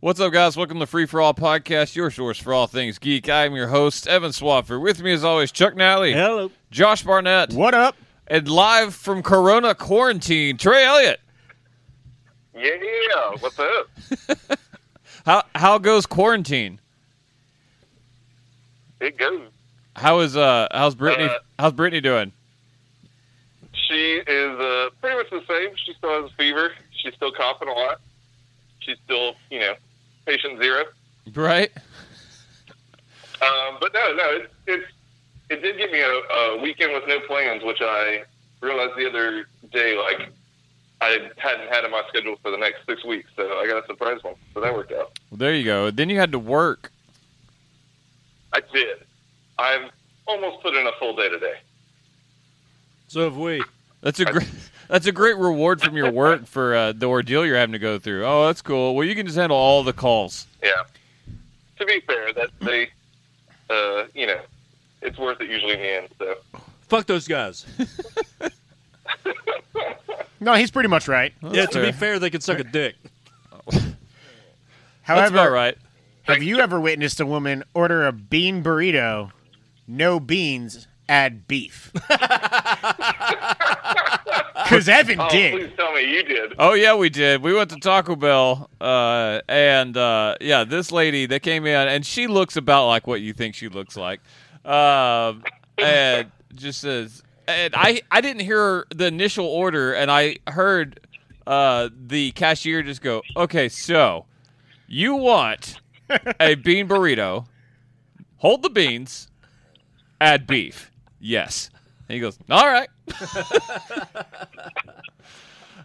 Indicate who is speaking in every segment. Speaker 1: What's up, guys? Welcome to Free For All Podcast, your source for all things geek. I'm your host, Evan Swaffer. With me, as always, Chuck Nally,
Speaker 2: Hello.
Speaker 1: Josh Barnett,
Speaker 2: What up?
Speaker 1: and live from Corona Quarantine, Trey Elliott.
Speaker 3: Yeah, what's up?
Speaker 1: How how goes quarantine?
Speaker 3: It goes.
Speaker 1: How is uh how's Brittany
Speaker 3: Uh,
Speaker 1: how's Brittany doing?
Speaker 3: She is uh, pretty much the same. She still has a fever. She's still coughing a lot. She's still, you know, patient zero.
Speaker 1: Right?
Speaker 3: Um, but no, no, it, it, it did give me a, a weekend with no plans, which I realized the other day, like, I hadn't had in my schedule for the next six weeks. So I got a surprise one. So that worked out.
Speaker 1: Well, there you go. Then you had to work.
Speaker 3: I did. I've almost put in a full day today.
Speaker 2: So have we.
Speaker 1: That's a great that's a great reward from your work for uh, the ordeal you're having to go through. Oh, that's cool. Well, you can just handle all the calls.
Speaker 3: Yeah. To be fair, that they, uh, you know, it's worth it usually in the end. So.
Speaker 2: Fuck those guys.
Speaker 4: No, he's pretty much right.
Speaker 2: yeah, to be fair, they can suck a dick.
Speaker 1: That's
Speaker 4: However,
Speaker 1: about right.
Speaker 4: have you ever witnessed a woman order a bean burrito, no beans, add beef? Because Evan
Speaker 3: Oh,
Speaker 4: did.
Speaker 3: please tell me you did.
Speaker 1: Oh yeah, we did. We went to Taco Bell, uh, and uh, yeah, this lady that came in, and she looks about like what you think she looks like, um, and just says, and I I didn't hear the initial order, and I heard uh, the cashier just go, okay, so you want a bean burrito? Hold the beans, add beef. Yes. And he goes, all right.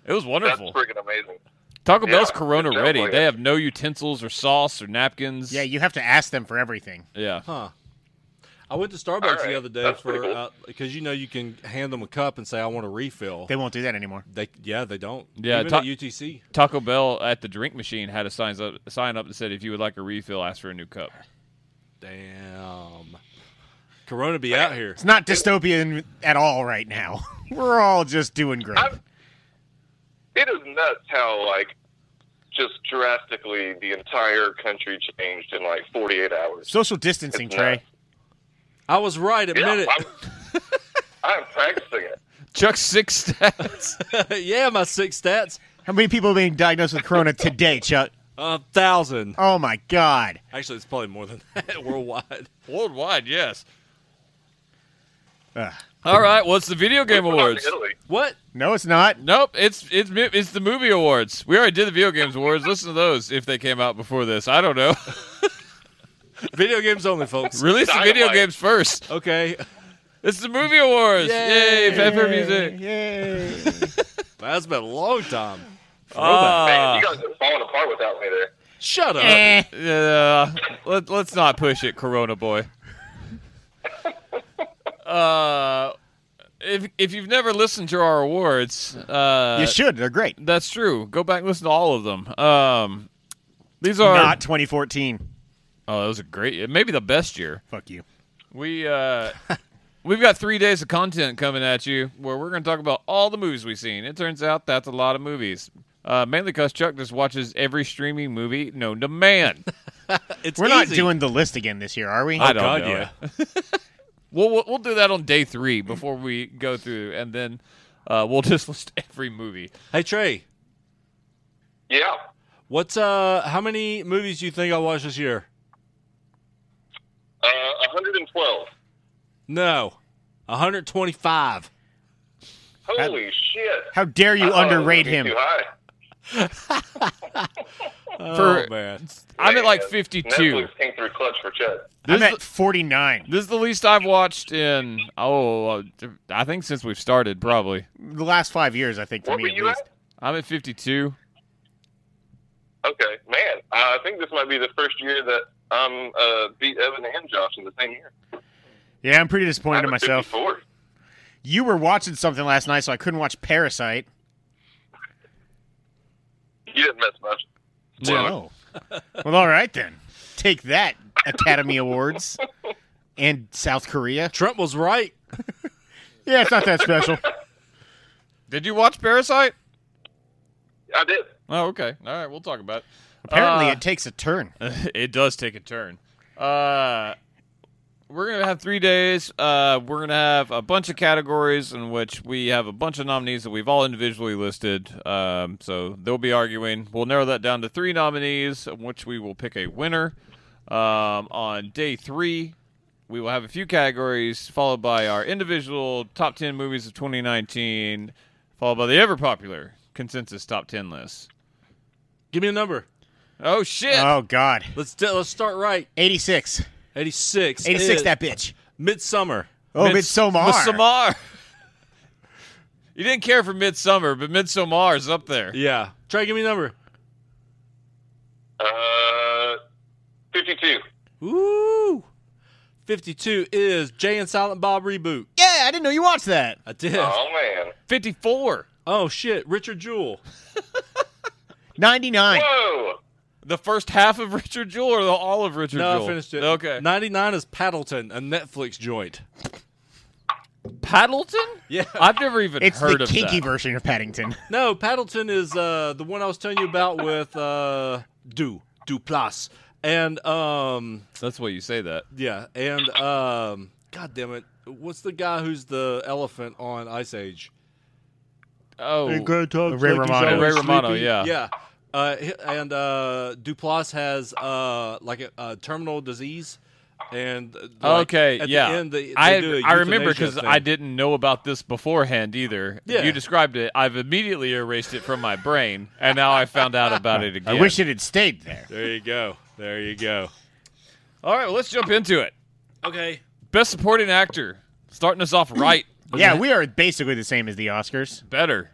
Speaker 1: it was
Speaker 3: That's
Speaker 1: wonderful.
Speaker 3: freaking amazing.
Speaker 1: Taco Bell's
Speaker 3: Yeah,
Speaker 1: Corona
Speaker 3: it sounds
Speaker 1: ready.
Speaker 3: like
Speaker 1: they
Speaker 3: it.
Speaker 1: have no utensils or sauce or napkins.
Speaker 4: Yeah, you have to ask them for everything.
Speaker 1: yeah.
Speaker 2: Huh. I went to Starbucks
Speaker 3: All right,
Speaker 2: the other day
Speaker 3: that's
Speaker 2: for
Speaker 3: pretty cool.
Speaker 2: because you know you can hand them a cup and say I want a refill.
Speaker 4: They won't do that anymore.
Speaker 2: They, yeah, they don't.
Speaker 1: Yeah,
Speaker 2: Even
Speaker 1: ta-
Speaker 2: at UTC.
Speaker 1: Taco Bell at the drink machine had a sign up sign up that said if you would like a refill, ask for a new cup.
Speaker 2: Damn. Corona be out here.
Speaker 4: It's not dystopian at all right now. We're all just doing great.
Speaker 3: I'm- It is nuts how like just drastically the entire country changed in like 48 hours.
Speaker 4: Social distancing,
Speaker 3: It's
Speaker 4: Trey.
Speaker 3: nuts.
Speaker 2: I was right. Admit
Speaker 3: yeah,
Speaker 2: it.
Speaker 3: I'm, I'm practicing it.
Speaker 1: Chuck six stats.
Speaker 2: yeah, my six stats.
Speaker 4: How many people are being diagnosed with corona today, Chuck?
Speaker 2: A thousand.
Speaker 4: Oh my God.
Speaker 2: Actually, it's probably more than that worldwide.
Speaker 1: Worldwide, yes.
Speaker 4: Ugh.
Speaker 1: All right, what's the video game
Speaker 3: We're going to
Speaker 1: awards?
Speaker 3: Italy.
Speaker 2: What?
Speaker 4: No, it's not.
Speaker 1: Nope, it's it's mi- it's the movie awards. We already did the video games awards. Listen to those if they came out before this. I don't know.
Speaker 2: Video games only, folks.
Speaker 1: Release the video
Speaker 3: Dynamite.
Speaker 1: games first.
Speaker 2: Okay,
Speaker 1: It's the movie awards. Yay,
Speaker 2: Yay.
Speaker 1: pepper music.
Speaker 4: Yay.
Speaker 2: that's been a long time.
Speaker 1: Ah.
Speaker 3: Man, you guys are falling apart without me there.
Speaker 2: Shut up.
Speaker 4: Eh.
Speaker 1: Yeah, let, let's not push it, Corona boy. Uh, if if you've never listened to our awards, uh,
Speaker 4: You should. They're great.
Speaker 1: that's true. Go back and listen to all of them. Um, these are
Speaker 4: Not 2014.
Speaker 1: oh, that was a great, maybe the best year.
Speaker 4: Fuck you.
Speaker 1: We uh, we've got three days of content coming at you where we're going to talk about all the movies we've seen. It turns out that's a lot of movies. Uh, mainly because Chuck just watches every streaming movie known to man.
Speaker 2: It's
Speaker 4: We're not
Speaker 2: easy. Oh,
Speaker 4: doing the list again this year, are we?
Speaker 1: I don't
Speaker 2: God,
Speaker 1: know.
Speaker 2: yeah.
Speaker 1: We'll, we'll we'll do that on day three before we go through, and then uh, we'll just list every movie.
Speaker 2: Hey Trey,
Speaker 3: Yeah.
Speaker 2: what's uh? How many movies do you think I watched this year?
Speaker 3: Uh, 112.
Speaker 2: No, 125.
Speaker 3: Holy shit.
Speaker 4: How dare you
Speaker 3: I thought it was
Speaker 4: underrate
Speaker 3: gonna be Too
Speaker 4: him?
Speaker 3: high.
Speaker 1: For-
Speaker 2: oh man,
Speaker 1: I'm at like
Speaker 3: Man,
Speaker 1: 52.
Speaker 3: Netflix came through clutch for Chud.
Speaker 1: This,
Speaker 4: I'm
Speaker 1: is
Speaker 4: at
Speaker 1: the,
Speaker 4: 49.
Speaker 1: this is the least I've watched in oh, uh, I think since we've started probably.
Speaker 4: The last five years, I think, for
Speaker 3: What
Speaker 4: me
Speaker 3: were
Speaker 4: at
Speaker 3: you
Speaker 4: least.
Speaker 3: at?
Speaker 1: I'm at 52.
Speaker 3: Okay, man. I think this might be the first year that I'm uh, beat Evan and Josh in the same year.
Speaker 4: Yeah, I'm pretty disappointed
Speaker 3: I'm
Speaker 4: in
Speaker 3: at
Speaker 4: myself.
Speaker 3: 54.
Speaker 4: You were watching something last night, so I couldn't watch Parasite.
Speaker 3: You didn't miss much.
Speaker 4: No. well, all right then. Take that, Academy Awards and South Korea.
Speaker 2: Trump was right.
Speaker 4: Yeah, it's not that special.
Speaker 1: Did you watch Parasite?
Speaker 3: I did.
Speaker 1: Oh, okay. All right, we'll talk about it.
Speaker 4: Apparently,
Speaker 1: Uh,
Speaker 4: it takes a turn.
Speaker 1: it does take a turn. Uh, we're gonna have three days. Uh, we're gonna have a bunch of categories in which we have a bunch of nominees that we've all individually listed. Um, so they'll be arguing. We'll narrow that down to three nominees, in which we will pick a winner. Um, on day three, we will have a few categories, followed by our individual top ten movies of 2019, followed by the ever popular consensus top ten list.
Speaker 2: Give me a number.
Speaker 1: Oh shit!
Speaker 4: Oh God,
Speaker 2: Let's t- let's start right.
Speaker 4: eighty six.
Speaker 2: 86.
Speaker 4: Eighty six.
Speaker 2: is
Speaker 4: That bitch.
Speaker 2: Midsummer.
Speaker 4: Oh, Midsommar.
Speaker 1: Midsommar. you didn't care for Midsummer, but Midsommar is up there.
Speaker 2: Yeah. Try to give me a number.
Speaker 3: Uh, 52.
Speaker 2: Ooh. 52 is Jay and Silent Bob reboot.
Speaker 4: Yeah, I didn't know you watched that.
Speaker 2: I did.
Speaker 3: Oh, man.
Speaker 1: 54.
Speaker 2: Oh shit, Richard Jewell.
Speaker 4: Ninety nine.
Speaker 3: Whoa.
Speaker 1: The first half of Richard Jewell or the all of Richard
Speaker 2: No,
Speaker 1: Jewell?
Speaker 2: I finished it.
Speaker 1: Okay.
Speaker 2: 99 is Paddleton, a Netflix joint.
Speaker 1: Paddleton?
Speaker 2: Yeah.
Speaker 1: I've never even
Speaker 4: It's
Speaker 1: heard
Speaker 4: the
Speaker 1: of
Speaker 4: kinky
Speaker 1: that.
Speaker 4: version of Paddington.
Speaker 2: No, Paddleton is uh, the one I was telling you about with uh, Du Duplass, and um,
Speaker 1: That's why you say that.
Speaker 2: yeah, and um, God damn it, what's the guy who's the elephant on Ice Age?
Speaker 1: Oh.
Speaker 4: Ray Romano.
Speaker 1: Ray Romano, yeah.
Speaker 2: yeah. Uh, hi- and uh, Duplass has uh, like a, a terminal disease, and uh, like,
Speaker 1: okay,
Speaker 2: at
Speaker 1: yeah.
Speaker 2: The end, they, they
Speaker 1: I
Speaker 2: do a
Speaker 1: I remember
Speaker 2: euthanasia
Speaker 1: because
Speaker 2: thing.
Speaker 1: I didn't know about this beforehand either.
Speaker 2: Yeah.
Speaker 1: You described it. I've immediately erased it from my brain, and now I found out about it
Speaker 4: I
Speaker 1: again.
Speaker 4: wish it had stayed there.
Speaker 2: There you go. There you go.
Speaker 1: All right, well, let's jump into it.
Speaker 2: Okay.
Speaker 1: Best supporting actor, starting us off right.
Speaker 4: Yeah, we are basically the same as the Oscars.
Speaker 1: better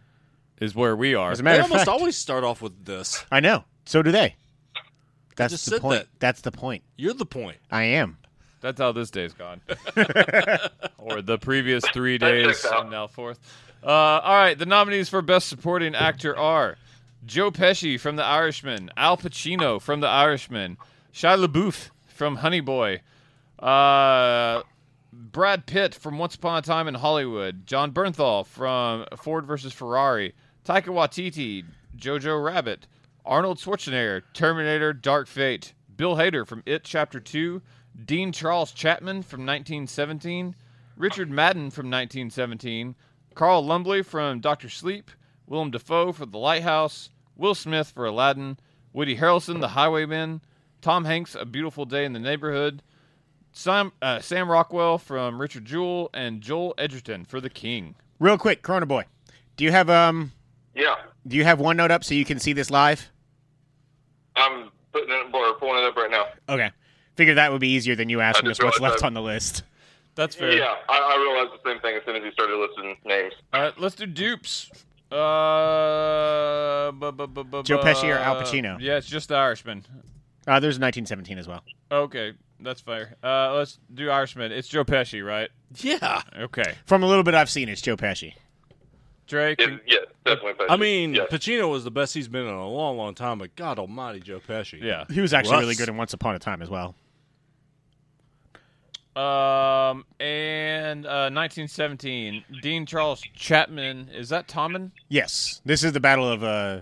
Speaker 1: is where we are.
Speaker 4: As a
Speaker 2: They
Speaker 4: matter of
Speaker 2: almost
Speaker 4: fact,
Speaker 2: always start off with this.
Speaker 4: I know. So do they. That's
Speaker 2: just
Speaker 4: the
Speaker 2: said
Speaker 4: point.
Speaker 2: that.
Speaker 4: That's the point.
Speaker 2: You're the point.
Speaker 4: I am.
Speaker 1: That's how this day's gone. or the previous three days and now fourth. Uh, all right, the nominees for Best Supporting Actor are Joe Pesci from The Irishman, Al Pacino from The Irishman, Shia LaBeouf from Honey Boy, uh, Brad Pitt from Once Upon a Time in Hollywood, John Bernthal from Ford versus Ferrari, Taika Waititi, Jojo Rabbit, Arnold Schwarzenegger, Terminator, Dark Fate, Bill Hader from It Chapter 2, Dean Charles Chapman from 1917, Richard Madden from 1917, Carl Lumbly from Doctor Sleep, Willem Dafoe for The Lighthouse, Will Smith for Aladdin, Woody Harrelson, The Highwayman, Tom Hanks, A Beautiful Day in the Neighborhood, Sam uh, Sam Rockwell from Richard Jewell and Joel Edgerton for the King.
Speaker 4: Real quick, Corona Boy. Do you have um
Speaker 3: Yeah.
Speaker 4: do you have OneNote up so you can see this live?
Speaker 3: I'm putting it or pulling it up right now.
Speaker 4: Okay. Figure that would be easier than you asking
Speaker 3: I
Speaker 4: us
Speaker 3: just
Speaker 4: what's
Speaker 3: realized
Speaker 4: left
Speaker 3: that-
Speaker 4: on the list.
Speaker 1: That's fair.
Speaker 3: Yeah, I, I realized the same thing as soon as you started listing names.
Speaker 1: All right, Uh, let's do dupes. Uh, bu- bu- bu- bu-
Speaker 4: Joe
Speaker 1: bu-
Speaker 4: Pesci or Al Pacino?
Speaker 1: Yeah, it's just the Irishman.
Speaker 4: Uh, there's 1917 as well.
Speaker 1: Okay, that's fair. Uh, let's do Irishman. It's Joe Pesci, right?
Speaker 2: Yeah.
Speaker 1: Okay,
Speaker 4: From a little bit I've seen, it's Joe Pesci.
Speaker 1: Drake.
Speaker 3: Yeah,
Speaker 4: Mm.
Speaker 3: yeah definitely. Pesci.
Speaker 2: I mean,
Speaker 3: yeah.
Speaker 2: Pacino was the best he's been in a long, long time, but God almighty, Joe Pesci.
Speaker 1: yeah.
Speaker 4: He was actually
Speaker 2: Russ.
Speaker 4: really good in Once Upon a Time as well.
Speaker 1: Um, and uh, 1917. Dean Charles Chapman. Is that Tommen?
Speaker 4: Yes, this is the battle of uh,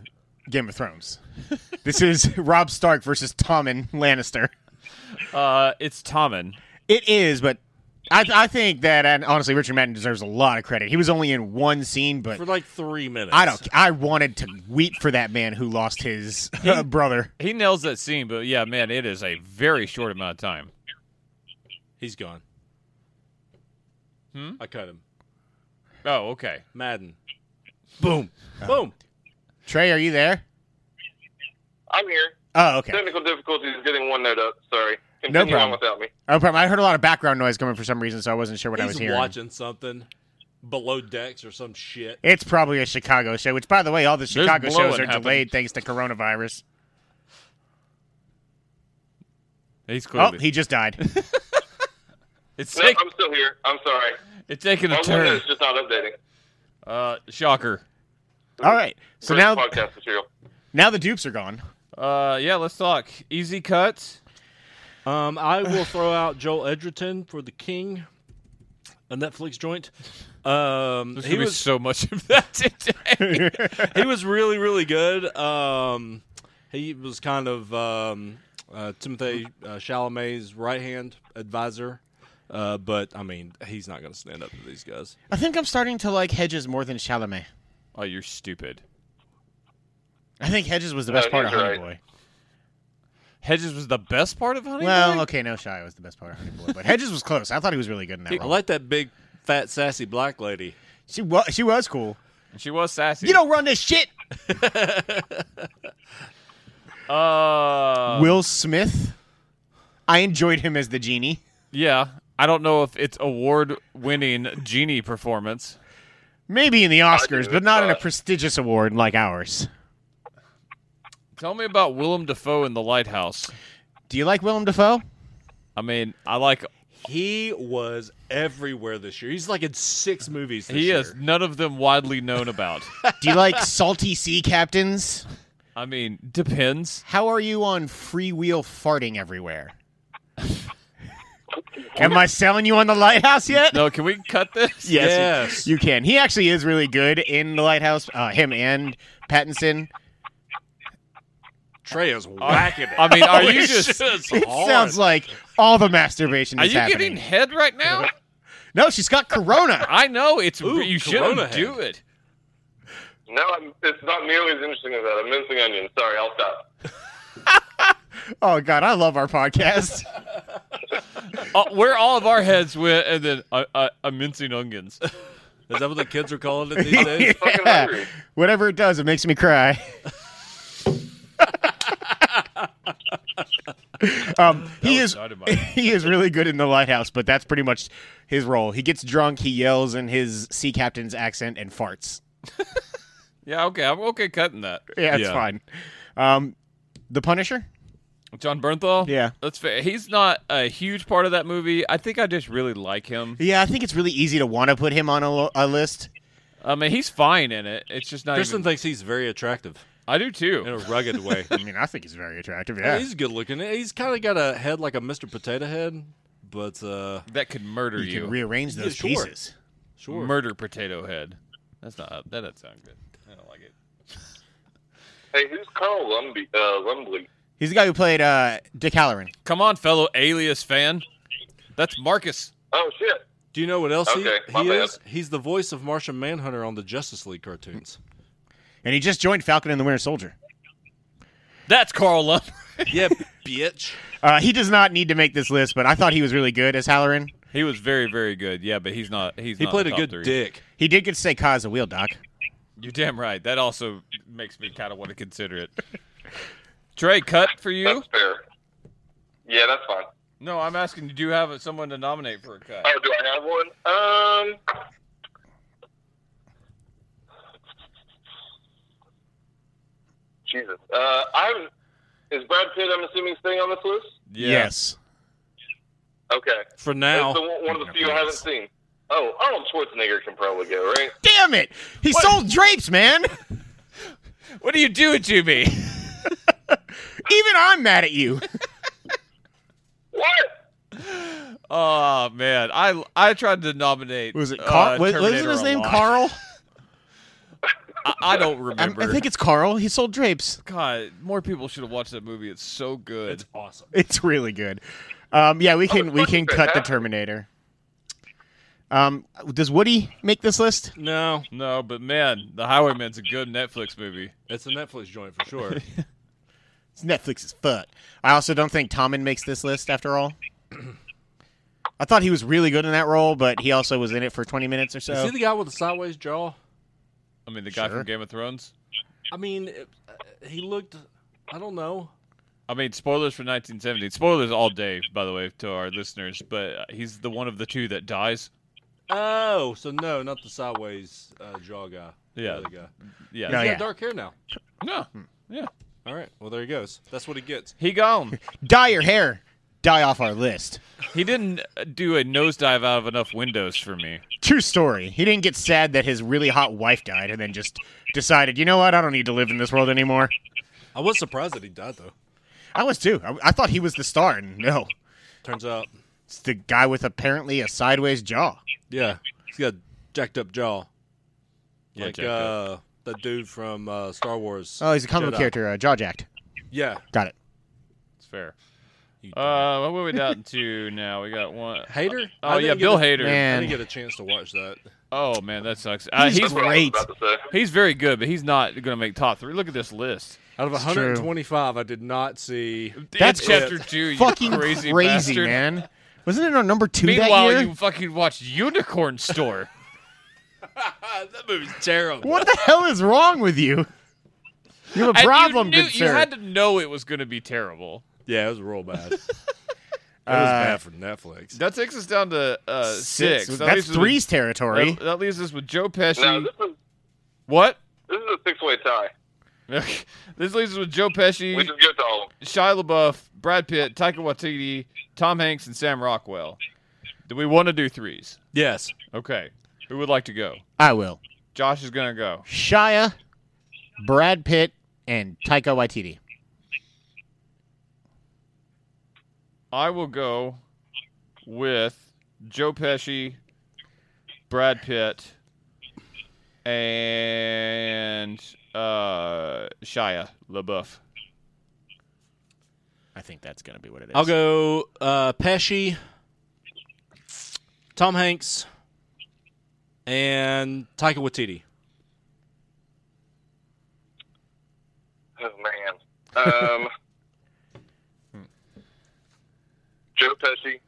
Speaker 4: Game of Thrones. this is Rob Stark versus Tommen Lannister.
Speaker 1: Uh, it's Tommen.
Speaker 4: It is, but I, I think that and honestly, Richard Madden deserves a lot of credit. He was only in one scene, but
Speaker 2: For like three minutes.
Speaker 4: I don't. I wanted to weep for that man who lost his uh, brother.
Speaker 1: He nails that scene, but yeah, man, it is a very short amount of time.
Speaker 2: He's gone.
Speaker 1: Hmm?
Speaker 2: I cut him.
Speaker 1: Oh, okay.
Speaker 2: Madden. Boom. Boom.
Speaker 4: Trey, are you there?
Speaker 3: I'm here.
Speaker 4: Oh, okay.
Speaker 3: Technical difficulties getting one note up. Sorry.
Speaker 4: No
Speaker 3: Continue
Speaker 4: problem.
Speaker 3: on without me.
Speaker 4: No problem. I heard a lot of background noise coming for some reason, so I wasn't sure what I was
Speaker 2: He's
Speaker 4: hearing.
Speaker 2: watching something below decks or some shit.
Speaker 4: It's probably a Chicago show, which, by the way, all the Chicago
Speaker 1: blowing
Speaker 4: shows are
Speaker 1: happening.
Speaker 4: delayed thanks to coronavirus.
Speaker 1: He's
Speaker 4: Oh,
Speaker 1: clearly.
Speaker 4: he just died.
Speaker 1: it's,
Speaker 3: No,
Speaker 1: take,
Speaker 3: I'm still here. I'm sorry.
Speaker 1: it's taking
Speaker 3: My
Speaker 1: a turn.
Speaker 3: window's just not updating.
Speaker 1: Uh, shocker.
Speaker 4: all right. So
Speaker 3: Great
Speaker 4: now,
Speaker 3: podcast material.
Speaker 4: now the dupes are gone.
Speaker 1: Uh, yeah, let's talk. Easy cuts.
Speaker 2: Um, I will throw out Joel Edgerton for the King, a Netflix joint. Um,
Speaker 1: There's
Speaker 2: he
Speaker 1: gonna be
Speaker 2: was
Speaker 1: so much of that today.
Speaker 2: he was really really good. Um, He was kind of um, uh, Timothy uh, Chalamet's right hand advisor, uh, but I mean, he's not going to stand up to these guys.
Speaker 4: I think I'm starting to like Hedges more than Chalamet.
Speaker 1: Oh, you're stupid.
Speaker 4: I think Hedges was the best
Speaker 3: Oh,
Speaker 4: part of
Speaker 3: he's
Speaker 4: Honey
Speaker 3: right.
Speaker 4: Boy.
Speaker 1: Hedges was the best part of Honey
Speaker 4: Well,
Speaker 1: Boy?
Speaker 4: okay, no, Shy was the best part of Honey Boy, but Hedges was close. I thought he was really good in that
Speaker 2: I
Speaker 4: role.
Speaker 2: like that big, fat, sassy black lady.
Speaker 4: She was, she was cool.
Speaker 1: She was sassy.
Speaker 4: You don't run this shit.
Speaker 3: Um,
Speaker 1: Uh,
Speaker 4: Will Smith. I enjoyed him as the genie.
Speaker 1: yeah. I don't know if it's award-winning genie performance.
Speaker 4: Maybe in the Oscars,
Speaker 3: do,
Speaker 4: but not in a
Speaker 3: uh,
Speaker 4: prestigious award like ours.
Speaker 1: Tell me about Willem Dafoe in The Lighthouse.
Speaker 4: Do you like Willem Dafoe?
Speaker 1: I mean, I like
Speaker 2: He was everywhere this year. He's like in six movies. This
Speaker 1: he
Speaker 2: year.
Speaker 1: is none of them widely known about.
Speaker 4: Do you like salty sea captains?
Speaker 1: I mean, depends.
Speaker 4: How are you on freewheel farting everywhere? Am I selling you on the lighthouse yet?
Speaker 1: No, can we cut this?
Speaker 2: Yes.
Speaker 4: You can. He actually is really good in the lighthouse. Uh, him and Pattinson.
Speaker 2: Trey is whacking it.
Speaker 1: I mean, are you
Speaker 4: Holy
Speaker 1: just
Speaker 4: It sounds like all the masturbation
Speaker 1: are
Speaker 4: is
Speaker 1: you
Speaker 4: happening.
Speaker 1: getting head right now?
Speaker 4: No, she's got corona.
Speaker 1: I know it's
Speaker 2: Ooh,
Speaker 1: you
Speaker 2: Corona
Speaker 1: shouldn't
Speaker 2: head.
Speaker 1: do it.
Speaker 3: No, I'm, it's not nearly as interesting as that. I'm mincing onions. Sorry, I'll stop.
Speaker 4: oh God, I love our podcast.
Speaker 1: Uh, where all of our heads went, and then uh, uh, uh, mincing onions.
Speaker 2: Is that what the kids are calling it these days?
Speaker 3: Fucking hungry.
Speaker 4: Whatever it does, it makes me cry. um, he is
Speaker 1: dynamite.
Speaker 4: he is really good in the lighthouse, but that's pretty much his role. He gets drunk, he yells in his sea captain's accent, and farts.
Speaker 1: Yeah, okay, I'm okay cutting that.
Speaker 4: Yeah, it's
Speaker 2: Yeah.
Speaker 4: fine. Um, the Punisher.
Speaker 1: John Bernthal.
Speaker 4: Yeah.
Speaker 1: that's fair. He's not a huge part of that movie. I think I just really like him.
Speaker 4: Yeah, I think it's really easy to want to put him on a, lo- a list.
Speaker 1: I mean, he's fine in it. It's just not.
Speaker 2: Kristen
Speaker 1: Even,
Speaker 2: thinks he's very attractive
Speaker 1: I do
Speaker 2: in a
Speaker 1: too.
Speaker 2: rugged way.
Speaker 4: I mean, I think he's very attractive. Yeah,
Speaker 2: He's good looking. He's kind of got a head like a Mr. Potato Head, but uh,
Speaker 1: That could murder
Speaker 4: you
Speaker 1: you.
Speaker 4: can rearrange
Speaker 2: Yeah,
Speaker 4: those
Speaker 2: sure.
Speaker 4: pieces.
Speaker 2: sure.
Speaker 1: Murder potato head. That's not. That doesn't sound good. I don't like it.
Speaker 3: Hey, who's Carl Lumby, uh, Lumbly?
Speaker 4: He's the guy who played uh, Dick Halloran.
Speaker 1: Come on, fellow Alias fan. That's Marcus.
Speaker 3: Oh, shit.
Speaker 2: Do you know what else
Speaker 3: Okay,
Speaker 2: he,
Speaker 3: my
Speaker 2: he
Speaker 3: bad.
Speaker 2: is? He's the voice of Martian Manhunter on the Justice League cartoons.
Speaker 4: And he just joined Falcon and the Winter Soldier.
Speaker 1: That's Carl Lump.
Speaker 2: yeah, bitch.
Speaker 4: Uh, he does not need to make this list, but I thought he was really good as Halloran.
Speaker 1: He was very, very good. Yeah, but he's not. He's
Speaker 2: He
Speaker 1: not in
Speaker 2: played
Speaker 1: the
Speaker 2: a
Speaker 1: top
Speaker 2: good
Speaker 1: three.
Speaker 2: dick.
Speaker 4: He did get to say Ka as a wheel doc.
Speaker 1: You're damn right. That also makes me kind of want to consider it. Trey, cut for you?
Speaker 3: That's fair. Yeah, that's fine.
Speaker 1: No, I'm asking. Do you have someone to nominate for a cut?
Speaker 3: Oh, do I have one? Um. Jesus. Uh, I'm. Is Brad Pitt? I'm assuming staying on this list.
Speaker 1: Yeah.
Speaker 4: Yes.
Speaker 3: Okay.
Speaker 2: For
Speaker 3: That's
Speaker 2: now,
Speaker 3: the one, one of the few I haven't seen. Oh, Arnold Schwarzenegger can probably go, right?
Speaker 4: Damn it! He sold drapes, man.
Speaker 1: What are you doing to me?
Speaker 4: Even I'm mad at you.
Speaker 3: What?
Speaker 1: oh man, I I tried to nominate. uh,
Speaker 4: Was it Carl?
Speaker 1: Carl?
Speaker 4: was, wasn't his name Carl?
Speaker 1: I, I don't
Speaker 4: I,
Speaker 1: remember.
Speaker 4: I think it's Carl. He sold drapes.
Speaker 1: God, more people should have watched that movie. It's so good.
Speaker 2: it's awesome.
Speaker 4: It's really good. Um, yeah, we can we can cut the
Speaker 3: fantastic.
Speaker 4: Terminator. Um, does Woody make this list?
Speaker 2: No,
Speaker 1: no, but man, The Highwayman's a good Netflix movie.
Speaker 2: it's a Netflix joint for sure.
Speaker 4: It's Netflix is fuck. I also don't think Tommen makes this list after all. I thought he was really good in that role, but he also was in it for 20 minutes or so.
Speaker 2: Is he the guy with the sideways jaw?
Speaker 1: I mean, the guy
Speaker 4: Sure.
Speaker 1: from Game of Thrones.
Speaker 2: I mean, it, uh, he looked. I don't know.
Speaker 1: I mean, spoilers for 1970. Spoilers all day, by the way, to our listeners. But uh, he's the one of the two that dies.
Speaker 2: Oh, so no, not the sideways uh, jaw guy. The
Speaker 1: Yeah.
Speaker 2: other guy.
Speaker 1: Yeah.
Speaker 4: No,
Speaker 2: He's
Speaker 4: yeah.
Speaker 2: got dark hair now.
Speaker 1: No. Yeah.
Speaker 2: All right. Well, there he goes. That's what he gets.
Speaker 1: He gone.
Speaker 4: dye your hair, dye off our list.
Speaker 1: he didn't uh, do a nosedive out of enough windows for me.
Speaker 4: True story. He didn't get sad that his really hot wife died and then just decided, you know what, I don't need to live in this world anymore.
Speaker 2: I was surprised that he died though.
Speaker 4: I was too. I, I thought he was the star, and no,
Speaker 2: Turns out,
Speaker 4: it's the guy with apparently a sideways jaw.
Speaker 2: yeah, he's got a jacked up jaw,
Speaker 1: Yeah,
Speaker 2: like
Speaker 1: jacked
Speaker 2: uh, the dude from uh, Star Wars.
Speaker 4: Oh, he's a comic
Speaker 2: Jedi.
Speaker 4: book character, uh, Jaw Jacked.
Speaker 2: Yeah.
Speaker 4: Got it.
Speaker 1: It's fair.
Speaker 2: You dummy.
Speaker 1: Uh, what are we down to now? We got one.
Speaker 2: Hater? I
Speaker 1: Oh yeah,
Speaker 2: didn't get
Speaker 1: Bill
Speaker 2: a-
Speaker 1: Hader.
Speaker 4: Man.
Speaker 2: I didn't get a chance to watch that.
Speaker 1: Oh man, that sucks. Uh,
Speaker 4: He's
Speaker 1: he's
Speaker 4: great.
Speaker 3: That's what I was about to say.
Speaker 1: he's very good, but he's not going to make top three. Look at this list.
Speaker 2: Out of
Speaker 4: It's
Speaker 2: 125, I did not see.
Speaker 4: That's
Speaker 1: It's chapter two. you
Speaker 4: Fucking
Speaker 1: crazy,
Speaker 4: crazy,
Speaker 1: bastard.
Speaker 4: man. Wasn't it our number two
Speaker 1: Meanwhile,
Speaker 4: that year?
Speaker 1: you fucking watched Unicorn Store.
Speaker 2: Ah, that movie's terrible.
Speaker 4: What the hell is wrong with you? You have a
Speaker 1: And
Speaker 4: problem,
Speaker 1: you, knew,
Speaker 4: good
Speaker 1: you
Speaker 4: sir.
Speaker 1: had to know it was going to be terrible.
Speaker 2: Yeah, it was real bad. It was
Speaker 4: Uh,
Speaker 2: bad for Netflix.
Speaker 1: That takes us down to uh, six. That
Speaker 4: That's
Speaker 1: leaves us
Speaker 4: three's
Speaker 1: with-
Speaker 4: territory.
Speaker 1: That, that leaves us with Joe
Speaker 3: No,
Speaker 1: Pesci.
Speaker 3: this is
Speaker 1: what?
Speaker 3: this is a six way tie.
Speaker 1: this leaves us with Joe
Speaker 3: We
Speaker 1: Pesci,
Speaker 3: just go to all of them.
Speaker 1: Shia LaBeouf, Brad Pitt, Taika Waititi, Tom Hanks, and Sam Rockwell. Do we want to do threes?
Speaker 2: Yes.
Speaker 1: Okay. Who would like to go?
Speaker 4: I will.
Speaker 1: Josh is gonna go.
Speaker 4: Shia, Brad Pitt, and Taika Waititi.
Speaker 1: I will go with Joe Pesci, Brad Pitt, and uh, Shia LaBeouf.
Speaker 4: I think that's going to be what it is.
Speaker 2: I'll go uh, Pesci, Tom Hanks, and Taika Waititi.
Speaker 3: Oh man. Um, Joe Pesci.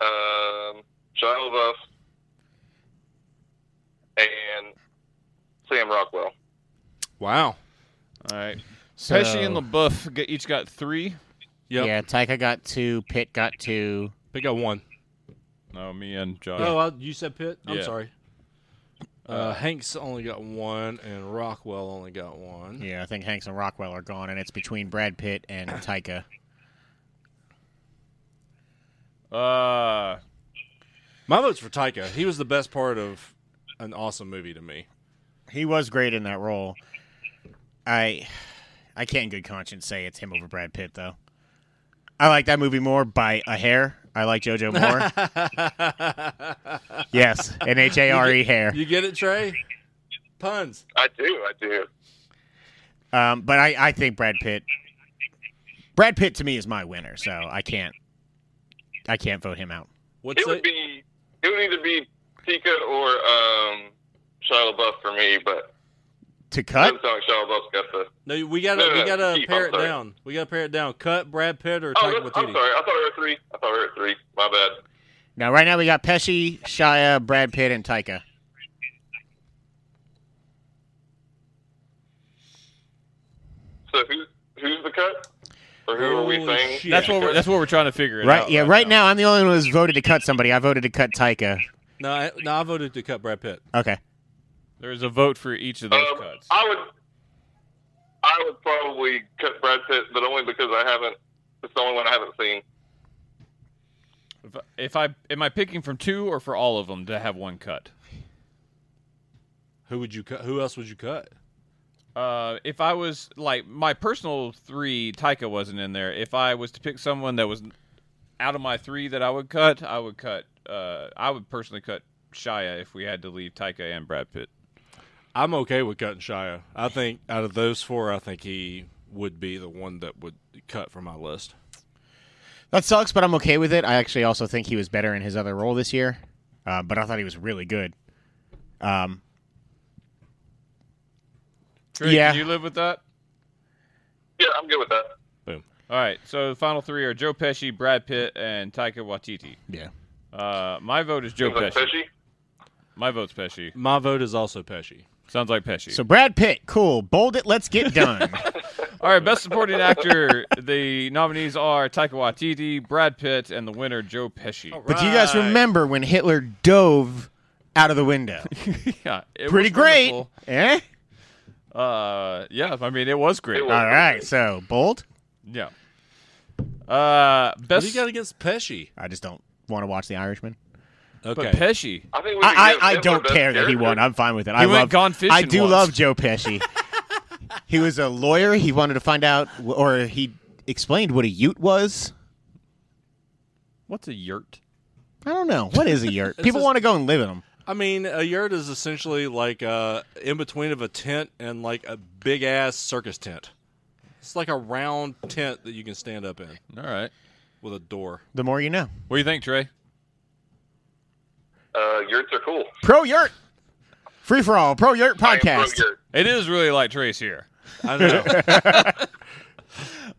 Speaker 3: Um, Shia LaBeouf. And Sam Rockwell.
Speaker 2: Wow.
Speaker 1: All right.
Speaker 4: So-
Speaker 1: Pesci and LaBeouf get, each got three.
Speaker 2: Yep.
Speaker 4: Yeah, Taika got two, Pitt got two.
Speaker 2: Pick up one.
Speaker 1: No, me and Josh.
Speaker 2: Oh, I, you said Pitt? I'm
Speaker 1: Yeah.
Speaker 2: sorry. Uh, Hanks only got one, and Rockwell only got one.
Speaker 4: Yeah, I think Hanks and Rockwell are gone, and it's between Brad Pitt and Taika. Oh.
Speaker 1: Uh,
Speaker 2: My vote's for Taika. He was the best part of an awesome movie to me.
Speaker 4: He was great in that role. I, I can't in good conscience say it's him over Brad Pitt though. I like that movie more by a hair. I like JoJo more. yes, an H A R E hair.
Speaker 2: You get it, Trey? Puns.
Speaker 3: I do, I do.
Speaker 4: Um, but I, I think Brad Pitt. Brad Pitt to me is my winner, so I can't. I can't vote him out.
Speaker 2: What's
Speaker 3: It would
Speaker 2: it?
Speaker 3: be it would either be Tika or um, Shia LaBeouf for me, but
Speaker 4: To
Speaker 3: I'm
Speaker 4: cut.
Speaker 3: telling Shia LaBeouf's got the.
Speaker 2: no, we gotta
Speaker 3: No, no,
Speaker 2: we
Speaker 3: no,
Speaker 2: gotta
Speaker 3: Keith,
Speaker 2: pare
Speaker 3: Uh, I'm
Speaker 2: it
Speaker 3: sorry.
Speaker 2: down. We gotta pare it down. Cut Brad Pitt or
Speaker 3: Oh,
Speaker 2: Taika
Speaker 3: that's- I'm
Speaker 2: Waititi.
Speaker 3: sorry. I thought we were three. I thought we were three. My bad.
Speaker 4: Now, right now we got Pesci, Shia, Brad Pitt, and Taika.
Speaker 3: So who who's the cut? Or who are we
Speaker 2: Holy
Speaker 3: saying?
Speaker 2: shit.
Speaker 1: that's what we're, that's what we're trying to figure it
Speaker 4: Right?
Speaker 1: out.
Speaker 4: Yeah. Right now, I'm the only one who's voted to cut somebody. I voted to cut Taika.
Speaker 2: No, I, no, I voted to cut Brad Pitt.
Speaker 4: Okay.
Speaker 1: There's a vote for each of those
Speaker 3: Um,
Speaker 1: cuts.
Speaker 3: I would, I would probably cut Brad Pitt, but only because I haven't. It's the only one I haven't seen.
Speaker 1: If I, if I am I picking from two or for all of them to have one cut?
Speaker 2: Who would you cut? Who else would you cut?
Speaker 1: Uh, if I was like my personal three, Taika wasn't in there. If I was to pick someone that was out of my three that I would cut, I would cut. Uh, I would personally cut Shia if we had to leave Taika and Brad Pitt.
Speaker 2: I'm okay with cutting Shia. I think out of those four, I think he would be the one that would cut from my list.
Speaker 4: That sucks, but I'm okay with it. I actually also think he was better in his other role this year, uh, but I thought he was really good. Um,
Speaker 1: Trey,
Speaker 4: Yeah.
Speaker 1: can you live with that?
Speaker 3: Yeah, I'm good with that.
Speaker 2: Boom.
Speaker 1: All right. So the final three are Joe Pesci, Brad Pitt, and Taika Waititi.
Speaker 4: yeah.
Speaker 1: Uh, my vote is Joe
Speaker 3: Seems like
Speaker 1: Pesci.
Speaker 3: Pesci.
Speaker 1: My vote's Pesci.
Speaker 2: My vote is also Pesci.
Speaker 1: Sounds like Pesci.
Speaker 4: So Brad Pitt, cool. Bold it. Let's get done.
Speaker 1: All right, best supporting actor. the nominees are Taika Waititi, Brad Pitt, and the winner Joe Pesci.
Speaker 4: but do you guys
Speaker 2: Right.
Speaker 4: remember when Hitler dove out of the window?
Speaker 1: yeah, it
Speaker 4: Pretty
Speaker 1: was
Speaker 4: great.
Speaker 1: wonderful.
Speaker 4: Eh?
Speaker 1: Uh, yeah, I mean it was great.
Speaker 3: It was.
Speaker 4: All right. So bold.
Speaker 1: Yeah. Uh,
Speaker 2: What
Speaker 1: best
Speaker 2: do you got against Pesci?
Speaker 4: I just don't want to watch The Irishman.
Speaker 1: but
Speaker 2: Okay.
Speaker 1: Pesci.
Speaker 3: I think we could
Speaker 4: I,
Speaker 3: give
Speaker 4: I, I
Speaker 3: Hitler
Speaker 4: don't
Speaker 3: best
Speaker 4: care that he
Speaker 3: character.
Speaker 4: won. I'm fine with it. I
Speaker 1: went
Speaker 4: love,
Speaker 1: gone fishing
Speaker 4: I do
Speaker 1: once.
Speaker 4: love Joe Pesci. he was a lawyer. He wanted to find out, wh- or he explained what a ute was.
Speaker 1: What's a yurt?
Speaker 4: I don't know. What is a yurt? People
Speaker 2: just-
Speaker 4: want to go and live in them.
Speaker 2: I mean, a yurt is essentially like uh, in between of a tent and like a big ass circus tent. It's like a round tent that you can stand up in
Speaker 1: All right.
Speaker 2: with a door.
Speaker 4: The more you know.
Speaker 1: What do you think, Trey?
Speaker 3: Uh, yurts are cool.
Speaker 4: Pro Yurt. Free for all. Pro Yurt
Speaker 3: I am pro
Speaker 4: podcast.
Speaker 3: yurt.
Speaker 1: It is really like Trey's here.
Speaker 2: I don't know.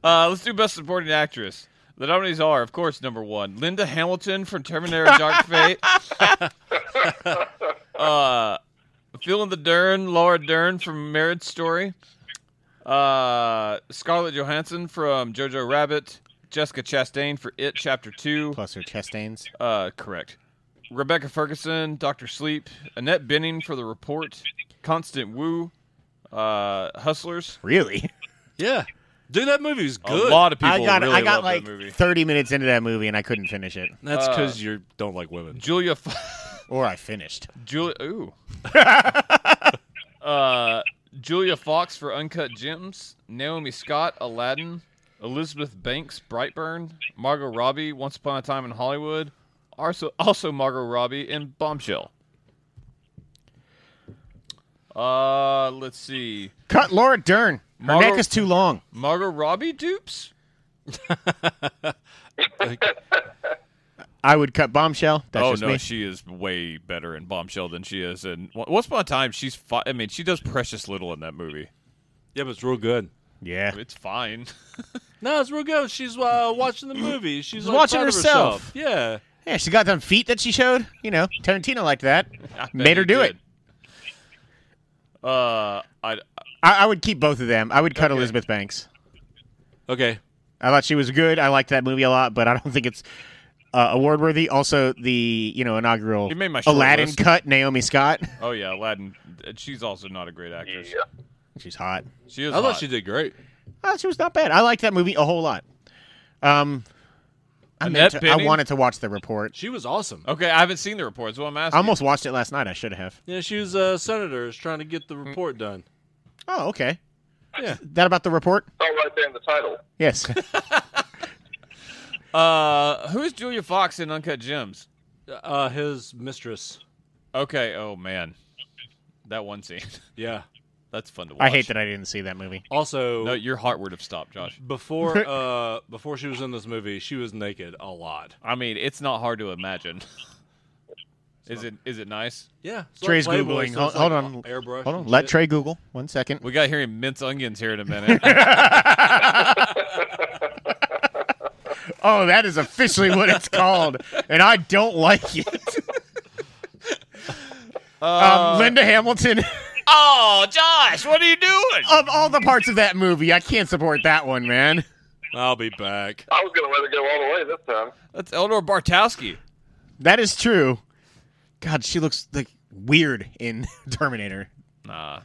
Speaker 1: Uh, let's do Best Supporting Actress. The nominees are, of course, number one, Linda Hamilton from Terminator Dark Fate. uh, Phil and the Dern, Laura Dern from Marriage Story. Uh, Scarlett Johansson from Jojo Rabbit. Jessica Chastain for It Chapter 2.
Speaker 4: Plus her Chastains.
Speaker 1: Uh, correct. Rebecca Ferguson, Doctor Sleep, Annette Benning for The Report, Constant Wu, uh, Hustlers.
Speaker 4: Really?
Speaker 2: yeah, dude, that movie was good.
Speaker 1: A lot of people
Speaker 4: I got
Speaker 1: really
Speaker 4: I got
Speaker 1: love
Speaker 4: like
Speaker 1: that movie.
Speaker 4: 30 minutes into that movie and I couldn't finish it.
Speaker 2: That's
Speaker 1: Uh,
Speaker 2: because you don't like women.
Speaker 1: Julia, F-
Speaker 4: Or I finished.
Speaker 1: Julia, ooh, uh, Julia Fox for Uncut Gems, Naomi Scott, Aladdin, Elizabeth Banks, Brightburn, Margot Robbie, Once Upon a Time in Hollywood, also also Margot Robbie in Bombshell. Uh, let's see.
Speaker 4: Cut Laura Dern. Her
Speaker 1: Margot-
Speaker 4: neck is too long.
Speaker 1: Margot Robbie dupes?
Speaker 4: I would cut Bombshell. That's
Speaker 1: oh
Speaker 4: just
Speaker 1: no,
Speaker 4: me.
Speaker 1: she is way better in Bombshell than she is in. Once upon a time, she's. Fi- I mean, she does precious little in that movie.
Speaker 2: Yeah, but it's real good.
Speaker 4: yeah.
Speaker 1: It's fine.
Speaker 2: No, it's real good. She's uh, watching the movie. She's like,
Speaker 4: watching
Speaker 2: proud of
Speaker 4: herself.
Speaker 2: Yeah.
Speaker 4: Yeah, she got them feet that she showed. You know, Tarantino liked that.
Speaker 1: I bet
Speaker 4: Made her
Speaker 1: he
Speaker 4: do
Speaker 1: did.
Speaker 4: it.
Speaker 1: Uh, I
Speaker 4: I, I would keep both of them. I would cut
Speaker 1: Okay.
Speaker 4: Elizabeth Banks.
Speaker 2: Okay.
Speaker 4: I thought she was good. I liked that movie a lot, but I don't think it's uh, award worthy. Also, the you know inaugural
Speaker 1: You made my short
Speaker 4: Aladdin
Speaker 1: list.
Speaker 4: cut Naomi Scott.
Speaker 1: oh yeah, Aladdin. She's also not a great actress.
Speaker 3: Yeah.
Speaker 4: She's hot.
Speaker 1: She is.
Speaker 2: I thought
Speaker 1: hot.
Speaker 2: she did great.
Speaker 4: Uh, she was not bad. I liked that movie a whole lot. Um, I, meant
Speaker 1: Annette
Speaker 4: to- I
Speaker 1: Bening?
Speaker 4: wanted to watch the report.
Speaker 2: She was awesome.
Speaker 4: Oh.
Speaker 1: Okay, I haven't seen the report, so I'm
Speaker 4: I
Speaker 1: asking.
Speaker 4: almost watched it last night. I should have.
Speaker 2: Yeah, she was a senator is trying to get the report done.
Speaker 4: Oh, okay.
Speaker 2: Yeah.
Speaker 4: That about the report?
Speaker 3: It's all right there in the title.
Speaker 4: Yes.
Speaker 1: Uh, who's Julia Fox in Uncut Gems?
Speaker 2: Uh, his mistress.
Speaker 1: Okay. Oh man, that one scene.
Speaker 2: Yeah.
Speaker 1: That's fun to watch.
Speaker 4: I hate that I didn't see that movie.
Speaker 2: Also,
Speaker 1: No, your heart would have stopped, Josh.
Speaker 2: before uh, before she was in this movie, she was naked a lot.
Speaker 1: I mean, it's not hard to imagine. is it? Is it nice?
Speaker 2: Yeah. it's
Speaker 4: Trey's
Speaker 2: Playboy,
Speaker 4: googling.
Speaker 2: so it's
Speaker 4: Hold-
Speaker 2: like
Speaker 4: hold on.
Speaker 2: Airbrush.
Speaker 4: Hold on.
Speaker 2: and
Speaker 4: Let
Speaker 2: shit.
Speaker 4: Trey Google one second.
Speaker 1: We got here mince onions here in a minute.
Speaker 4: Oh, that is officially what it's called, and I don't like it.
Speaker 1: Uh,
Speaker 4: um, Linda Hamilton.
Speaker 1: oh, Josh, what are you doing?
Speaker 4: of all the parts of that movie, I can't support that one, man.
Speaker 2: I'll be back.
Speaker 3: I was gonna let it go all the way this time.
Speaker 1: That's Eldor Bartowski.
Speaker 4: That is true. God, she looks like weird in Terminator.
Speaker 1: Nah,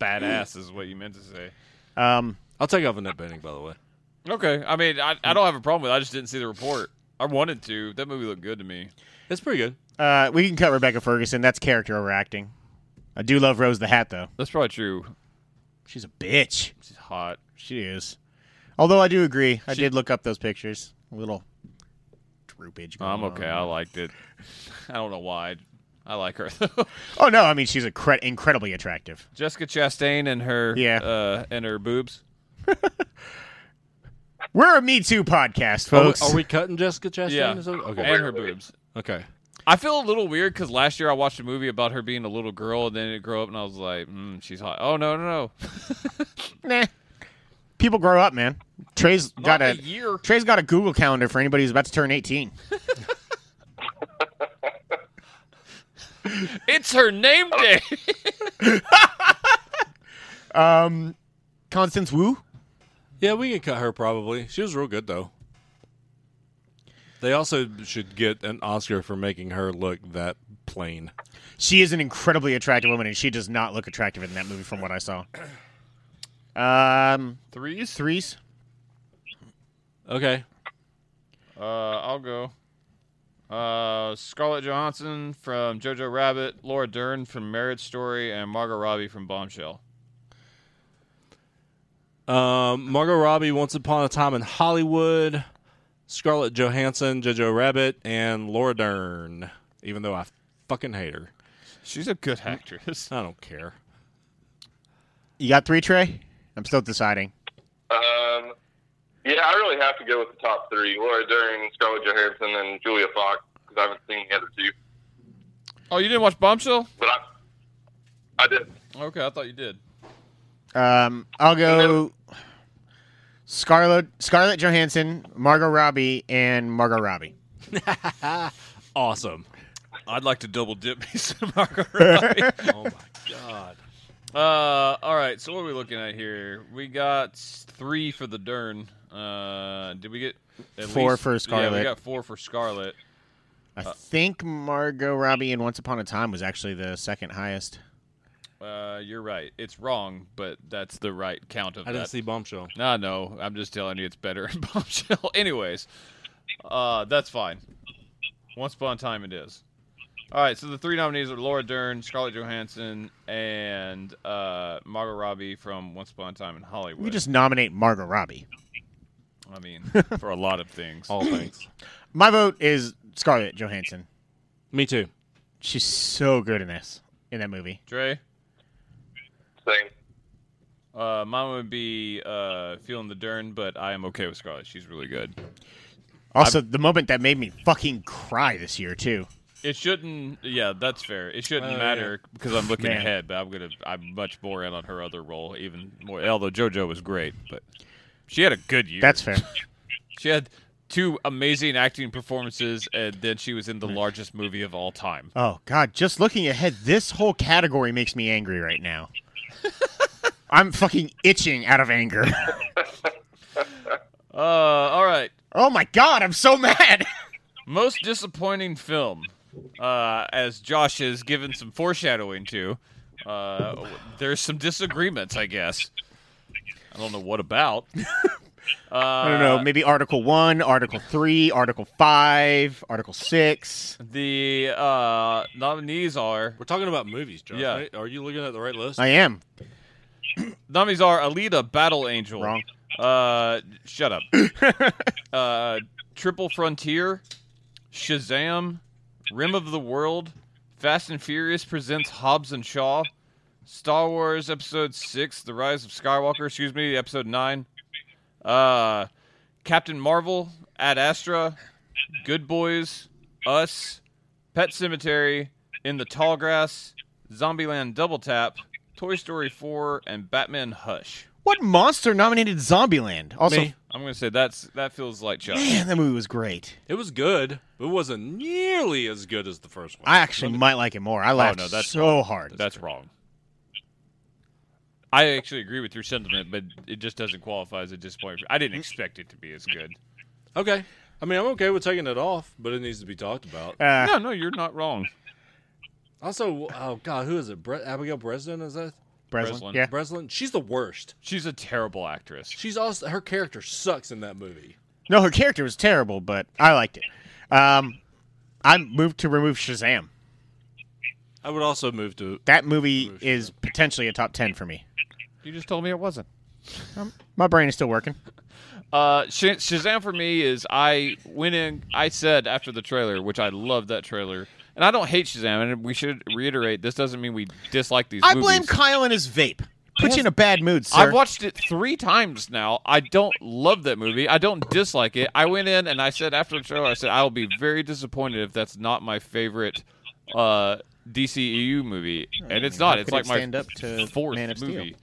Speaker 1: badass is what you meant to say.
Speaker 4: Um,
Speaker 2: I'll take off Annette Bening, by the way.
Speaker 1: Okay, I mean, I, I don't have a problem with. it. I just didn't see the report. I wanted to. That movie looked good to me.
Speaker 2: It's pretty good.
Speaker 4: uh, we can cut Rebecca Ferguson. That's character overacting. I do love Rose the Hat though.
Speaker 1: That's probably true.
Speaker 4: She's a bitch.
Speaker 1: She's hot.
Speaker 4: She is. Although I do agree, I did look up those pictures. A little droopage.
Speaker 1: I'm
Speaker 4: going
Speaker 1: okay.
Speaker 4: on.
Speaker 1: I liked it. I don't know why. I like her though.
Speaker 4: Oh no, I mean she's incre- incredibly attractive.
Speaker 1: Jessica Chastain and her
Speaker 4: Yeah.
Speaker 1: uh, and her boobs.
Speaker 4: We're a Me Too podcast,
Speaker 2: Are we,
Speaker 4: folks.
Speaker 2: are we cutting Jessica Chastain?
Speaker 1: Yeah,
Speaker 2: Is that- Okay.
Speaker 1: and her boobs.
Speaker 2: Okay.
Speaker 1: I feel a little weird because last year I watched a movie about her being a little girl, and then it grew up, and I was like, mm, "She's hot." Oh no, no, no!
Speaker 4: nah. People grow up, man. Trey's got
Speaker 1: Not
Speaker 4: a,
Speaker 1: a year.
Speaker 4: Trey's got a Google calendar for anybody who's about to turn 18.
Speaker 1: It's her name day.
Speaker 4: Constance Wu.
Speaker 2: Yeah, we can cut her probably. She was real good though. They also should get an Oscar for making her look that plain.
Speaker 4: She is an incredibly attractive woman, and she does not look attractive in that movie from what I saw. Um,
Speaker 1: Threes.
Speaker 4: threes.
Speaker 2: Okay.
Speaker 1: Uh, I'll go. Uh, Scarlett Johansson from Jojo Rabbit, Laura Dern from Marriage Story, and Margot Robbie from Bombshell.
Speaker 2: Um, Margot Robbie, Once Upon a Time in Hollywood, Scarlett Johansson, Jojo Rabbit, and Laura Dern. Even though I fucking hate her,
Speaker 1: She's a good actress.
Speaker 2: I don't care.
Speaker 4: You got three, Trey? I'm still deciding.
Speaker 3: Um, yeah, I really have to go with the top three: Laura Dern, Scarlett Johansson, and Julia Fox. Because I haven't seen the other two,
Speaker 1: Oh, you didn't watch Bombshell?
Speaker 3: but I, I did.
Speaker 1: Okay, I thought you did.
Speaker 4: Um, I'll go Scarlett, Scarlett Johansson, Margot Robbie, and Margot Robbie.
Speaker 2: Awesome.
Speaker 1: I'd like to double dip me some Margot Robbie.
Speaker 2: Oh my god.
Speaker 1: Uh, all right. So what are we looking at here? We got s- three for the Dern. Uh, did we get at
Speaker 4: Four
Speaker 1: least-
Speaker 4: for
Speaker 1: Yeah, we
Speaker 4: Scarlet.
Speaker 1: got four for Scarlet.
Speaker 4: I think Margot Robbie in Once Upon a Time was actually the second highest.
Speaker 1: Uh, you're right. It's wrong, but that's the right count of
Speaker 2: I didn't
Speaker 1: that.
Speaker 2: see Bombshell.
Speaker 1: No, no. I'm just telling you, it's better in bombshell. Anyways, uh, that's fine. Once upon a time, it is. All right. So the three nominees are Laura Dern, Scarlett Johansson, and uh, Margot Robbie from Once Upon a Time in Hollywood.
Speaker 4: We just nominate Margot Robbie.
Speaker 1: I mean, for a lot of things.
Speaker 2: All things.
Speaker 4: My vote is Scarlett Johansson.
Speaker 2: Me too.
Speaker 4: She's so good in this in that movie.
Speaker 1: Dre,
Speaker 3: Same.
Speaker 1: uh, mine would be uh, feeling the Dern, but I am okay with Scarlett. She's really good.
Speaker 4: Also, the moment that made me fucking cry this year too.
Speaker 1: It shouldn't. Yeah, that's fair. It shouldn't
Speaker 2: Oh,
Speaker 1: matter because I'm looking
Speaker 4: Man.
Speaker 1: ahead. But I'm gonna. I'm much more in on her other role, even more. Although JoJo was great, but she had a good year.
Speaker 4: That's fair.
Speaker 1: she had two amazing acting performances, and then she was in the largest movie of all time.
Speaker 4: Oh God! Just looking ahead, this whole category makes me angry right now. I'm fucking itching out of anger.
Speaker 1: Uh, all right.
Speaker 4: oh my God! I'm so mad.
Speaker 1: Most disappointing film, uh, as Josh has given some foreshadowing to. Uh, there's some disagreements, I guess. I don't know what about. Uh,
Speaker 4: I don't know. Maybe Article One, Article Three, Article Five, Article Six.
Speaker 1: The uh, nominees are
Speaker 2: We're talking about movies, John.
Speaker 1: Yeah.
Speaker 2: right? Are you looking at the right list?
Speaker 4: I am
Speaker 1: nominees are Alita, Battle Angel.
Speaker 4: wrong.
Speaker 1: Uh, shut up. uh, Triple Frontier, Shazam, Rim of the World, Fast and Furious presents Hobbs and Shaw, Star Wars Episode Six: The Rise of Skywalker. Excuse me, Episode Nine. Uh, Captain Marvel, Ad Astra, Good Boys, Us, Pet Cemetery, In the Tall Grass, Zombieland Double Tap, Toy Story 4, and Batman Hush.
Speaker 4: What monster nominated Zombieland? Also,
Speaker 2: Me.
Speaker 1: I'm gonna say that's that feels like Chuck.
Speaker 4: man, that movie was great.
Speaker 2: It was good, but it wasn't nearly as good as the first one.
Speaker 4: I actually might like it more. I laughed
Speaker 1: no, that's
Speaker 4: so hard.
Speaker 1: That's wrong. I actually agree with your sentiment, but it just doesn't qualify as a disappointment. I didn't expect it to be as good.
Speaker 2: okay. I mean, I'm okay with taking it off, but it needs to be talked about.
Speaker 4: Uh,
Speaker 1: No, no, you're not wrong.
Speaker 2: Also, oh god, who is it? Bre- Abigail Breslin is that?
Speaker 4: Breslin.
Speaker 1: Breslin.
Speaker 4: Yeah.
Speaker 2: Breslin? She's the worst.
Speaker 1: She's a terrible actress.
Speaker 2: She's also her character sucks in that movie.
Speaker 4: No, her character was terrible, but I liked it. Um, I moved to remove Shazam.
Speaker 2: I would also move to
Speaker 4: That movie is potentially a top ten for me.
Speaker 1: You just told me it wasn't.
Speaker 4: My brain is still working.
Speaker 1: Uh, Sh- Shazam for me is I went in. I said after the trailer, which I love that trailer, and I don't hate Shazam. And we should reiterate, this doesn't mean we dislike these.
Speaker 4: I
Speaker 1: movies.
Speaker 4: blame Kyle and his vape. Put you in a bad mood, sir.
Speaker 1: I've watched it three times now. I don't love that movie. I don't dislike it. I went in and I said after the trailer, I said I will be very disappointed if that's not my favorite uh, DCEU movie, and it's not.
Speaker 4: how
Speaker 1: It's
Speaker 4: could
Speaker 1: like
Speaker 4: it
Speaker 1: my
Speaker 4: stand up to
Speaker 1: fourth
Speaker 4: Man of Steel?
Speaker 1: movie.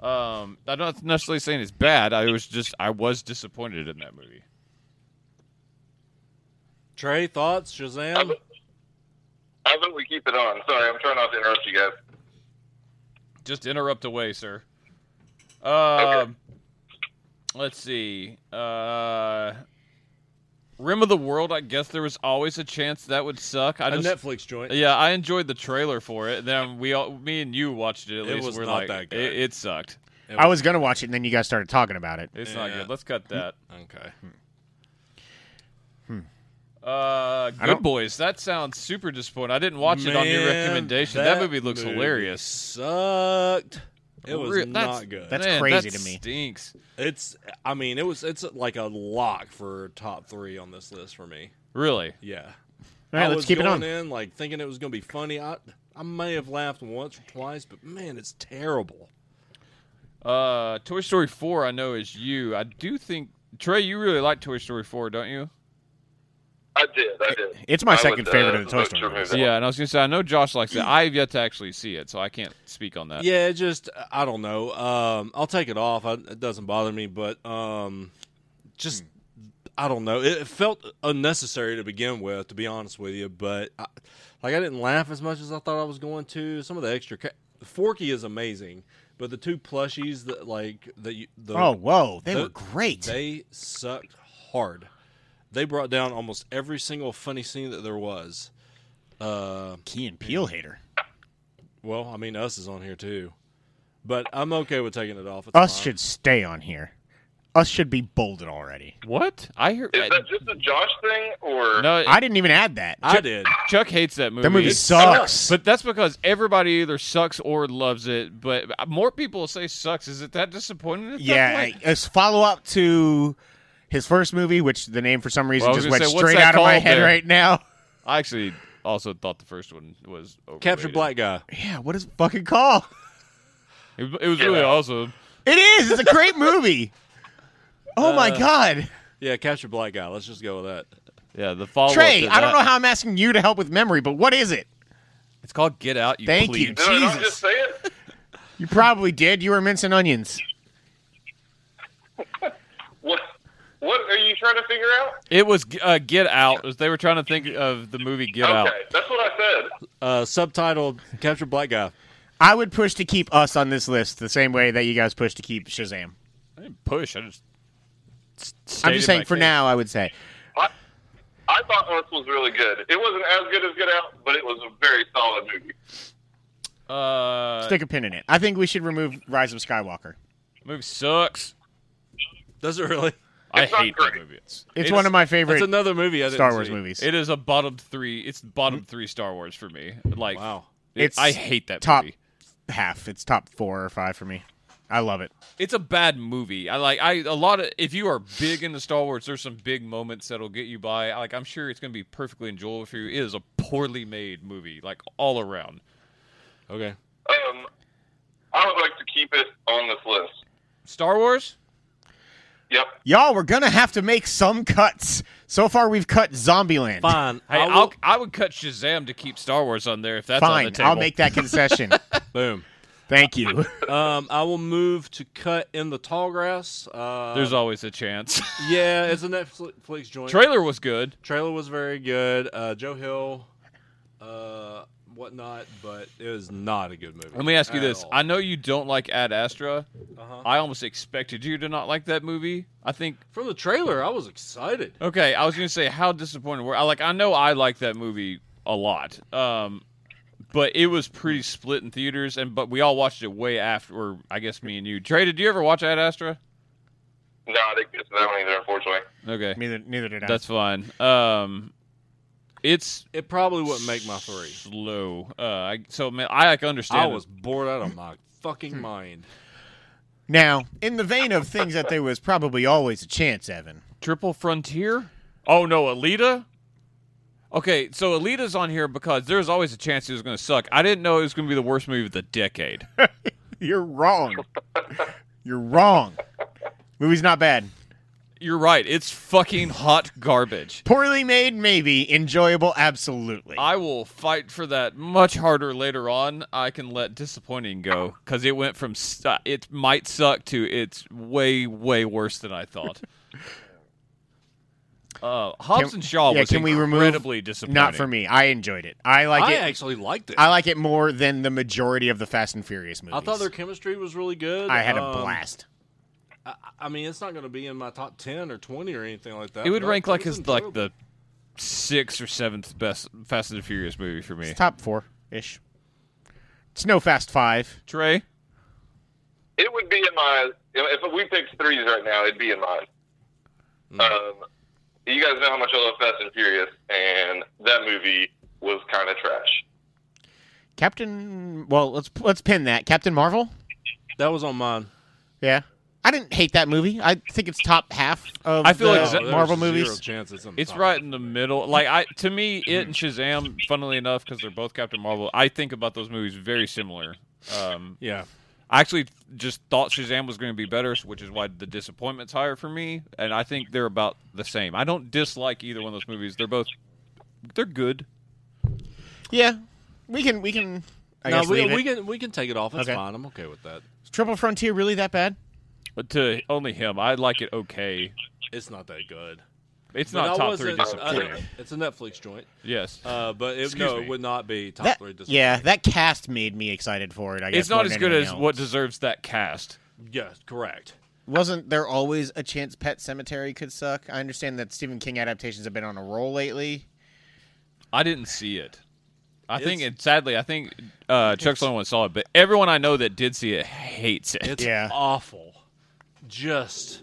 Speaker 1: Um, I'm not necessarily saying it's bad. I was just I was disappointed in that movie.
Speaker 2: Trey thoughts Shazam.
Speaker 3: I vote we keep it on. Sorry, I'm trying not to interrupt you guys.
Speaker 1: Just interrupt away, sir. Um, let's see. Uh, Rim of the World. I guess there was always a chance that would suck. I
Speaker 2: A
Speaker 1: just,
Speaker 2: Netflix joint.
Speaker 1: yeah, I enjoyed the trailer for it. Then we all, me and you watched it. At
Speaker 2: It
Speaker 1: least
Speaker 2: was
Speaker 1: we're
Speaker 2: not
Speaker 1: like,
Speaker 2: that good.
Speaker 1: It, it sucked.
Speaker 4: I was gonna watch it, and then you guys started talking about it.
Speaker 1: It's not
Speaker 2: Yeah.
Speaker 1: good. Let's cut that.
Speaker 2: Okay.
Speaker 1: Uh, Good
Speaker 4: don't-
Speaker 1: Boys. That sounds super disappointing. I didn't watch it on your
Speaker 2: Man,
Speaker 1: recommendation. That, movie looks hilarious.
Speaker 2: Sucked. It was
Speaker 1: Re- that's-
Speaker 2: not good.
Speaker 4: That's
Speaker 1: Man,
Speaker 4: crazy
Speaker 1: that
Speaker 4: to me.
Speaker 1: Stinks.
Speaker 2: It's. I mean, it was. It's like a lock for top three on this list for me.
Speaker 1: Really.
Speaker 2: Yeah.
Speaker 4: All right,
Speaker 2: I
Speaker 4: let's
Speaker 2: was
Speaker 4: keep it
Speaker 2: going
Speaker 4: on.
Speaker 2: in like thinking it was going to be funny. I I may have laughed once or twice, but man, it's terrible.
Speaker 1: Uh, Toy Story four, I know is you. I do think Trey, you really like Toy Story four, don't you?
Speaker 3: I did. I did.
Speaker 4: It's my
Speaker 3: I
Speaker 4: second
Speaker 3: would,
Speaker 4: favorite
Speaker 3: uh,
Speaker 4: of the Toy
Speaker 3: vote
Speaker 4: Story
Speaker 3: to remove
Speaker 4: movies.
Speaker 3: that
Speaker 1: Yeah, and I was gonna say I know Josh likes it. I have yet to actually see it, so I can't speak on that.
Speaker 2: Yeah, it just I don't know. Um, I'll take it off. I, it doesn't bother me, but um, just I don't know. It, it felt unnecessary to begin with, to be honest with you. But I, like I didn't laugh as much as I thought I was going to. Some of the extra ca- Forky is amazing, but the two plushies that like that you, the
Speaker 4: Oh, whoa, they
Speaker 2: the-
Speaker 4: were great.
Speaker 2: They sucked hard. They brought down almost every single funny scene that there was. Uh,
Speaker 4: Key and Peel hater.
Speaker 2: well, I mean, us is on here too, but I'm okay with taking it off. It's
Speaker 4: Us
Speaker 2: fine.
Speaker 4: should stay on here. Us should be bolded already.
Speaker 1: What? I hear
Speaker 3: Is that just a Josh thing, or
Speaker 1: no.
Speaker 4: I didn't even add that.
Speaker 2: I did.
Speaker 1: Chuck hates that movie.
Speaker 4: That movie sucks.
Speaker 1: But that's because everybody either sucks or loves it. But more people say sucks. Is it that disappointing? at that
Speaker 4: yeah,
Speaker 1: point?
Speaker 4: I- as follow up to his first movie, which the name for some reason
Speaker 1: Well, I was
Speaker 4: just
Speaker 1: gonna
Speaker 4: went
Speaker 1: say, what's
Speaker 4: straight
Speaker 1: that
Speaker 4: out of my
Speaker 1: called
Speaker 4: head
Speaker 1: there?
Speaker 4: right now.
Speaker 1: I actually also thought the first one was overrated.
Speaker 2: Capture black guy.
Speaker 4: Yeah, what is it fucking call?
Speaker 1: It, it was really awesome.
Speaker 4: It is. It's a great movie. Oh my
Speaker 1: Uh,
Speaker 4: god,
Speaker 2: Yeah, capture black guy. Let's just go with that.
Speaker 1: Yeah, the follow.
Speaker 4: Trey! I don't know how I'm asking you to help with memory, but what is it?
Speaker 1: it's called. Get out, you.
Speaker 4: Thank
Speaker 1: plebe.
Speaker 4: you.
Speaker 3: did I not
Speaker 4: Jesus.
Speaker 3: just say it?
Speaker 4: You probably did. You were mincing onions.
Speaker 3: What? What are you trying to figure out?
Speaker 1: It was uh, Get Out. It was- They were trying to think of the movie Get Out.
Speaker 3: Okay, that's what I said.
Speaker 2: Uh, subtitled capture black guy.
Speaker 4: I would push to keep us on this list the same way that you guys push to keep Shazam.
Speaker 1: I didn't push. I just.
Speaker 4: I'm
Speaker 1: stated
Speaker 4: just saying
Speaker 1: my
Speaker 4: for
Speaker 1: case.
Speaker 4: now, I would say.
Speaker 3: I, I thought Us was really good. It wasn't as good as Get Out, but it was a very solid movie.
Speaker 1: Uh,
Speaker 4: Stick a pin in it. I think we should remove Rise of Skywalker.
Speaker 1: movie sucks.
Speaker 2: Does it really?
Speaker 1: I
Speaker 3: It's not
Speaker 1: hate that
Speaker 3: great.
Speaker 1: movie. It's,
Speaker 4: It's, one of my favorite
Speaker 2: It's another movie. I didn't
Speaker 4: Star Wars
Speaker 2: see.
Speaker 4: movies.
Speaker 1: it is a bottom three. It's bottom three Star Wars for me. Like
Speaker 2: Wow.
Speaker 1: it-
Speaker 4: Mm-hmm. It's
Speaker 1: I hate that
Speaker 4: top
Speaker 1: movie.
Speaker 4: half. It's top four or five for me. I love it.
Speaker 1: It's a bad movie. I like I a lot of if you are big into Star Wars, there's some big moments that'll get you by. Like I'm sure it's going to be perfectly enjoyable for you. It is a poorly made movie, like all around.
Speaker 2: Okay.
Speaker 3: Um, I would like to keep it on this list.
Speaker 1: Star Wars.
Speaker 3: Yep.
Speaker 4: Y'all, we're gonna have to make some cuts. So far, we've cut Zombieland.
Speaker 2: Fine.
Speaker 1: Hey,
Speaker 2: I
Speaker 1: I'll,
Speaker 2: will-
Speaker 1: I would cut Shazam to keep Star Wars on there if that's on the
Speaker 4: Fine,
Speaker 1: table.
Speaker 4: I'll make that concession.
Speaker 2: boom.
Speaker 4: Thank you.
Speaker 2: Um, I will move to cut in the tall grass. Uh,
Speaker 1: There's always a chance.
Speaker 2: yeah, it's a Netflix joint.
Speaker 1: Trailer was good.
Speaker 2: trailer was very good. Uh, Joe Hill, uh, whatnot, but it was not a good movie.
Speaker 1: Let me ask you
Speaker 2: at
Speaker 1: this:
Speaker 2: all.
Speaker 1: I know you don't like Ad Astra.
Speaker 2: Uh-huh.
Speaker 1: I almost expected you to not like that movie. I think.
Speaker 2: From the trailer, I was excited.
Speaker 1: Okay, I was gonna say how disappointed were I? Like I know I like that movie a lot, um, but it was pretty split in theaters, and but we all watched it way after. Or I guess me and you. Trey, did you ever watch Ad Astra?
Speaker 3: No, I didn't get to that one either, unfortunately.
Speaker 1: Okay,
Speaker 4: neither, neither did I.
Speaker 1: that's fine. Um, it's
Speaker 2: It probably wouldn't make my three.
Speaker 1: slow. Uh, I, so man, I like
Speaker 2: I
Speaker 1: understand.
Speaker 2: was bored out of my fucking mind.
Speaker 4: now, in the vein of things that there was probably always a chance, Evan.
Speaker 1: Triple Frontier? Oh no, Alita? Okay, so Alita's on here because there's always a chance it was going to suck. I didn't know it was going to be the worst movie of the decade.
Speaker 4: You're wrong. You're wrong. Movie's not bad.
Speaker 1: You're right. It's fucking hot garbage.
Speaker 4: Poorly made, maybe. Enjoyable, absolutely.
Speaker 1: I will fight for that much harder later on. I can let disappointing go because it went from su- it might suck to it's way way worse than I thought. Uh, Hobbs and
Speaker 2: Oh,
Speaker 1: Shaw
Speaker 4: yeah,
Speaker 1: was
Speaker 4: can we remove-
Speaker 1: incredibly disappointing.
Speaker 4: not for me. I enjoyed it. I like
Speaker 2: I
Speaker 4: it.
Speaker 2: actually liked it.
Speaker 4: I like it more than the majority of the Fast and Furious movies.
Speaker 2: I thought their chemistry was really good.
Speaker 4: I had a
Speaker 2: Um,
Speaker 4: blast.
Speaker 2: I, I mean, it's not going to be in my top ten or twenty or anything like that.
Speaker 1: It would
Speaker 2: but
Speaker 1: rank like
Speaker 2: was
Speaker 1: as like
Speaker 2: enjoyable.
Speaker 1: the sixth or seventh best Fast and the Furious movie for me.
Speaker 4: It's top four ish. It's no Fast Five.
Speaker 1: Trey,
Speaker 3: It would be in my. If we picked threes right now, it'd be in mine.
Speaker 4: Hmm.
Speaker 3: Um, you guys know how much I love Fast and Furious, and that movie was kind of trash.
Speaker 4: Captain. Well, let's let's pin that. Captain Marvel.
Speaker 2: that was on mine.
Speaker 4: Yeah, I I didn't hate that movie. I think it's top half of
Speaker 1: I feel
Speaker 4: the
Speaker 1: exa-
Speaker 2: Oh, there's
Speaker 4: Marvel
Speaker 2: zero
Speaker 4: movies.
Speaker 2: chance it's on
Speaker 1: It's
Speaker 2: top.
Speaker 1: right in the middle. Like I, to me, it and Shazam, funnily enough, because they're both Captain Marvel, I think about those movies very similar. Um,
Speaker 2: Yeah.
Speaker 1: I actually just thought Shazam was going to be better, which is why the disappointment's higher for me. And I think they're about the same. I don't dislike either one of those movies. They're both, they're good.
Speaker 4: Yeah, we can we can. I
Speaker 2: no,
Speaker 4: guess
Speaker 2: we,
Speaker 4: leave
Speaker 2: we
Speaker 4: it.
Speaker 2: can we can take it off. That's
Speaker 4: Okay.
Speaker 2: fine. I'm okay with that.
Speaker 4: Is Triple Frontier really that bad?
Speaker 1: But to only him, I like it okay.
Speaker 2: It's not that good.
Speaker 1: It's
Speaker 2: But I
Speaker 1: not top three
Speaker 2: wasn't- uh,
Speaker 1: disappointing.
Speaker 2: it's a Netflix joint.
Speaker 1: yes,
Speaker 2: Uh, but it,
Speaker 1: Excuse
Speaker 2: no,
Speaker 1: me.
Speaker 2: it would not be top
Speaker 4: That,
Speaker 2: three disappointing.
Speaker 4: yeah, that cast made me excited for it. I guess
Speaker 1: it's not
Speaker 4: more
Speaker 1: as
Speaker 4: than
Speaker 1: good as
Speaker 4: anything else.
Speaker 1: what deserves that cast.
Speaker 2: Yes, correct.
Speaker 4: Wasn't there always a chance Pet Cemetery could suck? I understand that Stephen King adaptations have been on a roll lately.
Speaker 1: I didn't see it. I think,
Speaker 2: It's-
Speaker 1: and sadly, I think uh, Chuck's the only one that saw it. But everyone I know that did see it hates it.
Speaker 2: It's
Speaker 4: Yeah.
Speaker 2: awful. Just,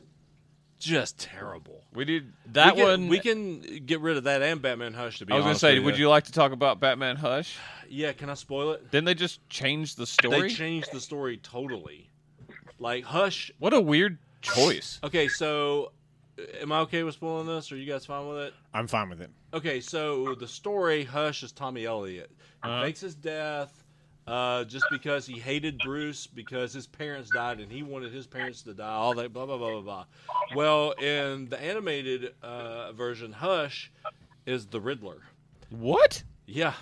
Speaker 2: just terrible.
Speaker 1: we did that
Speaker 2: we can,
Speaker 1: one.
Speaker 2: we can get rid of that and Batman Hush. To be
Speaker 1: I was gonna
Speaker 2: honest
Speaker 1: say,
Speaker 2: with
Speaker 1: would you like to talk about Batman Hush?
Speaker 2: Yeah, can I spoil it?
Speaker 1: Didn't they just change the story?
Speaker 2: They changed the story totally. Like Hush.
Speaker 1: What a weird choice.
Speaker 2: Okay, so am I okay with spoiling this? Are you guys fine with it?
Speaker 4: I'm fine with it.
Speaker 2: Okay, so the story Hush is Tommy Elliot. He fakes his death uh, just because he hated Bruce because his parents died and he wanted his parents to die. All that blah blah blah blah blah. Well, in the animated uh, version, Hush is the Riddler.
Speaker 1: What?
Speaker 2: Yeah,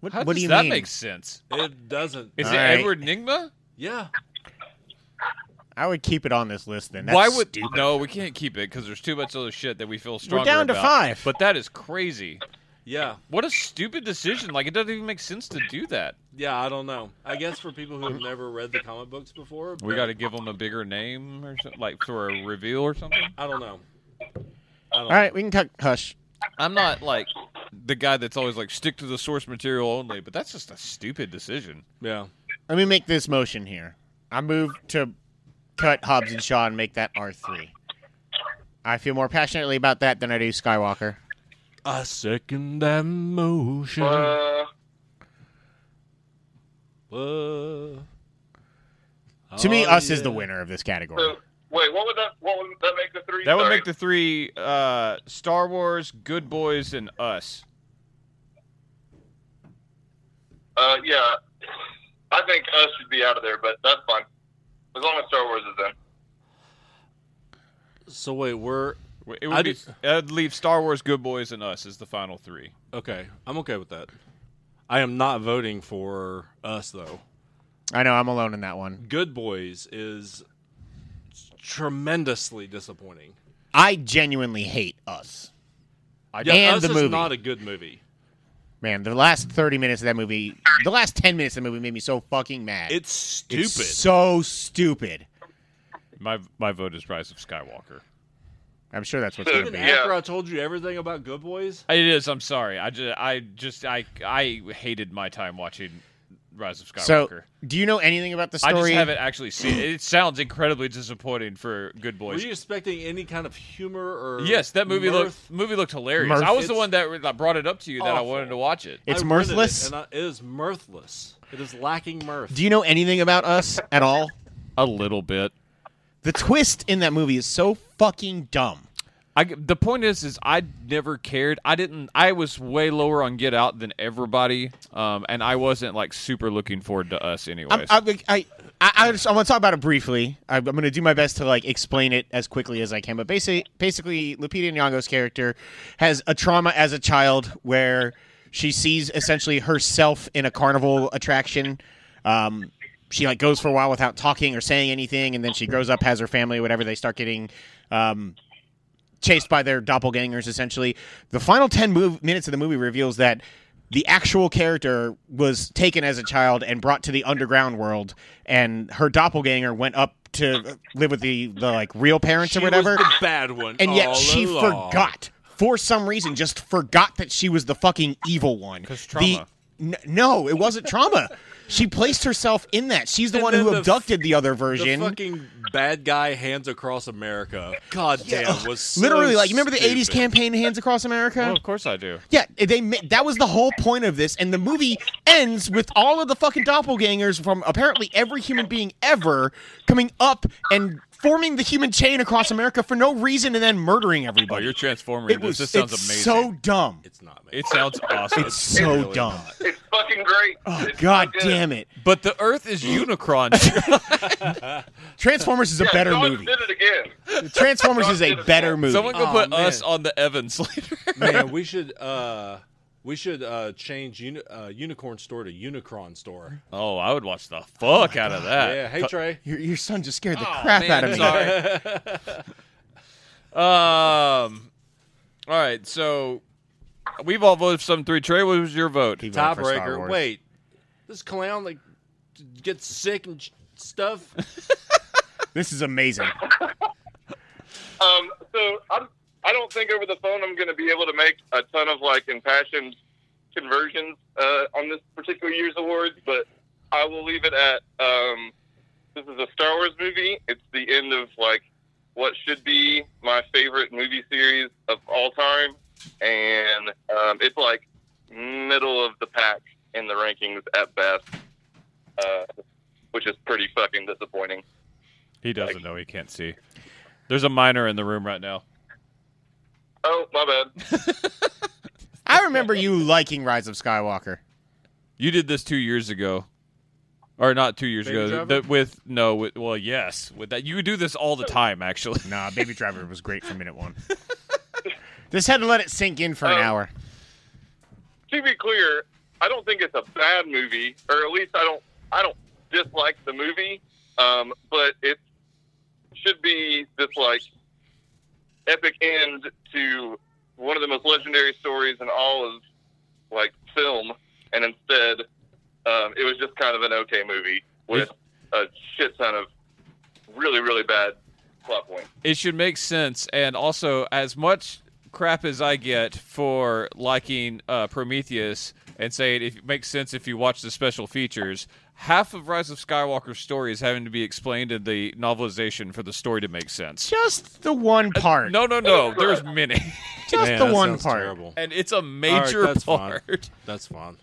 Speaker 4: What,
Speaker 1: How
Speaker 4: what
Speaker 1: does
Speaker 4: do you
Speaker 1: that
Speaker 4: mean?
Speaker 1: make sense?
Speaker 2: it doesn't.
Speaker 1: Is
Speaker 4: All
Speaker 1: it
Speaker 4: right.
Speaker 1: Edward Nigma?
Speaker 2: Yeah,
Speaker 4: I would keep it on this list then. That's
Speaker 1: Why would
Speaker 4: stupid.
Speaker 1: no? We can't keep it because there's too much other shit that we feel stronger.
Speaker 4: down to
Speaker 1: about.
Speaker 4: five.
Speaker 1: But that is crazy.
Speaker 2: yeah,
Speaker 1: What a stupid decision! Like it doesn't even make sense to do that.
Speaker 2: yeah. I don't know. I guess for people who have never read the comic books before,
Speaker 1: We
Speaker 2: but
Speaker 1: got to give them a bigger name or something, like for a reveal or something.
Speaker 2: I don't know. I don't
Speaker 4: All right, we can cut. Hush.
Speaker 1: I'm not like the guy that's always like stick to the source material only, but that's just a stupid decision.
Speaker 2: know. Yeah.
Speaker 4: Let me make this motion here. I move to cut Hobbs and Shaw and make that R three. I feel more passionately about that than I do Skywalker.
Speaker 2: I second that motion.
Speaker 4: Mm-hmm.
Speaker 3: Uh,
Speaker 4: to me,
Speaker 2: Oh,
Speaker 4: us is
Speaker 2: yeah.
Speaker 4: the winner of this category.
Speaker 3: so, wait, what would that? What would that make the three?
Speaker 1: That would
Speaker 3: Sorry.
Speaker 1: make the three uh, Star Wars, Good Boys, and Us.
Speaker 3: Uh, yeah, I think us should be out of there, but that's fine. As long as Star Wars is in.
Speaker 2: So wait, we're
Speaker 1: It
Speaker 2: I
Speaker 1: would be,
Speaker 2: just-
Speaker 1: I'd leave Star Wars, Good Boys, and Us as the final three.
Speaker 2: okay. I'm okay with that. I am not voting for us though.
Speaker 4: I know I'm alone in that one.
Speaker 2: Good Boys is tremendously disappointing.
Speaker 4: I genuinely hate us.
Speaker 2: I
Speaker 4: and
Speaker 2: us
Speaker 4: the
Speaker 2: is
Speaker 4: movie.
Speaker 2: not a good movie.
Speaker 4: Man, the last 30 minutes of that movie, the last 10 minutes of the movie made me so fucking mad.
Speaker 2: It's stupid.
Speaker 4: It's so stupid.
Speaker 1: My my vote is Rise of Skywalker.
Speaker 4: I'm sure that's what's going to
Speaker 2: Even
Speaker 4: be.
Speaker 3: Yeah.
Speaker 2: after I told you everything about Good Boys,
Speaker 1: It is. I'm sorry. I just I just I I hated my time watching Rise of Skywalker.
Speaker 4: So, do you know anything about the
Speaker 1: I
Speaker 4: story?
Speaker 1: just haven't actually seen it. It sounds incredibly disappointing for Good
Speaker 2: were
Speaker 1: Boys.
Speaker 2: you expecting any kind of humor or
Speaker 1: Yes, that movie
Speaker 2: mirth?
Speaker 1: looked movie looked hilarious.
Speaker 4: Mirth.
Speaker 1: I was the
Speaker 2: It's
Speaker 1: one that that brought it up to you that I
Speaker 2: awful.
Speaker 1: wanted to watch it.
Speaker 4: It's
Speaker 2: I rented
Speaker 4: mirthless?
Speaker 2: It, and I, it is mirthless. It is lacking mirth.
Speaker 4: Do you know anything about us at all?
Speaker 1: A little bit.
Speaker 4: The twist in that movie is so fucking dumb.
Speaker 1: I, the point is, is I never cared. I didn't. I was way lower on Get Out than everybody, um, and I wasn't like super looking forward to us,
Speaker 4: I'm,
Speaker 1: anyways.
Speaker 4: I'm, I, I, I, just, I want to talk about it briefly. I, I'm going to do my best to like explain it as quickly as I can. But basically, basically, Lupita Nyong'o's character has a trauma as a child where she sees essentially herself in a carnival attraction. Um, she like goes for a while without talking or saying anything, and then she grows up, has her family, whatever. They start getting um, chased by their doppelgangers essentially the final 10 move, minutes of the movie reveals that the actual character was taken as a child and brought to the underground world and her doppelganger went up to live with the, the like real parents
Speaker 2: She
Speaker 4: or whatever
Speaker 2: was the bad one,
Speaker 4: and yet
Speaker 2: all
Speaker 4: she
Speaker 2: along.
Speaker 4: forgot for some reason just forgot that she was the fucking evil one
Speaker 1: 'Cause trauma.
Speaker 4: The- n- no it wasn't trauma She placed herself in that. She's the
Speaker 2: And
Speaker 4: one
Speaker 2: then
Speaker 4: who
Speaker 2: the f-
Speaker 4: abducted the other
Speaker 2: The
Speaker 4: version.
Speaker 2: fucking bad guy hands across America. God damn, was so
Speaker 4: Literally, like you remember the '80s
Speaker 2: stupid.
Speaker 4: campaign "Hands Across America."
Speaker 1: Well, of course I do.
Speaker 4: Yeah, they ma- that was the whole point of this, and the movie ends with all of the fucking doppelgangers from apparently every human being ever coming up and forming the human chain across America for no reason, and then murdering
Speaker 1: Oh,
Speaker 4: everybody.
Speaker 1: you're transforming.
Speaker 4: it
Speaker 1: This,
Speaker 4: was
Speaker 1: this sounds
Speaker 4: it's
Speaker 1: amazing.
Speaker 4: so dumb.
Speaker 2: It's not. Man.
Speaker 1: it sounds awesome.
Speaker 4: It's so
Speaker 2: really
Speaker 4: dumb.
Speaker 3: It's fucking great.
Speaker 4: Oh,
Speaker 3: It's
Speaker 4: God
Speaker 3: so good.
Speaker 4: damn it!
Speaker 1: but the Earth is Unicron.
Speaker 4: Transformers is a
Speaker 3: Yeah,
Speaker 4: better
Speaker 3: Dawes
Speaker 4: movie.
Speaker 3: did it again.
Speaker 4: Transformers is a
Speaker 3: Someone-
Speaker 4: better movie.
Speaker 1: Someone go
Speaker 2: Aw,
Speaker 1: put
Speaker 2: man.
Speaker 1: us on the Evans later.
Speaker 2: man, we should uh, we should uh, change uni- uh, unicorn store to Unicron store.
Speaker 1: oh, I would watch the
Speaker 4: Oh
Speaker 1: fuck out of that.
Speaker 2: yeah, hey Trey.
Speaker 4: your, your son just scared the
Speaker 1: Oh,
Speaker 4: crap
Speaker 1: man,
Speaker 4: out of me.
Speaker 1: Sorry. um. All right, so we've all voted for some three. Trey, what was your vote?
Speaker 4: He voted for Star
Speaker 2: Tiebreaker.
Speaker 4: Wars.
Speaker 2: Wait, this clown like d- gets sick and sh- stuff.
Speaker 4: this is amazing.
Speaker 3: Um, so I'm, I don't think over the phone I'm going to be able to make a ton of like impassioned conversions uh, on this particular year's awards, but I will leave it at um, this is a Star Wars movie. It's the end of like what should be my favorite movie series of all time, and um, it's like middle of the pack in the rankings at best, uh, which is pretty fucking disappointing.
Speaker 1: He doesn't know. He can't see. There's a minor in the room right now.
Speaker 3: Oh, my bad.
Speaker 4: I remember you liking Rise of Skywalker.
Speaker 1: You did this two years ago, or not two years
Speaker 2: Baby
Speaker 1: ago?
Speaker 2: Driver?
Speaker 1: The- with no, with, well, yes, with that. You do this all the time, actually.
Speaker 4: Nah, Baby Driver was great for minute one. Just had to let it sink in for an
Speaker 1: Oh.
Speaker 3: Um,
Speaker 4: hour.
Speaker 3: to be clear, I don't think it's a bad movie, or at least I don't I don't dislike the movie. Um, but it should be this like epic end to one of the most legendary stories in all of like film, and instead, um, it was just kind of an okay movie with a shit ton of really really bad plot points.
Speaker 1: it should make sense. And also, as much crap as I get for liking uh, Prometheus and saying if it makes sense if you watch the special features, half of Rise of Skywalker's story is having to be explained in the novelization for the story to make sense.
Speaker 4: Just the one part.
Speaker 1: No, no, no. There's many,
Speaker 4: just
Speaker 2: Man,
Speaker 4: the
Speaker 2: that
Speaker 4: one
Speaker 2: sounds
Speaker 4: part.
Speaker 2: Terrible.
Speaker 1: and it's a major
Speaker 2: All right, that's fine.
Speaker 1: part.
Speaker 2: That's fine.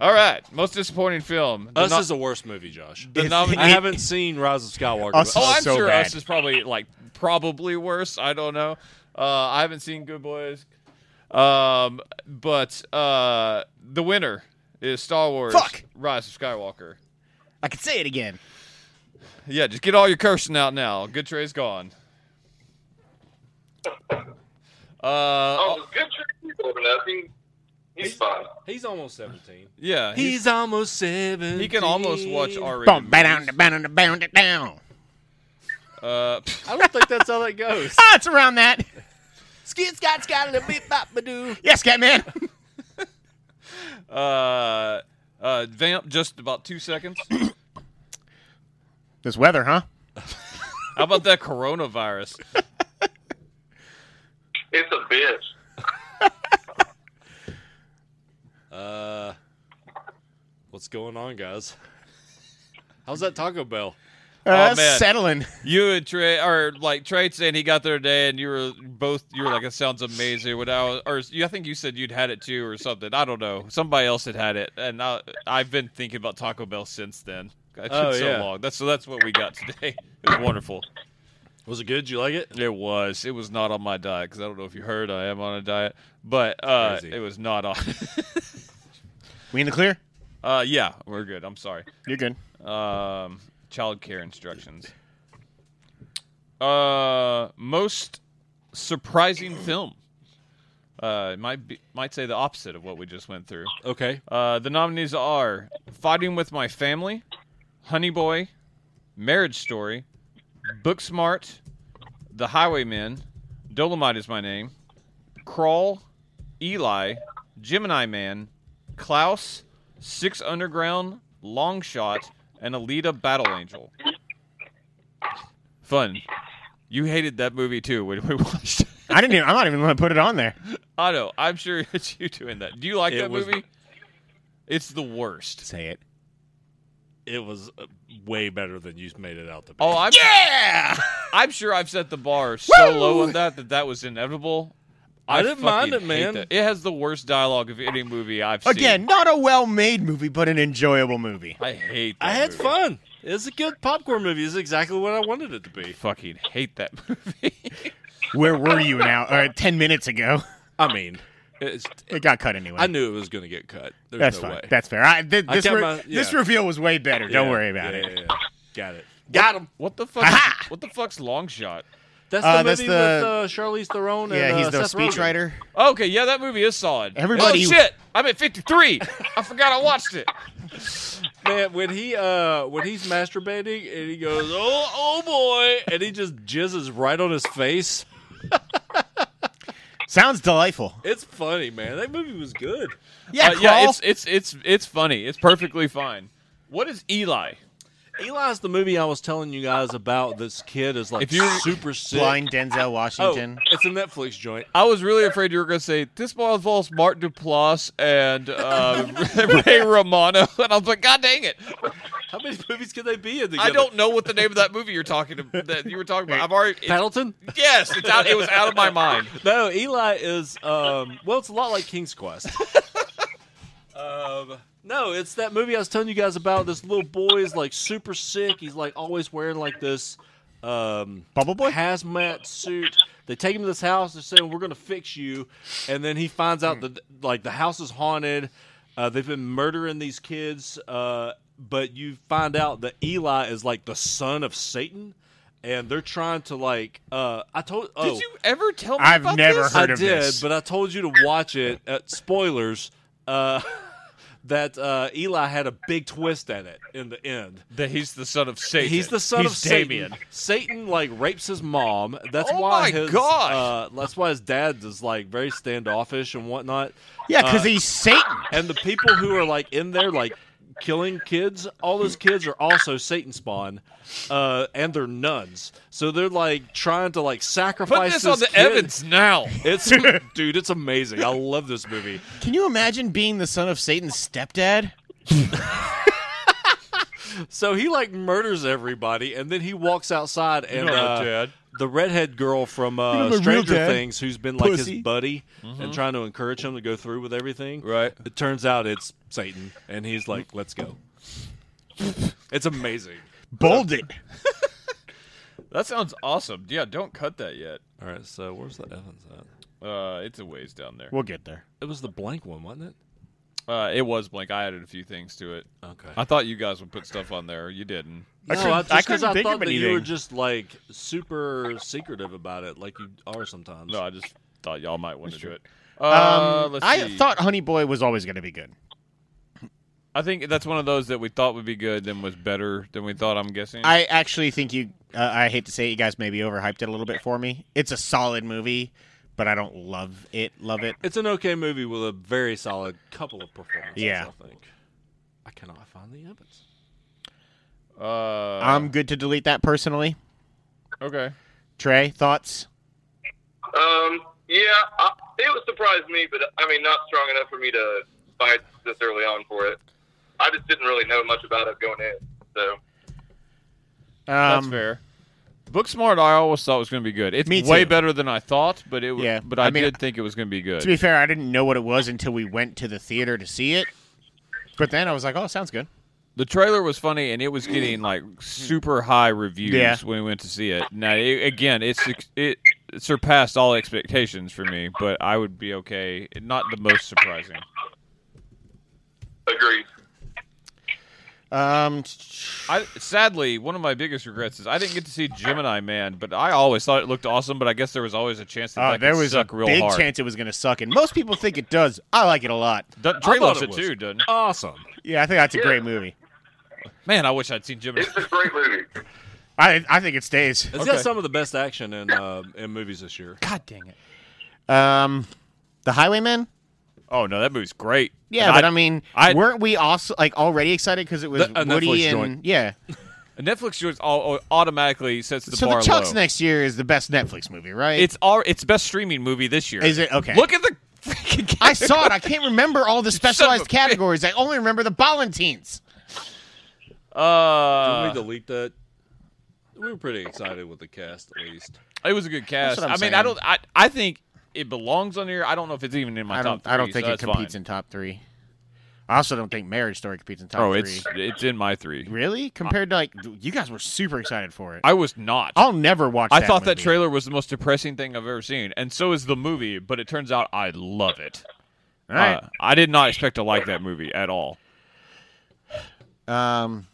Speaker 1: All right, most disappointing film. The
Speaker 2: Us
Speaker 1: no-
Speaker 2: is the worst movie, Josh.
Speaker 1: the
Speaker 4: It-
Speaker 1: nomin-
Speaker 2: I haven't seen Rise of Skywalker.
Speaker 4: Us
Speaker 2: but-
Speaker 1: Oh, I'm
Speaker 4: so
Speaker 1: sure
Speaker 4: bad.
Speaker 1: us is probably like probably worse. I don't know. Uh, I haven't seen Good Boys, um, but uh, the winner is Star Wars:
Speaker 4: Fuck.
Speaker 1: Rise of Skywalker.
Speaker 4: I could say it again.
Speaker 1: Yeah, just get all your cursing out now. Good Trey's gone. Uh,
Speaker 3: Oh, good training, old enough. He, he's fine.
Speaker 2: he's almost seventeen.
Speaker 1: yeah, he's,
Speaker 2: He's almost seventeen.
Speaker 1: he can almost watch R. E.
Speaker 4: Boom, ba-down, ba-down, ba-down, ba-down.
Speaker 1: Uh,
Speaker 2: I don't think that's how that goes.
Speaker 4: Ah, it's around that.
Speaker 2: Skid Scott's got a little bit bop doo.
Speaker 4: Yes, Catman.
Speaker 1: uh, uh, vamp just about two seconds.
Speaker 4: this weather, huh?
Speaker 1: How about that coronavirus?
Speaker 3: It's a bitch.
Speaker 2: Uh, what's going on, guys? How's that Taco Bell?
Speaker 4: Uh,
Speaker 1: man.
Speaker 4: Settling.
Speaker 1: You and Trey, or like Trey saying he got there today, and you were both. You were like, "It sounds amazing." When I was, or you, I think you said you'd had it too, or something. I don't know. Somebody else had had it, and I, I've been thinking about Taco Bell since then. It's
Speaker 2: Oh,
Speaker 1: been so
Speaker 2: yeah.
Speaker 1: long. That's so. That's what we got today. It was wonderful.
Speaker 2: Was it good? Did you like it?
Speaker 1: It was. It was not on my diet because I don't know if you heard. I am on a diet, but uh,
Speaker 2: Crazy.
Speaker 1: it was not on.
Speaker 4: We in the clear?
Speaker 1: uh, yeah, we're good. I'm sorry.
Speaker 4: You're good.
Speaker 1: um, child care instructions. Uh, most surprising film. Uh, it might be might say the opposite of what we just went through.
Speaker 2: Okay.
Speaker 1: Uh, the nominees are Fighting with My Family, Honey Boy, Marriage Story, Booksmart, The Highwaymen, Dolomite is My Name, Crawl, Eli, Gemini Man, Klaus, Six Underground, Long Shot, and Alita Battle Angel. Fun. You hated that movie too when we watched it.
Speaker 4: I didn't. Even, I'm not even going to put it on there.
Speaker 1: I know. I'm sure it's you doing that. Do you like
Speaker 2: It
Speaker 1: that
Speaker 2: was-
Speaker 1: movie? It's the worst.
Speaker 4: Say it.
Speaker 2: It was uh, way better than you made it out to be.
Speaker 1: Oh, I'm
Speaker 4: Yeah.
Speaker 1: I'm sure I've set the bar so
Speaker 4: Woo!
Speaker 1: low on that that that was inevitable.
Speaker 2: I didn't mind
Speaker 1: fucking
Speaker 2: it,
Speaker 1: hate
Speaker 2: man.
Speaker 1: that. It has the worst dialogue of any movie I've seen.
Speaker 4: Again, not a well-made movie, but an enjoyable movie.
Speaker 1: I hate. That
Speaker 2: I had
Speaker 1: movie.
Speaker 2: fun. It's a good popcorn movie. It's exactly what I wanted it to be.
Speaker 1: Fucking hate that movie.
Speaker 4: Where were you now? Uh, Ten minutes ago,
Speaker 2: I mean, it's,
Speaker 4: it got cut anyway.
Speaker 2: I knew it was going to get cut. There's
Speaker 4: That's
Speaker 2: no
Speaker 4: fine.
Speaker 2: way.
Speaker 4: That's fair. I, th-
Speaker 2: I
Speaker 4: this,
Speaker 2: kept
Speaker 4: re-
Speaker 2: my-
Speaker 4: this
Speaker 2: yeah.
Speaker 4: reveal was way better. Don't
Speaker 2: Yeah,
Speaker 4: worry about it.
Speaker 2: yeah, yeah, yeah. Got it.
Speaker 4: Got him.
Speaker 1: what the fuck?
Speaker 4: Aha!
Speaker 1: What the fuck's long shot?
Speaker 2: That's
Speaker 4: Uh,
Speaker 2: the
Speaker 4: that's
Speaker 2: movie
Speaker 4: the-
Speaker 2: with uh, Charlize Theron.
Speaker 4: Yeah,
Speaker 2: and, uh,
Speaker 4: he's the
Speaker 2: Seth Rogen.
Speaker 4: speechwriter.
Speaker 1: Okay, yeah, that movie is solid.
Speaker 4: Everybody-
Speaker 1: Oh shit! I'm at 53. I forgot I watched it.
Speaker 2: Man, when he uh when he's masturbating and he goes, oh oh boy, and he just jizzes right on his face.
Speaker 4: Sounds delightful.
Speaker 2: It's funny, man. That movie was good.
Speaker 4: Yeah,
Speaker 1: Uh, yeah, it's it's it's it's funny. It's perfectly fine. What is Eli?
Speaker 2: Eli's the movie I was telling you guys about. This kid is like
Speaker 1: If you-
Speaker 2: super sick.
Speaker 4: blind Denzel
Speaker 2: oh,
Speaker 4: Washington.
Speaker 2: it's a Netflix joint.
Speaker 1: I was really afraid you were going to say this ball involves Martin Duplass and uh, Ray Romano, and I was like, God dang it!
Speaker 2: How many movies could they be in together?
Speaker 1: I don't know what the name of that movie you're talking to, that you were talking about. I've already it-
Speaker 2: Paddleton.
Speaker 1: yes, it's out. It was out of my mind.
Speaker 2: No, Eli is um well, it's a lot like King's Quest. um no, it's that movie I was telling you guys about. This little boy is like super sick. He's like always wearing like this um
Speaker 4: Bubble Boy?
Speaker 2: hazmat suit. They take him to this house. They're saying we're gonna fix you, and then he finds out that like the house is haunted. Uh, they've been murdering these kids, uh, but you find out that Eli is like the son of Satan, and they're trying to like. Uh, I told. Oh,
Speaker 1: Did you ever tell me
Speaker 4: I've
Speaker 1: about
Speaker 4: never
Speaker 1: this?
Speaker 4: heard
Speaker 2: I
Speaker 4: of
Speaker 2: did,
Speaker 4: this.
Speaker 2: but I told you to watch it. Uh, spoilers. Uh, that uh, Eli had a big twist at it in the end.
Speaker 1: that he's the son of Satan.
Speaker 2: He's the son
Speaker 4: He's
Speaker 2: of Satan.
Speaker 4: Damien.
Speaker 2: Satan like rapes his mom. That's
Speaker 1: Oh
Speaker 2: why
Speaker 1: my
Speaker 2: his
Speaker 1: gosh.
Speaker 2: Uh, that's why his dad is like very standoffish and whatnot.
Speaker 4: yeah, because
Speaker 2: uh,
Speaker 4: he's Satan.
Speaker 2: And the people who are like in there like killing kids, all those kids are also Satan spawn, uh, and they're nuns. So they're like trying to like
Speaker 1: Put
Speaker 2: sacrifice
Speaker 1: this on the
Speaker 2: kid.
Speaker 1: Evans now.
Speaker 2: It's dude, it's amazing. I love this movie.
Speaker 4: Can you imagine being the son of Satan's stepdad?
Speaker 2: So he like murders everybody, and then he walks outside, and
Speaker 1: know,
Speaker 2: uh,
Speaker 1: Dad.
Speaker 2: the redhead girl from
Speaker 4: You're
Speaker 2: uh,
Speaker 4: my real
Speaker 2: Stranger
Speaker 4: dad,
Speaker 2: Things, who's been like
Speaker 4: pussy.
Speaker 2: his buddy and trying to encourage him to go through with everything.
Speaker 1: Right.
Speaker 2: It turns out it's Satan, and he's like, "Let's go." it's amazing.
Speaker 4: Bold it.
Speaker 1: That sounds awesome. Yeah, don't cut that yet.
Speaker 2: All right, so where's the Evans at?
Speaker 1: Uh, it's a ways down there.
Speaker 4: We'll get there.
Speaker 2: It was the blank one, wasn't it?
Speaker 1: Uh, it was blank. I added a few things to it.
Speaker 2: Okay.
Speaker 1: I thought you guys would put stuff on there. You didn't.
Speaker 4: I
Speaker 2: No,
Speaker 4: couldn't-
Speaker 2: just
Speaker 4: I
Speaker 2: 'cause
Speaker 4: couldn't think
Speaker 2: thought
Speaker 4: of
Speaker 2: that you were
Speaker 4: anything.
Speaker 2: just like super secretive about it, like you are sometimes.
Speaker 1: No, I just thought y'all might want to do it. Uh,
Speaker 4: Um,
Speaker 1: let's
Speaker 4: I
Speaker 1: see.
Speaker 4: thought Honey Boy was always going to be good.
Speaker 1: I think that's one of those that we thought would be good, then was better than we thought. I'm guessing.
Speaker 4: I actually think you. Uh, I hate to say it, you guys maybe overhyped it a little bit for me. It's a solid movie, but I don't love it. Love it.
Speaker 2: It's an okay movie with a very solid couple of performances.
Speaker 4: Yeah.
Speaker 2: I think. I cannot find the Evans.
Speaker 1: uh,
Speaker 4: I'm good to delete that personally.
Speaker 1: okay.
Speaker 4: Trey, thoughts?
Speaker 3: Um, yeah, I, it would surprise me, but I mean, not strong enough for me to buy this early on for it. I just didn't really know much about it going in, so
Speaker 1: That's
Speaker 4: Um,
Speaker 1: fair. Booksmart, I always thought was going to be good. It's
Speaker 4: Me
Speaker 1: way
Speaker 4: too.
Speaker 1: better than I thought, but it. wa-
Speaker 4: Yeah,
Speaker 1: But I,
Speaker 4: I mean,
Speaker 1: did think it was going to be good.
Speaker 4: To be fair, I didn't know what it was until we went to the theater to see it. But then I was like, "Oh, sounds good."
Speaker 1: the trailer was funny, and it was getting like super high reviews
Speaker 4: Yeah.
Speaker 1: when we went to see it. Now, it, again, it's it surpassed all expectations for me, but I would be okay. Not the most surprising.
Speaker 3: agreed.
Speaker 4: Um,
Speaker 1: I sadly one of my biggest regrets is I didn't get to see Gemini Man, but I always thought it looked awesome. But I guess there was always a chance that,
Speaker 4: uh,
Speaker 1: that
Speaker 4: there
Speaker 1: could
Speaker 4: was a
Speaker 1: suck real
Speaker 4: big
Speaker 1: hard.
Speaker 4: chance it was going to suck, and most people think it does. I like it a lot.
Speaker 1: Dun- Trey
Speaker 2: I thought
Speaker 1: loves
Speaker 2: it
Speaker 1: it,
Speaker 2: was.
Speaker 1: too, doesn't? he?
Speaker 2: Awesome.
Speaker 4: Yeah, I think that's a
Speaker 3: Yeah.
Speaker 4: great movie.
Speaker 1: Man, I wish I'd seen Gemini.
Speaker 3: It's a great movie.
Speaker 4: I I think it stays.
Speaker 2: It's got
Speaker 1: Okay.
Speaker 2: some of the best action in uh, in movies this year.
Speaker 1: God dang it!
Speaker 4: Um, The Highwaymen.
Speaker 1: Oh no, that movie's great.
Speaker 4: Yeah,
Speaker 1: And
Speaker 4: but I, uh, mean,
Speaker 1: I-
Speaker 4: weren't we also like already excited because it was
Speaker 2: The- a
Speaker 4: Woody
Speaker 2: Netflix
Speaker 4: and
Speaker 2: joint.
Speaker 4: yeah?
Speaker 1: Netflix shows all, automatically sets the
Speaker 4: so
Speaker 1: bar
Speaker 4: the Chucks
Speaker 1: low.
Speaker 4: next year is the best Netflix movie, right?
Speaker 1: It's our it's best streaming movie this year.
Speaker 4: Is it? Okay.
Speaker 1: Look at the freaking character.
Speaker 4: I saw it. I can't remember all the specialized
Speaker 1: bitch.
Speaker 4: categories. I only remember the Ballantines.
Speaker 2: Can
Speaker 1: Uh,
Speaker 2: we delete that? We were pretty excited with the cast, at least.
Speaker 1: it was a good cast.
Speaker 4: what I'm
Speaker 1: I mean,
Speaker 4: saying.
Speaker 1: I don't. I, I think it belongs on here. I don't know if it's even in my
Speaker 4: I
Speaker 1: top.
Speaker 4: don't. I don't think
Speaker 1: so
Speaker 4: it competes in top three. I also don't think Marriage Story competes in top
Speaker 1: Oh,
Speaker 4: three.
Speaker 1: it's it's in my three.
Speaker 4: really compared to like you guys were super excited for it.
Speaker 1: I was not.
Speaker 4: I'll never watch.
Speaker 1: I thought that
Speaker 4: movie.
Speaker 1: trailer was the most depressing thing I've ever seen, and so is the movie. But it turns out I love it.
Speaker 4: All right.
Speaker 1: Uh, I did not expect to like that movie at all.
Speaker 4: Um,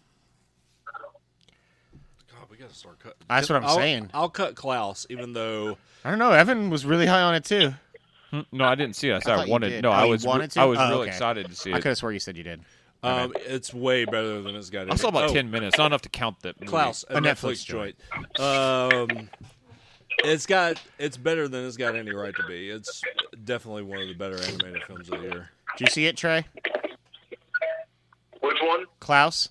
Speaker 2: God, we gotta start cutting.
Speaker 4: That's what I'm
Speaker 2: I'll-
Speaker 4: saying.
Speaker 2: I'll cut Klaus, even though
Speaker 4: I don't know. Evan was really high on it too.
Speaker 1: No, I didn't see it. I, said
Speaker 4: I
Speaker 1: I
Speaker 4: thought you
Speaker 1: wanted.
Speaker 4: did.
Speaker 1: No,
Speaker 4: Oh,
Speaker 1: I
Speaker 4: you
Speaker 1: was. re-
Speaker 4: wanted to?
Speaker 1: I was
Speaker 4: Oh,
Speaker 1: really
Speaker 4: okay.
Speaker 1: excited to see
Speaker 4: I
Speaker 1: it.
Speaker 4: could have swore you said you did.
Speaker 2: um, it's way better than it's got. in
Speaker 1: I saw
Speaker 2: it.
Speaker 1: about
Speaker 2: Oh,
Speaker 1: ten minutes, not enough to count that. Movie.
Speaker 2: Klaus, a,
Speaker 4: A
Speaker 2: Netflix,
Speaker 4: Netflix
Speaker 2: joint. Um, it's got. It's better than it's got any right to be. It's definitely one of the better animated films of the year.
Speaker 4: Did you see it, Trey?
Speaker 3: Which one?
Speaker 4: Klaus?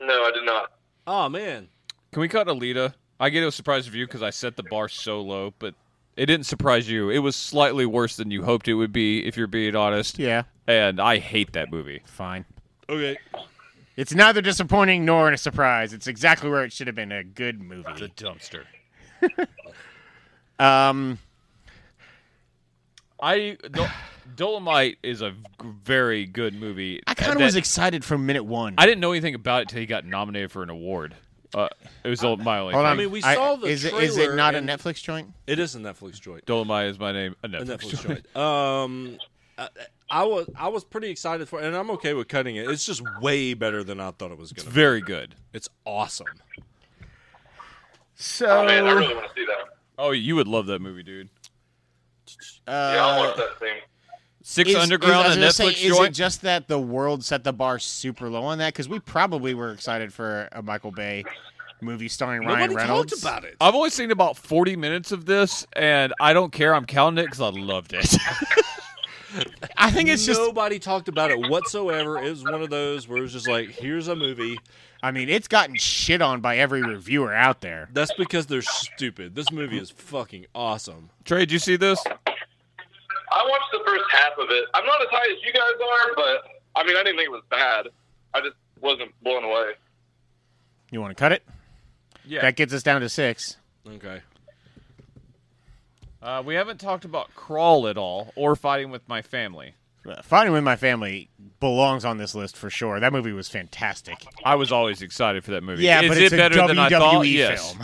Speaker 3: No, I did not.
Speaker 2: Oh man,
Speaker 1: Can we cut Alita? I get a surprise review because I set the bar so low, but it didn't surprise you. It was slightly worse than you hoped it would be, if you're being honest.
Speaker 4: Yeah.
Speaker 1: And I hate that movie.
Speaker 4: Fine.
Speaker 2: okay.
Speaker 4: It's neither disappointing nor a surprise. It's exactly where it should have been a good movie.
Speaker 1: dumpster.
Speaker 4: Um,
Speaker 1: I Dol- Dolomite is a g- very good movie.
Speaker 4: I kind
Speaker 1: that-
Speaker 4: of was excited from minute one.
Speaker 1: I didn't know anything about it till he got nominated for an award. Uh, it was all my only.
Speaker 4: Hold
Speaker 1: thing.
Speaker 4: on.
Speaker 2: I mean, we saw the
Speaker 4: is, it, is it
Speaker 2: trailer
Speaker 4: not
Speaker 2: and-
Speaker 4: a Netflix joint?
Speaker 2: It is a Netflix joint.
Speaker 1: Dolomite is my name. A
Speaker 2: A
Speaker 1: Netflix
Speaker 2: Netflix
Speaker 1: joint.
Speaker 2: joint. Um, I, I was I was pretty excited for, it, and I'm okay with cutting it. It's just way better than I thought it was gonna. be.
Speaker 1: Very good.
Speaker 2: It's awesome.
Speaker 4: So,
Speaker 3: Oh man, I really want to see that.
Speaker 1: Oh, you would love that movie, dude.
Speaker 3: Yeah, I
Speaker 4: uh,
Speaker 3: watched that thing.
Speaker 1: Six
Speaker 4: is- is-
Speaker 1: Underground,
Speaker 4: I was
Speaker 1: a
Speaker 4: gonna
Speaker 1: Netflix
Speaker 4: say, Is it
Speaker 1: joint.
Speaker 4: just that the world set the bar super low on that? Because we probably were excited for a Michael Bay movie starring Ryan
Speaker 2: Nobody
Speaker 4: Reynolds.
Speaker 2: talked about it.
Speaker 1: I've only seen about 40 minutes of this, and I don't care. I'm counting it because I loved it.
Speaker 4: I think it's just.
Speaker 2: nobody talked about it whatsoever. It was one of those where it's just like, here's a movie.
Speaker 4: I mean, it's gotten shit on by every reviewer out there.
Speaker 2: That's because they're stupid. This movie is fucking awesome.
Speaker 1: Trey, did you see this?
Speaker 3: I watched the first half of it. I'm not as high as you guys are, but I mean, I didn't think it was bad. I just wasn't blown away.
Speaker 4: You want to cut it?
Speaker 1: Yeah.
Speaker 4: That gets us down to six.
Speaker 2: Okay.
Speaker 1: Uh, we haven't talked about Crawl at all or Fighting with My Family.
Speaker 4: Fighting with my family belongs on this list for sure. That movie was fantastic.
Speaker 1: I was always excited for that movie.
Speaker 4: Yeah,
Speaker 1: Is
Speaker 4: but
Speaker 1: it
Speaker 4: it's a
Speaker 1: better
Speaker 4: WWE
Speaker 1: than I thought?
Speaker 4: film.
Speaker 1: Yes.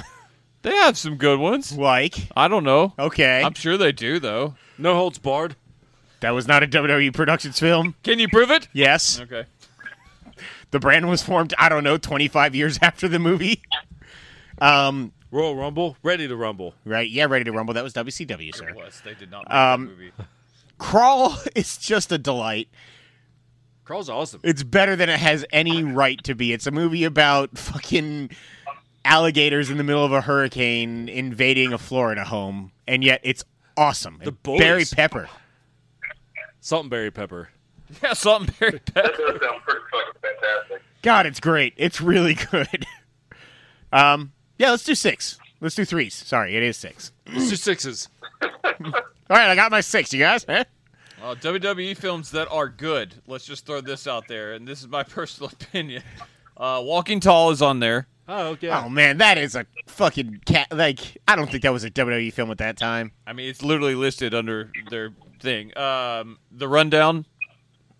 Speaker 1: They have some good ones.
Speaker 4: Like,
Speaker 1: I don't know.
Speaker 4: okay,
Speaker 1: I'm sure they do, though.
Speaker 2: No holds barred.
Speaker 4: that was not a WWE Productions film.
Speaker 1: Can you prove it?
Speaker 4: Yes,
Speaker 1: Okay.
Speaker 4: the brand was formed. I don't know, 25 years after the movie. Um,
Speaker 2: Royal Rumble, ready to rumble.
Speaker 4: right? Yeah, Ready to Rumble. That was WCW, sir.
Speaker 1: Was. They did not make
Speaker 4: Um,
Speaker 1: that movie.
Speaker 4: Crawl is just a delight.
Speaker 2: Crawl's awesome.
Speaker 4: It's better than it has any right to be. It's a movie about fucking alligators in the middle of a hurricane invading a Florida home, and yet it's awesome.
Speaker 2: The
Speaker 4: And Barry
Speaker 2: bullies.
Speaker 4: Pepper.
Speaker 2: Salt and berry pepper.
Speaker 1: Yeah, something very bad.
Speaker 3: That does sound pretty fucking fantastic.
Speaker 4: God, it's great. It's really good. um, yeah, let's do six. Let's do threes. Sorry, it is six.
Speaker 2: It's two sixes.
Speaker 4: All right, I got my six. You guys? Huh?
Speaker 1: Uh, WWE films that are good. Let's just throw this out there, and this is my personal opinion. Uh, Walking Tall is on there.
Speaker 2: Oh, okay.
Speaker 4: Oh man, that is a fucking cat. Like, I don't think that was a WWE film at that time.
Speaker 1: I mean, it's literally listed under their thing. Um, the Rundown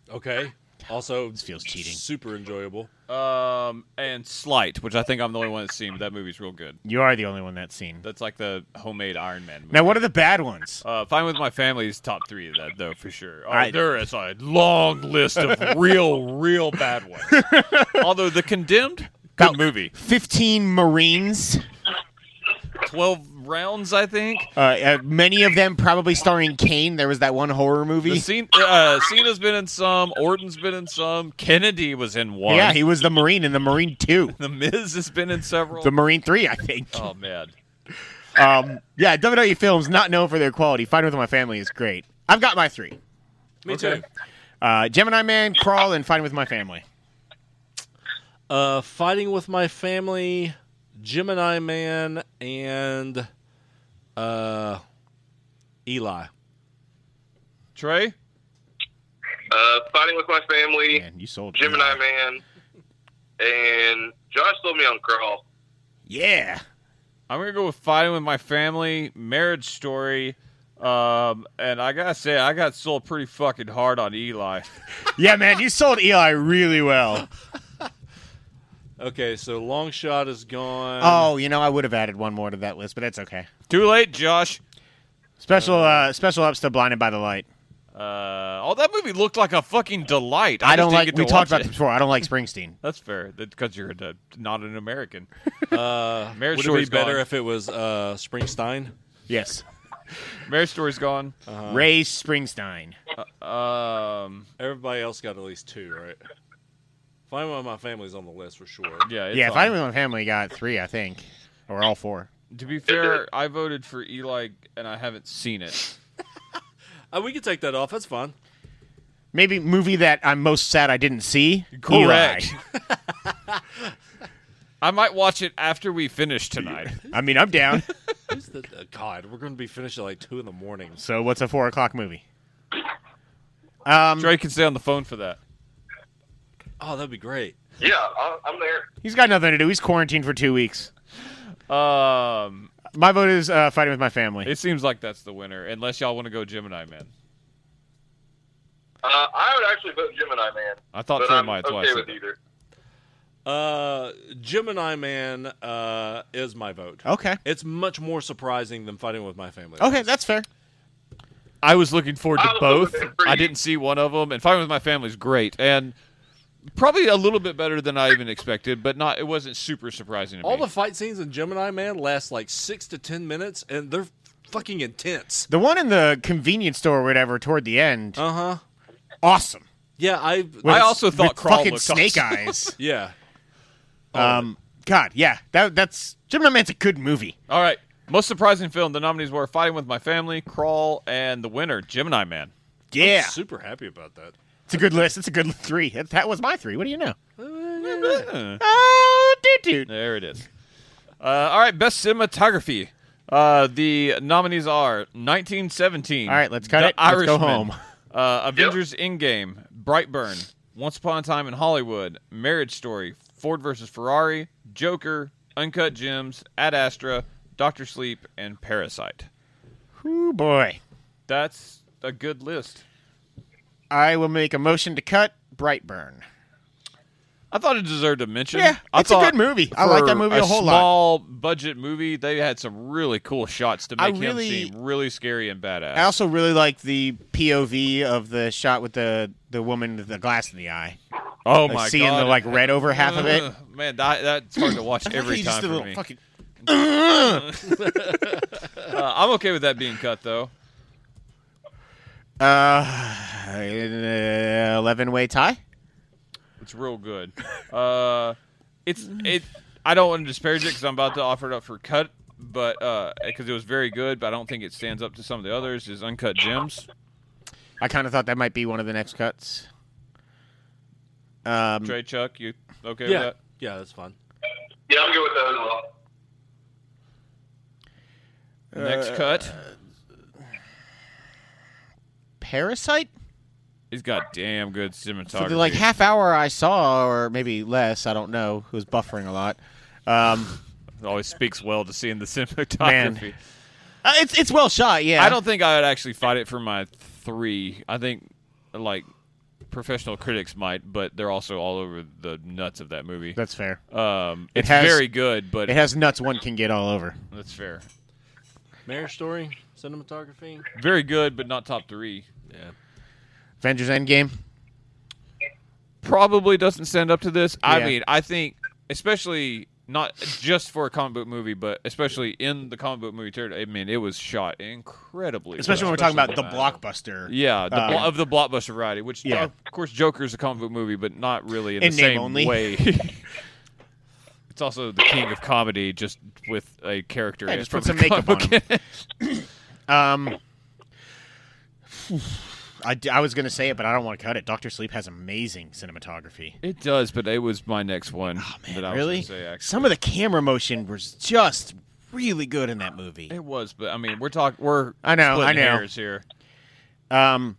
Speaker 2: Okay. Also, this
Speaker 4: feels cheating.
Speaker 2: Super enjoyable.
Speaker 1: um, and Slight, which I think I'm the only one that's seen, but that movie's real good.
Speaker 4: You are the only one that's seen.
Speaker 1: That's like the homemade Iron Man movie.
Speaker 4: Now, what are the bad ones?
Speaker 1: uh, Fine with My Family is top three of that, though, for sure. Oh,
Speaker 4: I-
Speaker 1: there is a long list of real, real bad ones. Although The Condemned, good
Speaker 4: About-
Speaker 1: movie.
Speaker 4: 15 Marines.
Speaker 1: 12 rounds, I think.
Speaker 4: Uh, uh, many of them probably starring Kane. There was that one horror movie.
Speaker 1: The scene, uh, Cena's been in some. Orton's been in some. Kennedy was in one.
Speaker 4: Yeah, he was the Marine in the Marine 2.
Speaker 1: the Miz has been in several.
Speaker 4: The Marine 3, I think.
Speaker 1: oh man,
Speaker 4: Um, yeah, WWE films not known for their quality. Fighting with My Family is great. I've got my three.
Speaker 2: Me
Speaker 1: Okay.
Speaker 4: Uh, Gemini Man, Crawl, and Fighting with My Family.
Speaker 2: too. Uh, fighting with my family, Gemini Man, and uh, Eli.
Speaker 1: Trey?
Speaker 3: Uh, fighting with my family,
Speaker 4: Man, you sold me.
Speaker 3: Gemini Man, and Josh sold me on Crawl.
Speaker 4: Yeah.
Speaker 1: I'm gonna go with fighting with my family, marriage story, um, and I gotta say I got sold pretty fucking hard on Eli.
Speaker 4: Yeah, man, you sold Eli really well.
Speaker 2: Okay, so long shot is gone.
Speaker 4: Oh, you know, I would have added one more to that list, but that's okay.
Speaker 1: Too late, Josh.
Speaker 4: Special uh, special ups to Blinded by the Light.
Speaker 1: Uh, oh, that movie looked like a fucking delight. I,
Speaker 4: I don't
Speaker 1: just didn't
Speaker 4: like
Speaker 1: get to
Speaker 4: we
Speaker 1: watch
Speaker 4: talked about
Speaker 1: it.
Speaker 4: this before. I don't like Springsteen.
Speaker 1: That's fair. Because you're a, not an American.
Speaker 2: uh, would it
Speaker 1: Marriage
Speaker 2: be
Speaker 1: Story's
Speaker 2: better
Speaker 1: gone.
Speaker 2: if it was uh, Springsteen?
Speaker 4: Yes.
Speaker 1: Marriage Story's gone.
Speaker 4: Ray Springsteen.
Speaker 1: Um,
Speaker 2: Everybody else got at least two, right? Find one of my family's on the list for sure.
Speaker 1: yeah, it's
Speaker 4: Yeah, if
Speaker 1: on.
Speaker 4: I my family got three, I think. Or all four.
Speaker 1: To be fair, I voted for Eli, and I haven't seen it.
Speaker 2: Uh, we can take that off. That's fine.
Speaker 4: Maybe movie that I'm most sad I didn't see.
Speaker 1: Correct.
Speaker 4: Eli.
Speaker 1: I might watch it after we finish tonight.
Speaker 4: I mean, I'm down.
Speaker 2: Who's the, uh, God, we're going to be finished at like two in the morning.
Speaker 4: So what's a four o'clock movie? Um,
Speaker 1: Dre can stay on the phone for that.
Speaker 2: Oh, that'd be great.
Speaker 3: Yeah, I- I'm there.
Speaker 4: he's got nothing to do. He's quarantined for two weeks.
Speaker 1: Um,
Speaker 4: My vote is uh, fighting with my family.
Speaker 1: it seems like that's the winner, unless y'all want to go Gemini Man.
Speaker 3: Uh, I would actually vote Gemini Man,
Speaker 1: I thought
Speaker 3: but
Speaker 1: Trey
Speaker 3: I'm
Speaker 1: might
Speaker 3: okay
Speaker 1: twice.
Speaker 3: with either.
Speaker 2: Uh, Gemini Man uh, is my vote.
Speaker 4: Okay.
Speaker 2: It's much more surprising than fighting with my family.
Speaker 4: Okay, that's fair.
Speaker 1: I was looking forward
Speaker 3: I
Speaker 1: to
Speaker 3: was
Speaker 1: both.
Speaker 3: looking for
Speaker 1: I
Speaker 3: you.
Speaker 1: didn't see one of them, and Fighting with My Family is great, and probably a little bit better than I even expected, but not. It wasn't super surprising to
Speaker 2: All
Speaker 1: me.
Speaker 2: the fight scenes in Gemini Man last like six to ten minutes, and they're fucking intense.
Speaker 4: The one in the convenience store or whatever toward the end,
Speaker 2: Uh huh.
Speaker 4: awesome.
Speaker 2: Yeah, I.
Speaker 1: I
Speaker 4: With-
Speaker 1: also thought
Speaker 4: with
Speaker 1: Crawl
Speaker 4: fucking
Speaker 1: looked
Speaker 4: Snake
Speaker 1: awesome. Oh.
Speaker 4: Eyes.
Speaker 2: Yeah.
Speaker 4: um, God, yeah, that that's Gemini Man's a good movie.
Speaker 1: All right, most surprising film. The nominees were Fighting with My Family, Crawl, and the winner, Gemini Man.
Speaker 4: Yeah,
Speaker 2: Super happy about that.
Speaker 4: it's a good list. It's a good three. That, that was my three. What do you know?
Speaker 1: Eh,
Speaker 4: Oh, dude, dude.
Speaker 1: There it is. Uh, all right, best cinematography. Uh, the nominees are 1917.
Speaker 4: All right, let's cut
Speaker 1: The
Speaker 4: it. Let's go
Speaker 1: Irishman,
Speaker 4: home.
Speaker 1: Uh, Avengers Endgame, Brightburn, Once Upon a Time in Hollywood, Marriage Story, Ford versus Ferrari, Joker, Uncut Gems, Ad Astra, Doctor Sleep, and Parasite.
Speaker 4: Ooh, boy.
Speaker 1: That's a good list.
Speaker 4: I will make a motion to cut Brightburn.
Speaker 1: I thought it deserved a mention.
Speaker 4: Yeah,
Speaker 1: I
Speaker 4: it's a good
Speaker 1: thought
Speaker 4: movie. I like that
Speaker 1: for
Speaker 4: movie a whole lot.
Speaker 1: Small budget movie. They had some really cool shots to
Speaker 4: I
Speaker 1: make
Speaker 4: really-
Speaker 1: him seem really scary and badass.
Speaker 4: I also really like the POV of the shot with the the woman with the glass in the eye.
Speaker 1: oh
Speaker 4: Like
Speaker 1: my
Speaker 4: seeing
Speaker 1: god!
Speaker 4: the like red over half of it.
Speaker 1: Ugh, Man, that, that's hard to watch every
Speaker 4: He's
Speaker 1: time
Speaker 4: just a
Speaker 1: for
Speaker 4: little
Speaker 1: me.
Speaker 4: fucking-
Speaker 1: Uh, I'm okay with that being cut though.
Speaker 4: uh, eleven way tie.
Speaker 1: It's real good. Uh, it's it. I don't want to disparage it because I'm about to offer it up for cut, but because it was very good, but I don't think it stands up to some of the others. Is Uncut Gems?
Speaker 4: I kind of thought that might be one of the next cuts. Um,
Speaker 1: Trey Chuck, you okay
Speaker 2: Yeah.
Speaker 1: with that?
Speaker 2: Yeah, that's fun.
Speaker 3: Yeah, I'm good with that as well.
Speaker 1: Next cut.
Speaker 4: Parasite.
Speaker 1: He's got damn good cinematography.
Speaker 4: For the like half hour I saw, or maybe less, I don't know. It was buffering a lot. Um,
Speaker 1: always speaks well to seeing the cinematography.
Speaker 4: Man. uh, it's it's well shot. Yeah,
Speaker 1: I don't think I would actually fight it for my three. I think like professional critics might, but they're also all over the nuts of that movie.
Speaker 4: That's fair.
Speaker 1: Um,
Speaker 4: It
Speaker 1: it's
Speaker 4: has-
Speaker 1: very good, but
Speaker 4: It has nuts one can get all over.
Speaker 1: that's fair.
Speaker 2: Marriage Story, cinematography.
Speaker 1: Very good, but not top three.
Speaker 2: Yeah.
Speaker 4: Avengers Endgame.
Speaker 1: Probably doesn't stand up to this. I
Speaker 4: Yeah.
Speaker 1: mean, I think especially not just for a comic book movie, but especially in the comic book movie territory. I mean, it was shot incredibly.
Speaker 4: Especially
Speaker 1: well.
Speaker 4: when we're talking about the
Speaker 2: Especially
Speaker 4: blockbuster.
Speaker 1: Yeah, the
Speaker 4: Uh,
Speaker 1: blo- of the blockbuster variety, which
Speaker 4: Yeah.
Speaker 1: of course Joker's a comic book movie, but not really in,
Speaker 4: In
Speaker 1: the
Speaker 4: name
Speaker 1: same
Speaker 4: only.
Speaker 1: way. it's also the king of comedy, just with a character.
Speaker 4: Yeah, just
Speaker 1: from
Speaker 4: put some
Speaker 1: the
Speaker 4: makeup
Speaker 1: comic
Speaker 4: on
Speaker 1: book.
Speaker 4: Um, I, d- I was gonna say it, but I don't want to cut it. Doctor Sleep has amazing cinematography.
Speaker 1: it does, but it was my next one. that Oh, I was
Speaker 4: Oh, really,
Speaker 1: gonna Say, actually.
Speaker 4: some of the camera motion was just really good in that movie.
Speaker 1: it was, but I mean, we're talking. We're
Speaker 4: I know,
Speaker 1: splitting
Speaker 4: I know.
Speaker 1: hairs here.
Speaker 4: Um,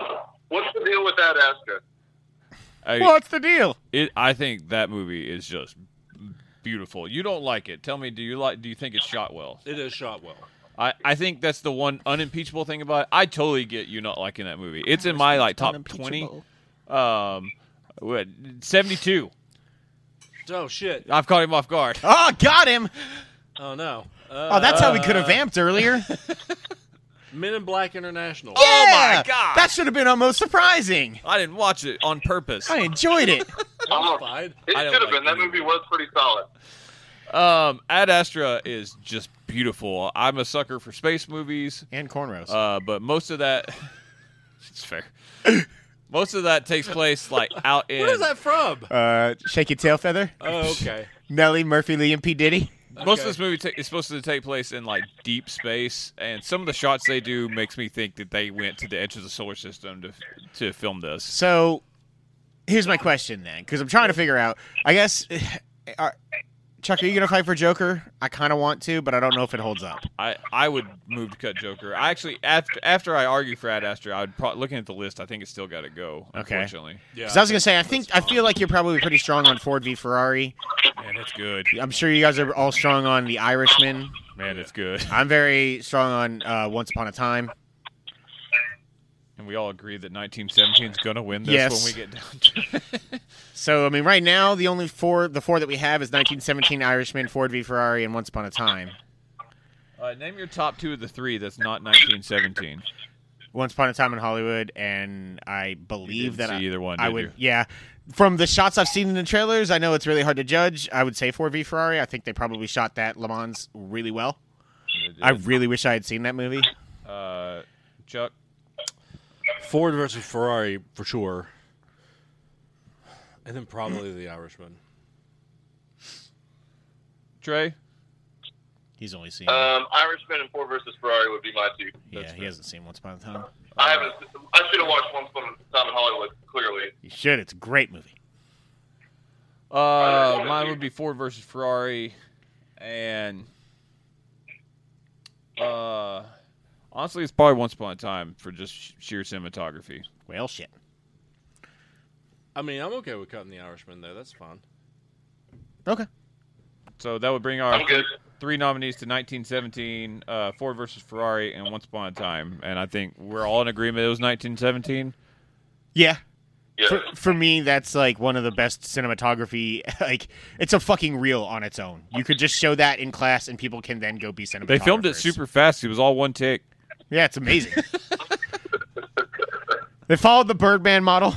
Speaker 3: What's the deal with that, Asuka?
Speaker 1: I,
Speaker 4: what's the deal?
Speaker 1: it, I think that movie is just beautiful. You don't like it. Tell me, do you like? Do you think it's shot well?
Speaker 2: It is shot well.
Speaker 1: I, I think that's the one unimpeachable thing about it. I totally get you not liking that movie. It's in my like top twenty, um, what, seventy-two.
Speaker 2: Oh shit!
Speaker 1: I've caught him off guard.
Speaker 4: Oh, got him.
Speaker 2: Oh no!
Speaker 4: Oh, that's how we could have vamped earlier.
Speaker 2: Men in Black International.
Speaker 4: oh,
Speaker 1: Oh my
Speaker 4: Yeah!
Speaker 1: God.
Speaker 4: That should have been almost surprising.
Speaker 1: I didn't watch it on purpose.
Speaker 4: I enjoyed it.
Speaker 2: That was
Speaker 3: Oh.
Speaker 2: fine.
Speaker 3: It
Speaker 1: I
Speaker 3: should
Speaker 1: don't
Speaker 3: have
Speaker 1: like
Speaker 3: been. That
Speaker 1: any
Speaker 3: movie was pretty solid.
Speaker 1: Um, Ad Astra is just beautiful. I'm a sucker for space movies,
Speaker 4: and cornrows.
Speaker 1: uh, but most of that, it's fair. Most of that takes place like out in.
Speaker 2: Where is that from?
Speaker 4: Uh, shake your tail feather.
Speaker 2: Oh, okay.
Speaker 4: Nelly Murphy Lee and P Diddy.
Speaker 1: Most
Speaker 2: Okay.
Speaker 1: of this movie ta- is supposed to take place in like deep space, and some of the shots they do makes me think that they went to the edge of the solar system to to film this.
Speaker 4: So, here's my question then, because I'm trying to figure out. I guess, are, Chuck, are you gonna fight for Joker? I kind of want to, but I don't know if it holds up.
Speaker 1: I, I would move to cut Joker. I actually after after I argue for Ad Astra, I would pro- looking at the list. I think it's still got to go.
Speaker 4: Okay.
Speaker 1: Unfortunately,
Speaker 2: Yeah.
Speaker 4: 'Cause I was gonna say, I think I feel like you're probably pretty strong on Ford v Ferrari.
Speaker 1: man, it's good.
Speaker 4: I'm sure you guys are all strong on The Irishman.
Speaker 1: Man, it's good.
Speaker 4: I'm very strong on uh, Once Upon a Time.
Speaker 1: And we all agree that 1917 is going to win this
Speaker 4: Yes.
Speaker 1: when we get down to it.
Speaker 4: So I mean, right now the only four, the four that we have is 1917 Irishman, Ford v Ferrari, and Once Upon a Time.
Speaker 1: Uh, name your top two of the three that's not 1917.
Speaker 4: Once Upon a Time in Hollywood, and I
Speaker 1: didn't
Speaker 4: believe that
Speaker 1: see
Speaker 4: I,
Speaker 1: either one,
Speaker 4: I
Speaker 1: did
Speaker 4: would,
Speaker 1: you?
Speaker 4: yeah. From the shots I've seen in the trailers, I know it's really hard to judge. I would say Ford v Ferrari. I think they probably shot that Le Mans really well. I really wish I had seen that movie.
Speaker 1: Uh, Chuck,
Speaker 2: Ford versus Ferrari for sure, and then probably The Irishman.
Speaker 1: Trey,
Speaker 4: He's only seen,
Speaker 3: Um, Irishman and Ford versus Ferrari would be my two.
Speaker 4: yeah, he hasn't seen Once Upon a Time.
Speaker 3: I haven't. I should have watched Once Upon a Time in Hollywood. Clearly,
Speaker 4: You should. It's a great movie.
Speaker 1: uh, mine would be Ford versus Ferrari, and uh, honestly, it's probably Once Upon a Time for just sh- sheer cinematography.
Speaker 4: Well, shit.
Speaker 2: I mean, I'm okay with cutting The Irishman though. That's fine.
Speaker 4: Okay.
Speaker 1: So that would bring our
Speaker 3: I'm good.
Speaker 1: three nominees to 1917, uh, Ford versus Ferrari, and Once Upon a Time. And I think we're all in agreement it was 1917.
Speaker 4: Yeah.
Speaker 3: Yeah.
Speaker 4: For, for me, that's like one of the best cinematography. Like, it's a fucking reel on its own. You could just show that in class, and people can then go be cinematographers.
Speaker 1: They filmed it super fast. It was all one take.
Speaker 4: Yeah, it's amazing. they followed the Birdman model.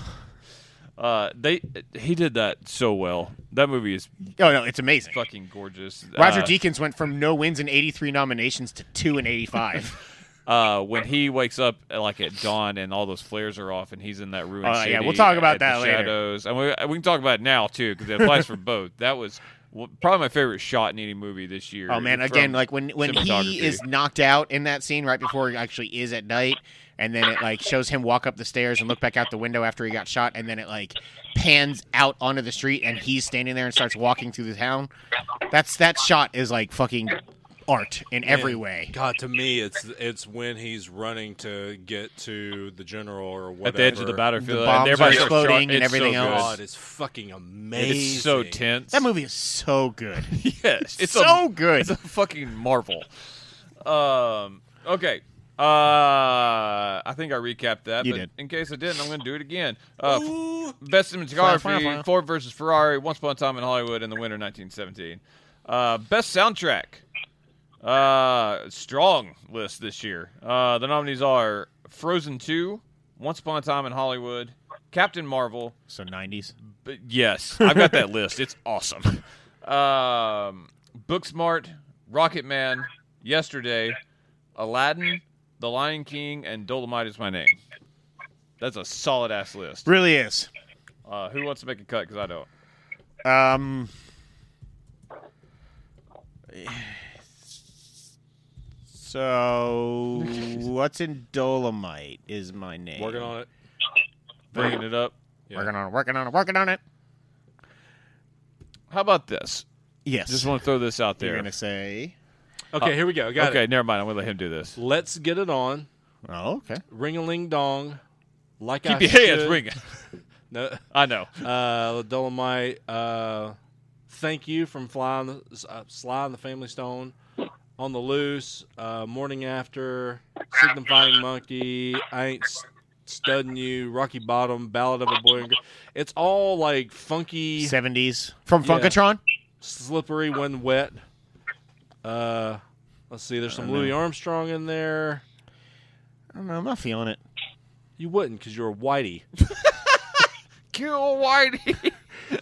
Speaker 1: Uh, they he did that so well. That movie is
Speaker 4: Oh no, it's amazing.
Speaker 1: fucking gorgeous.
Speaker 4: Roger
Speaker 1: uh,
Speaker 4: Deakins went from no wins and 83 nominations to two and 85.
Speaker 1: Uh, when he wakes up uh, like at dawn and all those flares are off and he's in that ruined
Speaker 4: Oh, yeah,
Speaker 1: city.
Speaker 4: we'll talk about
Speaker 1: at the
Speaker 4: that later.
Speaker 1: Shadows, and we, we can talk about it now too because it applies for both. That was w- probably my favorite shot in any movie this year.
Speaker 4: oh man,
Speaker 1: from
Speaker 4: again, like when when he
Speaker 1: cinematography.
Speaker 4: is knocked out in that scene right before he actually is at night, and then it like shows him walk up the stairs and look back out the window after he got shot, and then it like pans out onto the street and he's standing there and starts walking through the town. That's that shot is like fucking art in every
Speaker 2: And,
Speaker 4: way.
Speaker 2: God, to me, it's it's when he's running to get to the general or whatever.
Speaker 1: at the edge of the battlefield,
Speaker 4: The
Speaker 1: and
Speaker 4: bombs
Speaker 1: everybody
Speaker 4: are
Speaker 1: starts
Speaker 4: exploding
Speaker 1: shouting, it's
Speaker 4: and everything
Speaker 1: so good.
Speaker 4: else.
Speaker 2: God, it's fucking amazing.
Speaker 1: It's so tense.
Speaker 4: That movie is so good.
Speaker 1: yes, it's a-
Speaker 4: so good.
Speaker 1: It's a fucking marvel. Um. Okay. Uh, I think I recapped that.
Speaker 4: You
Speaker 1: but
Speaker 4: did.
Speaker 1: In case I didn't, I'm going to do it again. Uh,
Speaker 2: Ooh.
Speaker 1: best
Speaker 4: Fire, fire, fire.
Speaker 1: cinematography: Ford versus Ferrari, Once Upon a Time in Hollywood, in the winter 1917. Uh, best soundtrack: uh, strong list this year. Uh, the nominees are Frozen 2, Once Upon a Time in Hollywood, Captain Marvel,
Speaker 4: So 90s.
Speaker 1: but yes, I've got that list. It's awesome. Um, Booksmart, Rocket Man, Yesterday, Aladdin, The Lion King, and Dolomite is my name. That's a solid ass list.
Speaker 4: Really is.
Speaker 1: Uh, who wants to make a cut? Because I don't.
Speaker 4: Um, so what's in Dolomite is my name.
Speaker 2: Working
Speaker 1: Uh,
Speaker 2: on it.
Speaker 1: Bringing it up.
Speaker 2: Yeah.
Speaker 4: Working on it. Working on it. Working on it.
Speaker 1: How about this?
Speaker 4: Yes.
Speaker 1: Just want to throw this out
Speaker 4: You're
Speaker 1: there.
Speaker 4: gonna say
Speaker 2: Okay, here we go. Got
Speaker 1: okay,
Speaker 2: it.
Speaker 1: never mind. I'm gonna let him do this.
Speaker 2: Let's get it on.
Speaker 4: Oh, okay.
Speaker 2: Ring a ling dong. Like I
Speaker 1: Keep your hands
Speaker 2: should.
Speaker 1: ringing.
Speaker 2: No,
Speaker 1: I know.
Speaker 2: uh, Dolomite. Uh, thank you from Fly on the, uh, Sly and the Family Stone. On the Loose. Uh, morning After. Signifying Monkey. I ain't s- studding you. Rocky Bottom. Ballad of a Boy and Girl. It's all like funky,
Speaker 4: Seventies from
Speaker 2: Yeah.
Speaker 4: Funkatron.
Speaker 2: slippery when wet. Uh, let's see. There's some Louis Armstrong in there.
Speaker 4: I don't know. I'm not feeling it.
Speaker 2: You wouldn't because you're a whitey.
Speaker 1: Kill Whitey.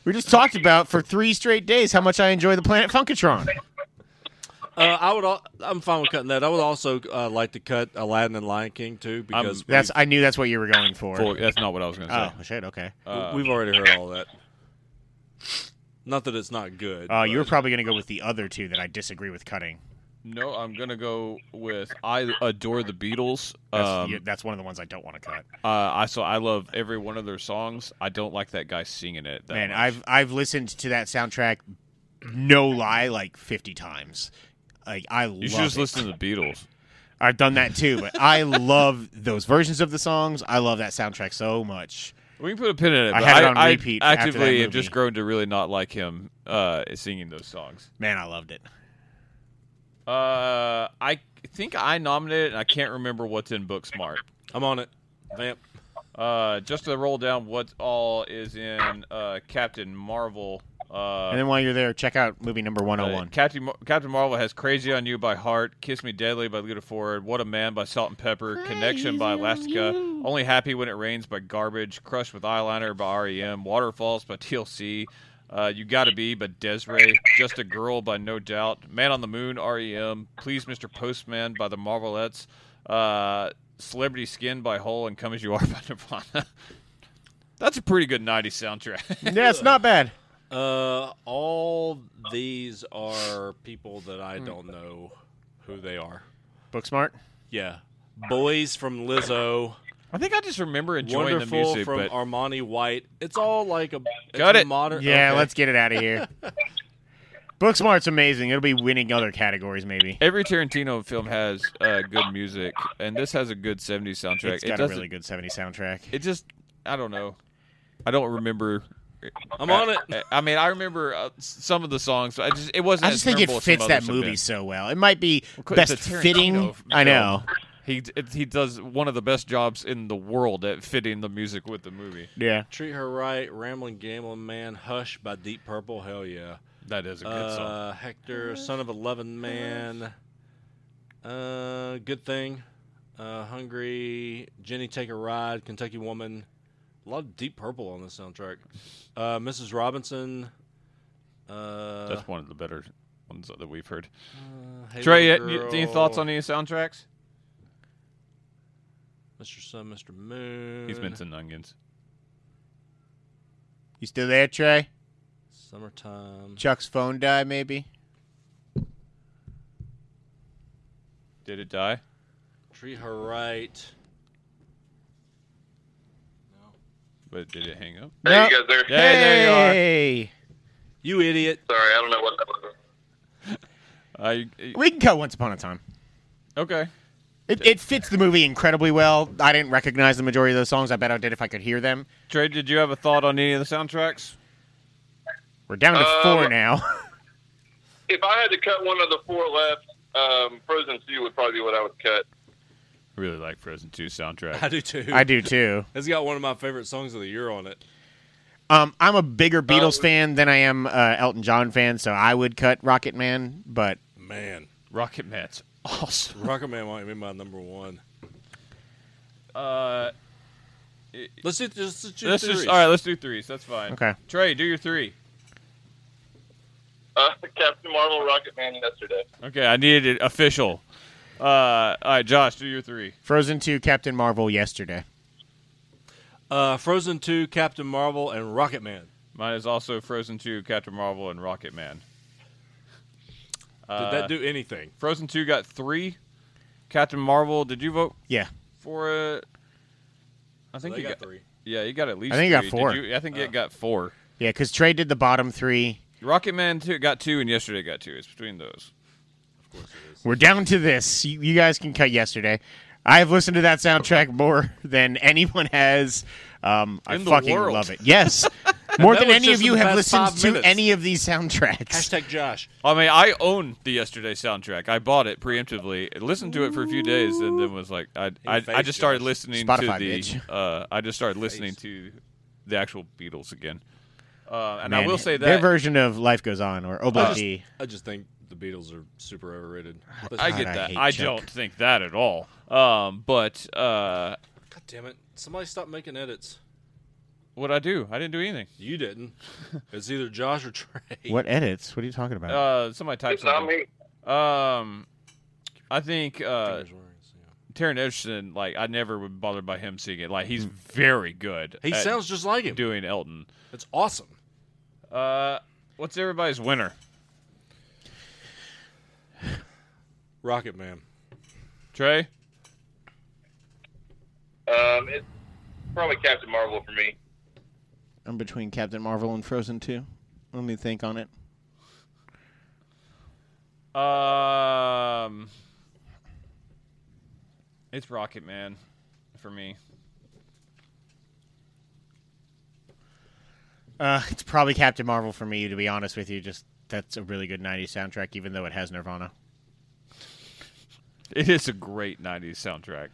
Speaker 4: We just talked about for three straight days how much I enjoy the planet Funkatron.
Speaker 2: Uh, I would. Al- I'm fine with cutting that. I would also uh, like to cut Aladdin and Lion King too because we-
Speaker 4: That's I knew that's what you were going for.
Speaker 1: That's not what I was going to
Speaker 4: Oh
Speaker 1: say.
Speaker 4: shit. Okay.
Speaker 1: Uh,
Speaker 2: we've already heard all that. Not that it's not good.
Speaker 4: Uh, you were
Speaker 2: but-
Speaker 4: probably going to go with the other two that I disagree with cutting.
Speaker 1: no, I'm going to go with I adore the Beatles.
Speaker 4: That's,
Speaker 1: Um,
Speaker 4: you- that's one of the ones I don't want to cut.
Speaker 1: uh, I so I love every one of their songs. I don't like that guy singing it. That
Speaker 4: Man,
Speaker 1: much.
Speaker 4: I've I've listened to that soundtrack, no lie, like fifty times. Like I love.
Speaker 1: you should just
Speaker 4: it.
Speaker 1: listen to the Beatles.
Speaker 4: I've done that too, but I love those versions of the songs. I love that soundtrack so much.
Speaker 1: We can put a pin in it.
Speaker 4: I
Speaker 1: but
Speaker 4: had it on repeat
Speaker 1: I
Speaker 4: after
Speaker 1: actively
Speaker 4: that
Speaker 1: have just
Speaker 4: movie.
Speaker 1: grown to really not like him uh, singing those songs.
Speaker 4: Man, I loved it.
Speaker 1: Uh, I think I nominated, and I can't remember what's in Booksmart.
Speaker 2: I'm on it. Vamp.
Speaker 1: Uh, just to roll down what all is in uh, Captain Marvel. Uh,
Speaker 4: and then while you're there, check out movie number one
Speaker 1: uh,
Speaker 4: hundred one.
Speaker 1: Captain Mar- Captain Marvel has "Crazy on You" by Heart, "Kiss Me Deadly" by Luda Ford, "What a Man" by Salt and Pepper, "Connection" by Alaska, "Only Happy When It Rains" by Garbage, "Crushed with Eyeliner" by REM, "Waterfalls" by TLC, uh, "You Gotta Be" by Desiree, "Just a Girl" by No Doubt, "Man on the Moon" REM, "Please Mr. Postman" by The Marvelettes, uh, "Celebrity Skin" by Hole, and "Come as You Are" by Nirvana. That's a pretty good '90s soundtrack.
Speaker 4: yeah, it's not bad.
Speaker 2: Uh, all these are people that I don't know who they are.
Speaker 4: Booksmart.
Speaker 2: Yeah, boys from Lizzo.
Speaker 1: I think I just remember enjoying
Speaker 2: Wonderful
Speaker 1: the music,
Speaker 2: from
Speaker 1: but
Speaker 2: Armani White. It's all like a it's
Speaker 1: Got
Speaker 2: a
Speaker 1: it.
Speaker 2: modern.
Speaker 4: Yeah,
Speaker 2: okay.
Speaker 4: let's get it out of here. Booksmart's amazing. It'll be winning other categories, maybe.
Speaker 1: Every Tarantino film has uh, good music, and this has a good '70s soundtrack.
Speaker 4: It's
Speaker 1: it
Speaker 4: got a
Speaker 1: doesn't.
Speaker 4: really good 70 soundtrack.
Speaker 1: It just, I don't know. I don't remember.
Speaker 2: I'm on it.
Speaker 1: I, I mean, I remember uh, s- some of the songs. But I just, it wasn't.
Speaker 4: I
Speaker 1: as
Speaker 4: just think it
Speaker 1: memorable as some
Speaker 4: fits that
Speaker 1: others have
Speaker 4: movie
Speaker 1: been.
Speaker 4: so well. It might be
Speaker 1: It's a
Speaker 4: best
Speaker 1: Tarantino
Speaker 4: fitting. I
Speaker 1: film.
Speaker 4: know.
Speaker 1: He d- it- he does one of the best jobs in the world at fitting the music with the movie.
Speaker 4: Yeah.
Speaker 2: Treat her right. Rambling Gambling Man. Hush by Deep Purple. Hell yeah.
Speaker 1: That is a good song.
Speaker 2: Uh, Hector, son of a loving man. Uh, good thing. Uh, hungry. Jenny, take a ride. Kentucky woman. A lot of Deep Purple on the soundtrack. Uh, Mrs. Robinson. Uh,
Speaker 1: That's one of the better ones that we've heard.
Speaker 2: Hey
Speaker 1: Trey,
Speaker 2: Little
Speaker 1: y- y- any
Speaker 2: Girl,
Speaker 1: thoughts on any soundtracks?
Speaker 2: Mr. Sun, Mr. Moon?
Speaker 1: He's been to Nungans.
Speaker 4: You still there, Trey?
Speaker 2: Summertime.
Speaker 4: Chuck's phone died, maybe?
Speaker 1: Did it die?
Speaker 2: Treat her right.
Speaker 1: But did it hang up?
Speaker 3: Are
Speaker 4: No.
Speaker 3: you guys there?
Speaker 1: Yeah. Hey, there you are.
Speaker 4: Hey.
Speaker 2: You idiot.
Speaker 3: Sorry, I don't know what that was.
Speaker 1: I y-
Speaker 4: We can cut Once Upon a Time.
Speaker 1: okay.
Speaker 4: It, it fits the movie incredibly well. I didn't recognize the majority of those songs. I bet I did if I could hear them.
Speaker 1: Trey, did you have a thought on any of the soundtracks?
Speaker 4: We're down to
Speaker 3: Um,
Speaker 4: four now.
Speaker 3: If I had to cut one of the four left, um, Frozen 2 would probably be what I would cut.
Speaker 1: I really like Frozen 2 soundtrack.
Speaker 2: I do too.
Speaker 4: I do too.
Speaker 2: It's got one of my favorite songs of the year on it.
Speaker 4: Um, I'm a bigger Beatles
Speaker 3: Um,
Speaker 4: fan than I am uh, Elton John fan, so I would cut Rocket Man, but
Speaker 2: Man,
Speaker 1: Rocket Man's awesome.
Speaker 2: Rocket Man might be my number one.
Speaker 1: Uh,
Speaker 2: Let's do just, just,
Speaker 1: let's just all right. Let's do threes. That's fine.
Speaker 4: Okay.
Speaker 1: Trey, do your three.
Speaker 3: Uh, Captain Marvel, Rocket Man, yesterday.
Speaker 1: Okay, I needed it official. Uh, all right, Josh, do your three.
Speaker 4: Frozen 2, Captain Marvel yesterday.
Speaker 2: Uh, Frozen 2, Captain Marvel, and Rocket Man.
Speaker 1: Mine is also Frozen 2, Captain Marvel, and Rocket Man.
Speaker 2: Did
Speaker 1: Uh,
Speaker 2: that do anything?
Speaker 1: Frozen 2 got three. Captain Marvel, did you vote
Speaker 4: Yeah.
Speaker 1: for it? I think
Speaker 2: They
Speaker 1: you
Speaker 2: got three.
Speaker 1: Yeah, you got at least.
Speaker 4: I think you got
Speaker 1: three.
Speaker 4: four.
Speaker 1: Did you- I think it got four.
Speaker 4: Yeah, because Trey did the bottom three.
Speaker 1: Rocket Man two got two, and yesterday got two. It's between those.
Speaker 4: We're down to this. You, you guys can cut yesterday. I have listened to that soundtrack more than anyone has. Um, I
Speaker 2: In the
Speaker 4: fucking
Speaker 2: world.
Speaker 4: love it. Yes, more
Speaker 2: that
Speaker 4: than
Speaker 2: was
Speaker 4: any
Speaker 2: just
Speaker 4: of
Speaker 2: in
Speaker 4: you
Speaker 2: the
Speaker 4: have
Speaker 2: past
Speaker 4: listened
Speaker 2: five
Speaker 4: to
Speaker 2: minutes.
Speaker 4: any of these soundtracks.
Speaker 2: Hashtag Josh.
Speaker 1: I mean, I own the yesterday soundtrack. I bought it preemptively, listened to it for a few days, and then was like, I I, I
Speaker 2: faced
Speaker 1: just started
Speaker 2: yours.
Speaker 1: listening
Speaker 4: Spotify,
Speaker 1: to the uh, I just started listening to the actual Beatles again. Uh, and I
Speaker 4: Man,
Speaker 1: will say
Speaker 4: their
Speaker 1: that
Speaker 4: version of "Life Goes On" or
Speaker 2: I
Speaker 4: "Oblige."
Speaker 2: just, I just think the Beatles are super overrated.
Speaker 1: I
Speaker 4: God,
Speaker 1: get
Speaker 4: I
Speaker 1: that.
Speaker 4: hate
Speaker 1: I,
Speaker 4: Chuck.
Speaker 1: don't think that at all. Um, but uh,
Speaker 2: God damn it! Somebody stop making edits.
Speaker 1: what I do, I didn't do anything.
Speaker 2: You didn't. It's either Josh or Trey.
Speaker 4: What edits? What are you talking about?
Speaker 1: Uh, somebody typed
Speaker 3: It's not
Speaker 1: something.
Speaker 3: me.
Speaker 1: Um, I think uh,
Speaker 2: Fingers wearing, so, yeah.
Speaker 1: Taron Egerton. Like, I never would bother by him singing it. Like, he's very good.
Speaker 2: He
Speaker 1: at
Speaker 2: sounds just like him.
Speaker 1: doing Elton.
Speaker 2: It's awesome.
Speaker 1: Uh, what's everybody's winner?
Speaker 2: Rocket Man.
Speaker 1: Trey.
Speaker 3: Um, it's probably Captain Marvel for me.
Speaker 4: I'm between Captain Marvel and Frozen 2. Let me think on it.
Speaker 1: Um, it's Rocket Man for me.
Speaker 4: Uh, it's probably Captain Marvel for me, to be honest with you. Just that's a really good '90s soundtrack, even though it has Nirvana.
Speaker 1: It is a great '90s soundtrack.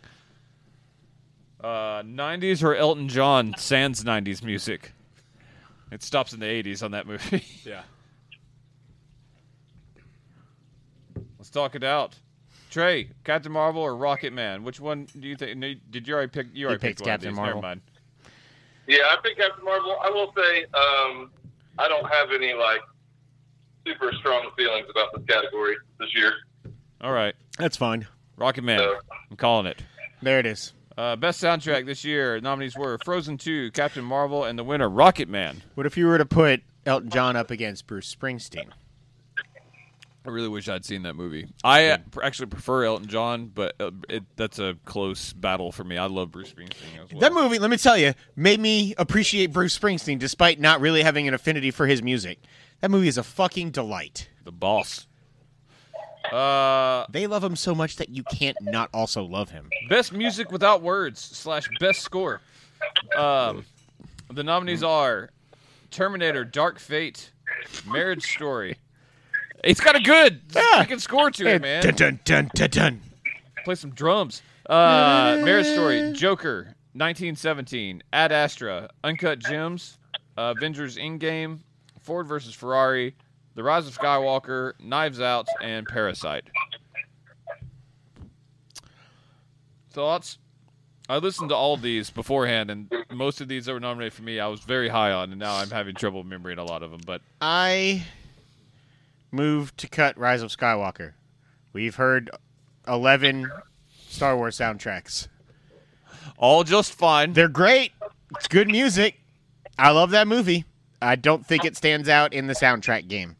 Speaker 1: Uh, '90s or Elton John sans '90s music. It stops in the '80s on that movie.
Speaker 2: Yeah.
Speaker 1: Let's talk it out. Trey, Captain Marvel or Rocket Man? Which one do you think? no, Did you already pick? You already
Speaker 4: picked
Speaker 1: picked one of
Speaker 4: Captain
Speaker 1: these.
Speaker 4: Marvel.
Speaker 1: Never mind.
Speaker 3: Yeah, I think Captain Marvel. I will say, um, I don't have any like super strong feelings about this category this year.
Speaker 1: All right,
Speaker 4: That's fine.
Speaker 1: Rocket Man.
Speaker 3: So
Speaker 1: I'm calling it.
Speaker 4: There it is.
Speaker 1: Uh, best soundtrack this year. Nominees were Frozen 2, Captain Marvel, and the winner Rocket Man.
Speaker 4: What if you were to put Elton John up against Bruce Springsteen?
Speaker 1: I really wish I'd seen that movie. I uh, pr- actually prefer Elton John, but uh, it, that's a close battle for me. I love Bruce Springsteen as well.
Speaker 4: That movie, let me tell you, made me appreciate Bruce Springsteen despite not really having an affinity for his music. That movie is a fucking delight.
Speaker 1: the boss. Uh,
Speaker 4: They love him so much that you can't not also love him.
Speaker 1: best music without words slash best score. Um, the nominees
Speaker 4: Hmm.
Speaker 1: are Terminator, Dark Fate, Marriage Story. It's got a good freaking score to it, man.
Speaker 4: Dun dun dun dun dun.
Speaker 1: play some drums. Uh, Marriage Story, Joker, 1917, Ad Astra, Uncut Gems, uh, Avengers Endgame, Ford versus Ferrari, The Rise of Skywalker, Knives Out, and Parasite. Thoughts? I listened to all these beforehand, and most of these that were nominated for me, I was very high on, and now I'm having trouble remembering a lot of them. But
Speaker 4: I moved to cut Rise of Skywalker. We've heard 11 Star Wars soundtracks.
Speaker 1: all just fine.
Speaker 4: They're great. It's good music. I love that movie. I don't think it stands out in the soundtrack game.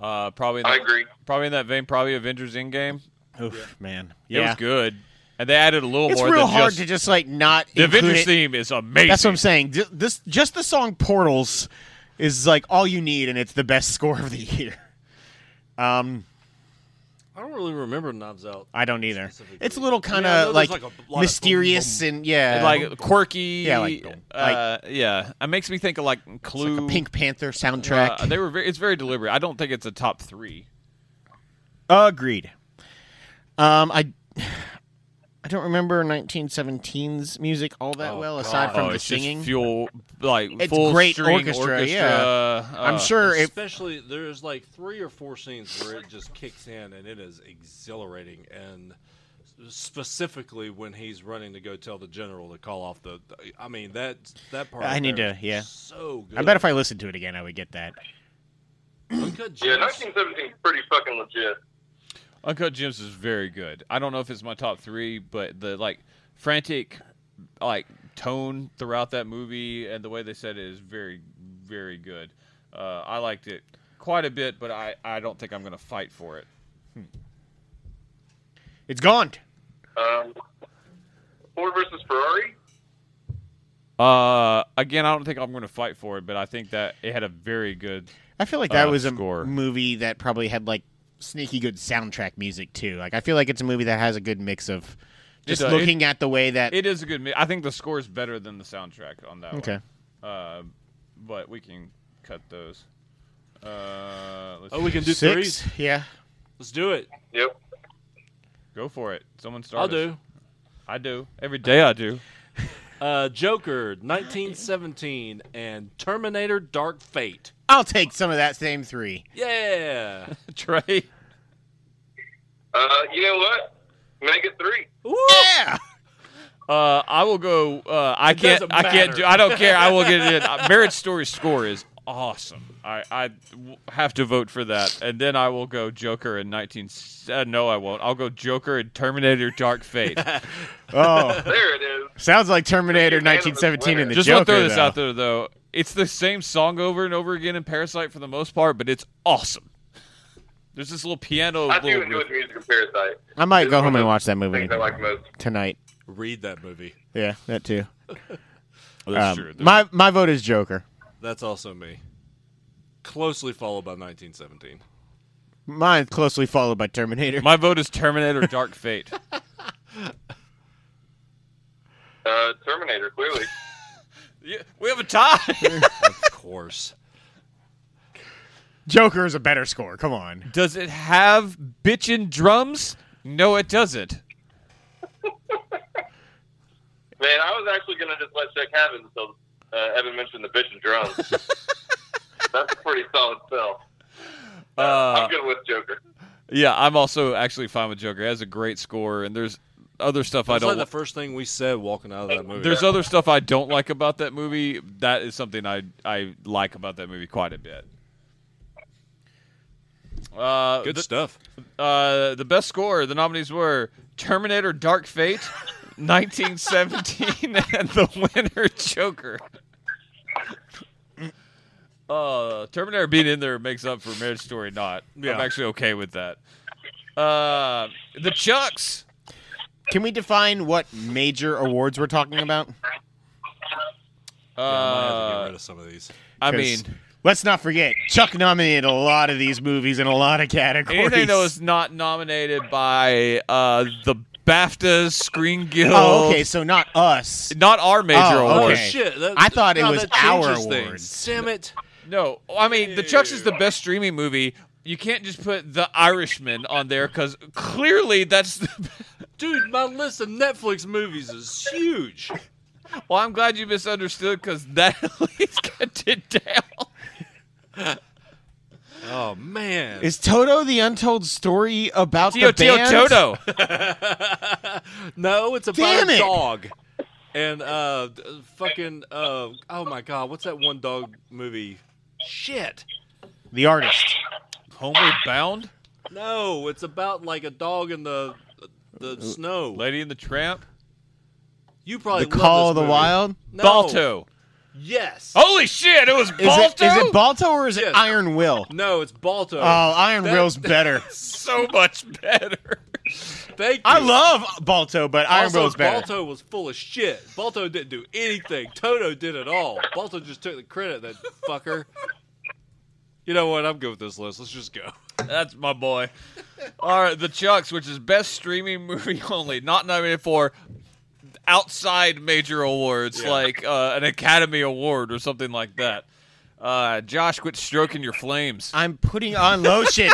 Speaker 1: Uh, probably, in
Speaker 3: I
Speaker 1: that,
Speaker 3: agree.
Speaker 1: probably in that vein. Probably Avengers Endgame.
Speaker 4: Oof, man.
Speaker 1: It was good, and they added a little
Speaker 4: It's
Speaker 1: more.
Speaker 4: real
Speaker 1: than
Speaker 4: hard
Speaker 1: just,
Speaker 4: to just like not
Speaker 1: The
Speaker 4: include
Speaker 1: Avengers
Speaker 4: it.
Speaker 1: theme is amazing.
Speaker 4: That's what I'm saying. Ju- This just the song "Portals" is like all you need, and it's the best score of the year. Um,
Speaker 2: I don't really remember Knives Out.
Speaker 4: I don't either.
Speaker 2: Specifically.
Speaker 4: It's a little kind
Speaker 2: Yeah, I
Speaker 4: of
Speaker 2: know
Speaker 4: like,
Speaker 2: there's like a lot of
Speaker 4: mysterious and yeah,
Speaker 1: And, like quirky. Yeah,
Speaker 4: like, boom.
Speaker 1: uh, yeah. It makes me think of like
Speaker 4: It's like
Speaker 1: Clue.
Speaker 4: a Pink Panther soundtrack.
Speaker 1: Uh, they were. Very, it's very deliberate. I don't think it's a top three.
Speaker 4: Agreed. Um, I I don't remember 1917's music all that
Speaker 2: Oh,
Speaker 4: well,
Speaker 2: God.
Speaker 4: aside from
Speaker 1: oh,
Speaker 4: the
Speaker 1: it's
Speaker 4: singing.
Speaker 1: just fuel like
Speaker 4: It's
Speaker 1: full
Speaker 4: great
Speaker 1: string
Speaker 4: orchestra, yeah.
Speaker 1: uh,
Speaker 4: I'm sure if
Speaker 2: Especially there's like three or four scenes where it just kicks in and it is exhilarating and specifically when he's running to go tell the general to call off the I mean that that part
Speaker 4: I need
Speaker 2: there
Speaker 4: to-
Speaker 2: is
Speaker 4: yeah.
Speaker 2: so good
Speaker 4: I bet if I listened to it again, I would get that.
Speaker 2: Uncut
Speaker 3: Yeah,
Speaker 2: Gems-
Speaker 3: 1917 is pretty fucking legit.
Speaker 1: Uncut Gems is very good. I don't know if it's my top three, but the like frantic like tone throughout that movie and the way they said it is very, very good. Uh, I liked it quite a bit, but I, I don't think I'm gonna fight for it.
Speaker 4: It's gone.
Speaker 3: Um, Ford versus Ferrari.
Speaker 1: Uh, again, I don't think I'm gonna fight for it, but I think that it had a very good
Speaker 4: I feel like that
Speaker 1: Uh,
Speaker 4: was a
Speaker 1: score.
Speaker 4: movie that probably had like sneaky good soundtrack music too. Like I feel like it's a movie that has a good mix of just
Speaker 1: does. It-
Speaker 4: looking at the way that
Speaker 1: It is a good. mi- I think the score is better than the soundtrack on that.
Speaker 4: Okay.
Speaker 1: One. Uh, but we can cut those. Uh, let's
Speaker 2: Oh, we can do
Speaker 4: six.
Speaker 2: threes.
Speaker 4: Yeah.
Speaker 2: Let's do it.
Speaker 3: Yep.
Speaker 1: go for it. Someone start.
Speaker 2: I'll
Speaker 1: us.
Speaker 2: do.
Speaker 1: I do. Every day I do.
Speaker 2: Uh, Joker, 1917, and Terminator: Dark Fate.
Speaker 4: I'll take some of that same three.
Speaker 2: Yeah.
Speaker 1: Trey.
Speaker 3: Uh, you know what? Make it three.
Speaker 2: Woo!
Speaker 4: Yeah.
Speaker 1: Uh, I will go. Uh, I can't.
Speaker 2: doesn't
Speaker 1: I can't.
Speaker 2: matter.
Speaker 1: Do, I don't care. I will get it. in. Uh, Marriage Story score is awesome. I I w- have to vote for that, and then I will go Joker in nineteen. Uh, no, I won't. I'll go Joker and Terminator Dark Fate.
Speaker 4: Oh,
Speaker 3: There it is.
Speaker 4: sounds like Terminator
Speaker 3: You're mad at
Speaker 4: 1917 and the
Speaker 1: Just
Speaker 4: Joker.
Speaker 1: want to throw this
Speaker 4: though.
Speaker 1: out there though. It's the same song over and over again in Parasite for the most part, but it's awesome. There's this little piano.
Speaker 3: I
Speaker 1: little
Speaker 3: do enjoy
Speaker 1: riff.
Speaker 3: the music of Parasite.
Speaker 4: I might
Speaker 3: It's
Speaker 4: go
Speaker 3: one
Speaker 4: home
Speaker 3: of
Speaker 4: and
Speaker 3: the
Speaker 4: watch that movie
Speaker 3: Things I like most.
Speaker 4: tonight.
Speaker 2: Read that movie.
Speaker 4: Yeah, that too.
Speaker 1: That's
Speaker 4: Um,
Speaker 1: true.
Speaker 4: My my vote is Joker.
Speaker 2: That's also me. Closely followed by 1917.
Speaker 4: Mine closely followed by Terminator.
Speaker 1: My vote is Terminator Dark Fate.
Speaker 3: Uh, Terminator, clearly.
Speaker 1: Yeah, we have a tie.
Speaker 2: of course.
Speaker 4: Joker is a better score. Come on.
Speaker 1: Does it have bitchin' drums? No, it doesn't.
Speaker 3: Man, I was actually gonna just let Check have it until uh, Evan mentioned the bitch and drums. That's a pretty solid sell. Uh, I'm good with Joker.
Speaker 1: Yeah, I'm also actually fine with Joker. It has a great score, and there's other stuff I
Speaker 2: That's
Speaker 1: don't.
Speaker 2: like the first thing we said walking out of that movie.
Speaker 1: there's other stuff I don't like about that movie. That is something I I like about that movie quite a bit. Uh,
Speaker 2: good
Speaker 1: the,
Speaker 2: stuff.
Speaker 1: uh, the best score, the nominees were Terminator Dark Fate, 1917, and the winner Joker. Uh, Terminator being in there makes up for Marriage Story not.
Speaker 2: Yeah.
Speaker 1: I'm actually okay with that. Uh, the Chucks.
Speaker 4: Can we define what major awards we're talking about?
Speaker 1: Uh,
Speaker 2: Yeah, I might have to get rid of some of these.
Speaker 1: I
Speaker 4: 'Cause
Speaker 1: mean,
Speaker 4: let's not forget Chuck nominated a lot of these movies in a lot of categories.
Speaker 1: anything that was not nominated by uh, the BAFTA Screen Guild.
Speaker 4: oh, okay, so not us.
Speaker 1: Not our major
Speaker 4: Oh,
Speaker 1: award.
Speaker 4: okay.
Speaker 2: Oh shit! That,
Speaker 4: I thought it
Speaker 2: God,
Speaker 4: was
Speaker 2: that changes
Speaker 4: our
Speaker 2: things.
Speaker 4: awards.
Speaker 2: Damn it!
Speaker 1: No, I mean the Chucks is the best streaming movie. You can't just put The Irishman on there because clearly that's. The,
Speaker 2: Dude, my list of Netflix movies is huge.
Speaker 1: well, I'm glad you misunderstood because that at least got it down.
Speaker 2: Oh man!
Speaker 4: Is Toto the untold story about
Speaker 1: Tio
Speaker 4: the band?
Speaker 1: Tio Toto.
Speaker 2: no, it's about
Speaker 4: Damn
Speaker 2: a
Speaker 4: it.
Speaker 2: dog. And uh, d- fucking uh, oh my god, what's that one dog movie? Shit!
Speaker 4: The artist.
Speaker 1: Homeward Bound,
Speaker 2: No, it's about like a dog in the the snow.
Speaker 1: Lady and the Tramp,
Speaker 2: You probably
Speaker 4: the
Speaker 2: love
Speaker 4: Call
Speaker 2: this
Speaker 4: of the
Speaker 2: movie.
Speaker 4: Wild. Oh!
Speaker 2: No.
Speaker 1: Balto.
Speaker 2: Yes.
Speaker 1: Holy shit! It was
Speaker 4: Is
Speaker 1: Balto.
Speaker 4: it is it Balto or is it
Speaker 2: Yes.
Speaker 4: Iron Will?
Speaker 2: No, it's Balto.
Speaker 4: Oh, Iron
Speaker 2: That-
Speaker 4: Will's better.
Speaker 1: so much better.
Speaker 2: Thank you.
Speaker 4: I love Balto, but Iron
Speaker 2: also,
Speaker 4: Will's better.
Speaker 2: Balto was full of shit. Balto didn't do anything. Toto did it all. Balto just took the credit, that fucker. You know what? I'm good with this list. Let's just go.
Speaker 1: That's my boy. All right, The Chucks, which is best streaming movie only, not nominated for outside major awards
Speaker 2: Yeah.
Speaker 1: like uh, an Academy Award or something like that. Uh, Josh, quit stroking your flames.
Speaker 4: I'm putting on lotion.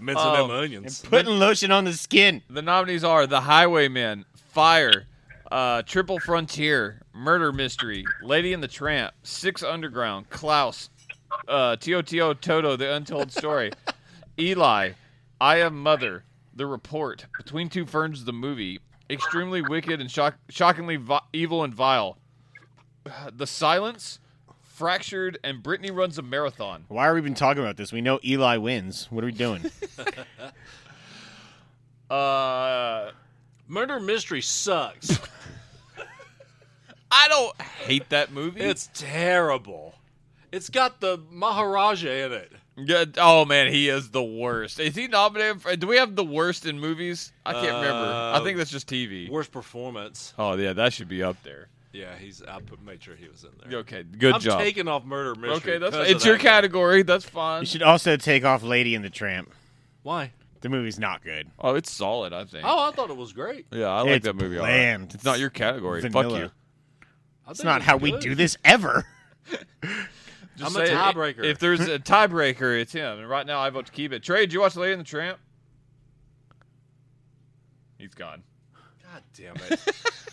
Speaker 2: Mincing
Speaker 1: Oh.
Speaker 2: them onions.
Speaker 4: putting lotion on the skin.
Speaker 1: The nominees are The Highwaymen, Fire, uh, Triple Frontier, Murder Mystery, Lady and the Tramp, Six Underground, Klaus, uh, TOTO Toto, The Untold Story, Eli, I Am Mother, The Report, Between Two Ferns, The Movie, Extremely Wicked and shock- Shockingly vi- Evil and Vile, The Silence, Fractured, and Brittany Runs a Marathon.
Speaker 4: Why are we even talking about this? We know Eli wins. What are we doing?
Speaker 1: Uh,
Speaker 2: Murder Mystery sucks.
Speaker 1: I don't hate that movie.
Speaker 2: it's terrible. It's got the Maharaja in it.
Speaker 1: Yeah, oh man, he is the worst. Is he nominated? For, do we have the worst in movies? I can't remember. I
Speaker 2: Uh,
Speaker 1: think that's just TV.
Speaker 2: Worst performance.
Speaker 1: Oh yeah, that should be up there.
Speaker 2: Yeah, he's. I put, made sure he was in there.
Speaker 1: Okay, good
Speaker 2: I'm
Speaker 1: job.
Speaker 2: taking off Murder Mystery.
Speaker 1: okay, that's
Speaker 2: 'cause of
Speaker 1: it's your
Speaker 2: that.
Speaker 1: category. That's fine.
Speaker 4: you should also take off Lady and the Tramp.
Speaker 2: Why?
Speaker 4: The movie's not good.
Speaker 1: Oh, it's solid. I think.
Speaker 2: Oh, I thought it was great.
Speaker 1: yeah, I like
Speaker 4: it's
Speaker 1: that movie. a lot.
Speaker 4: bland.
Speaker 1: It's not your category. Fuck
Speaker 4: Vanilla.
Speaker 1: you.
Speaker 2: I
Speaker 4: It's
Speaker 2: think
Speaker 4: not
Speaker 2: it's
Speaker 4: how we
Speaker 2: good.
Speaker 4: do this ever.
Speaker 1: Just
Speaker 2: I'm a
Speaker 1: say it.
Speaker 2: tiebreaker.
Speaker 1: If there's a tiebreaker, it's him. And right now, I vote to keep it. Trey, did you watch Lady and the Tramp? He's gone.
Speaker 2: God damn it!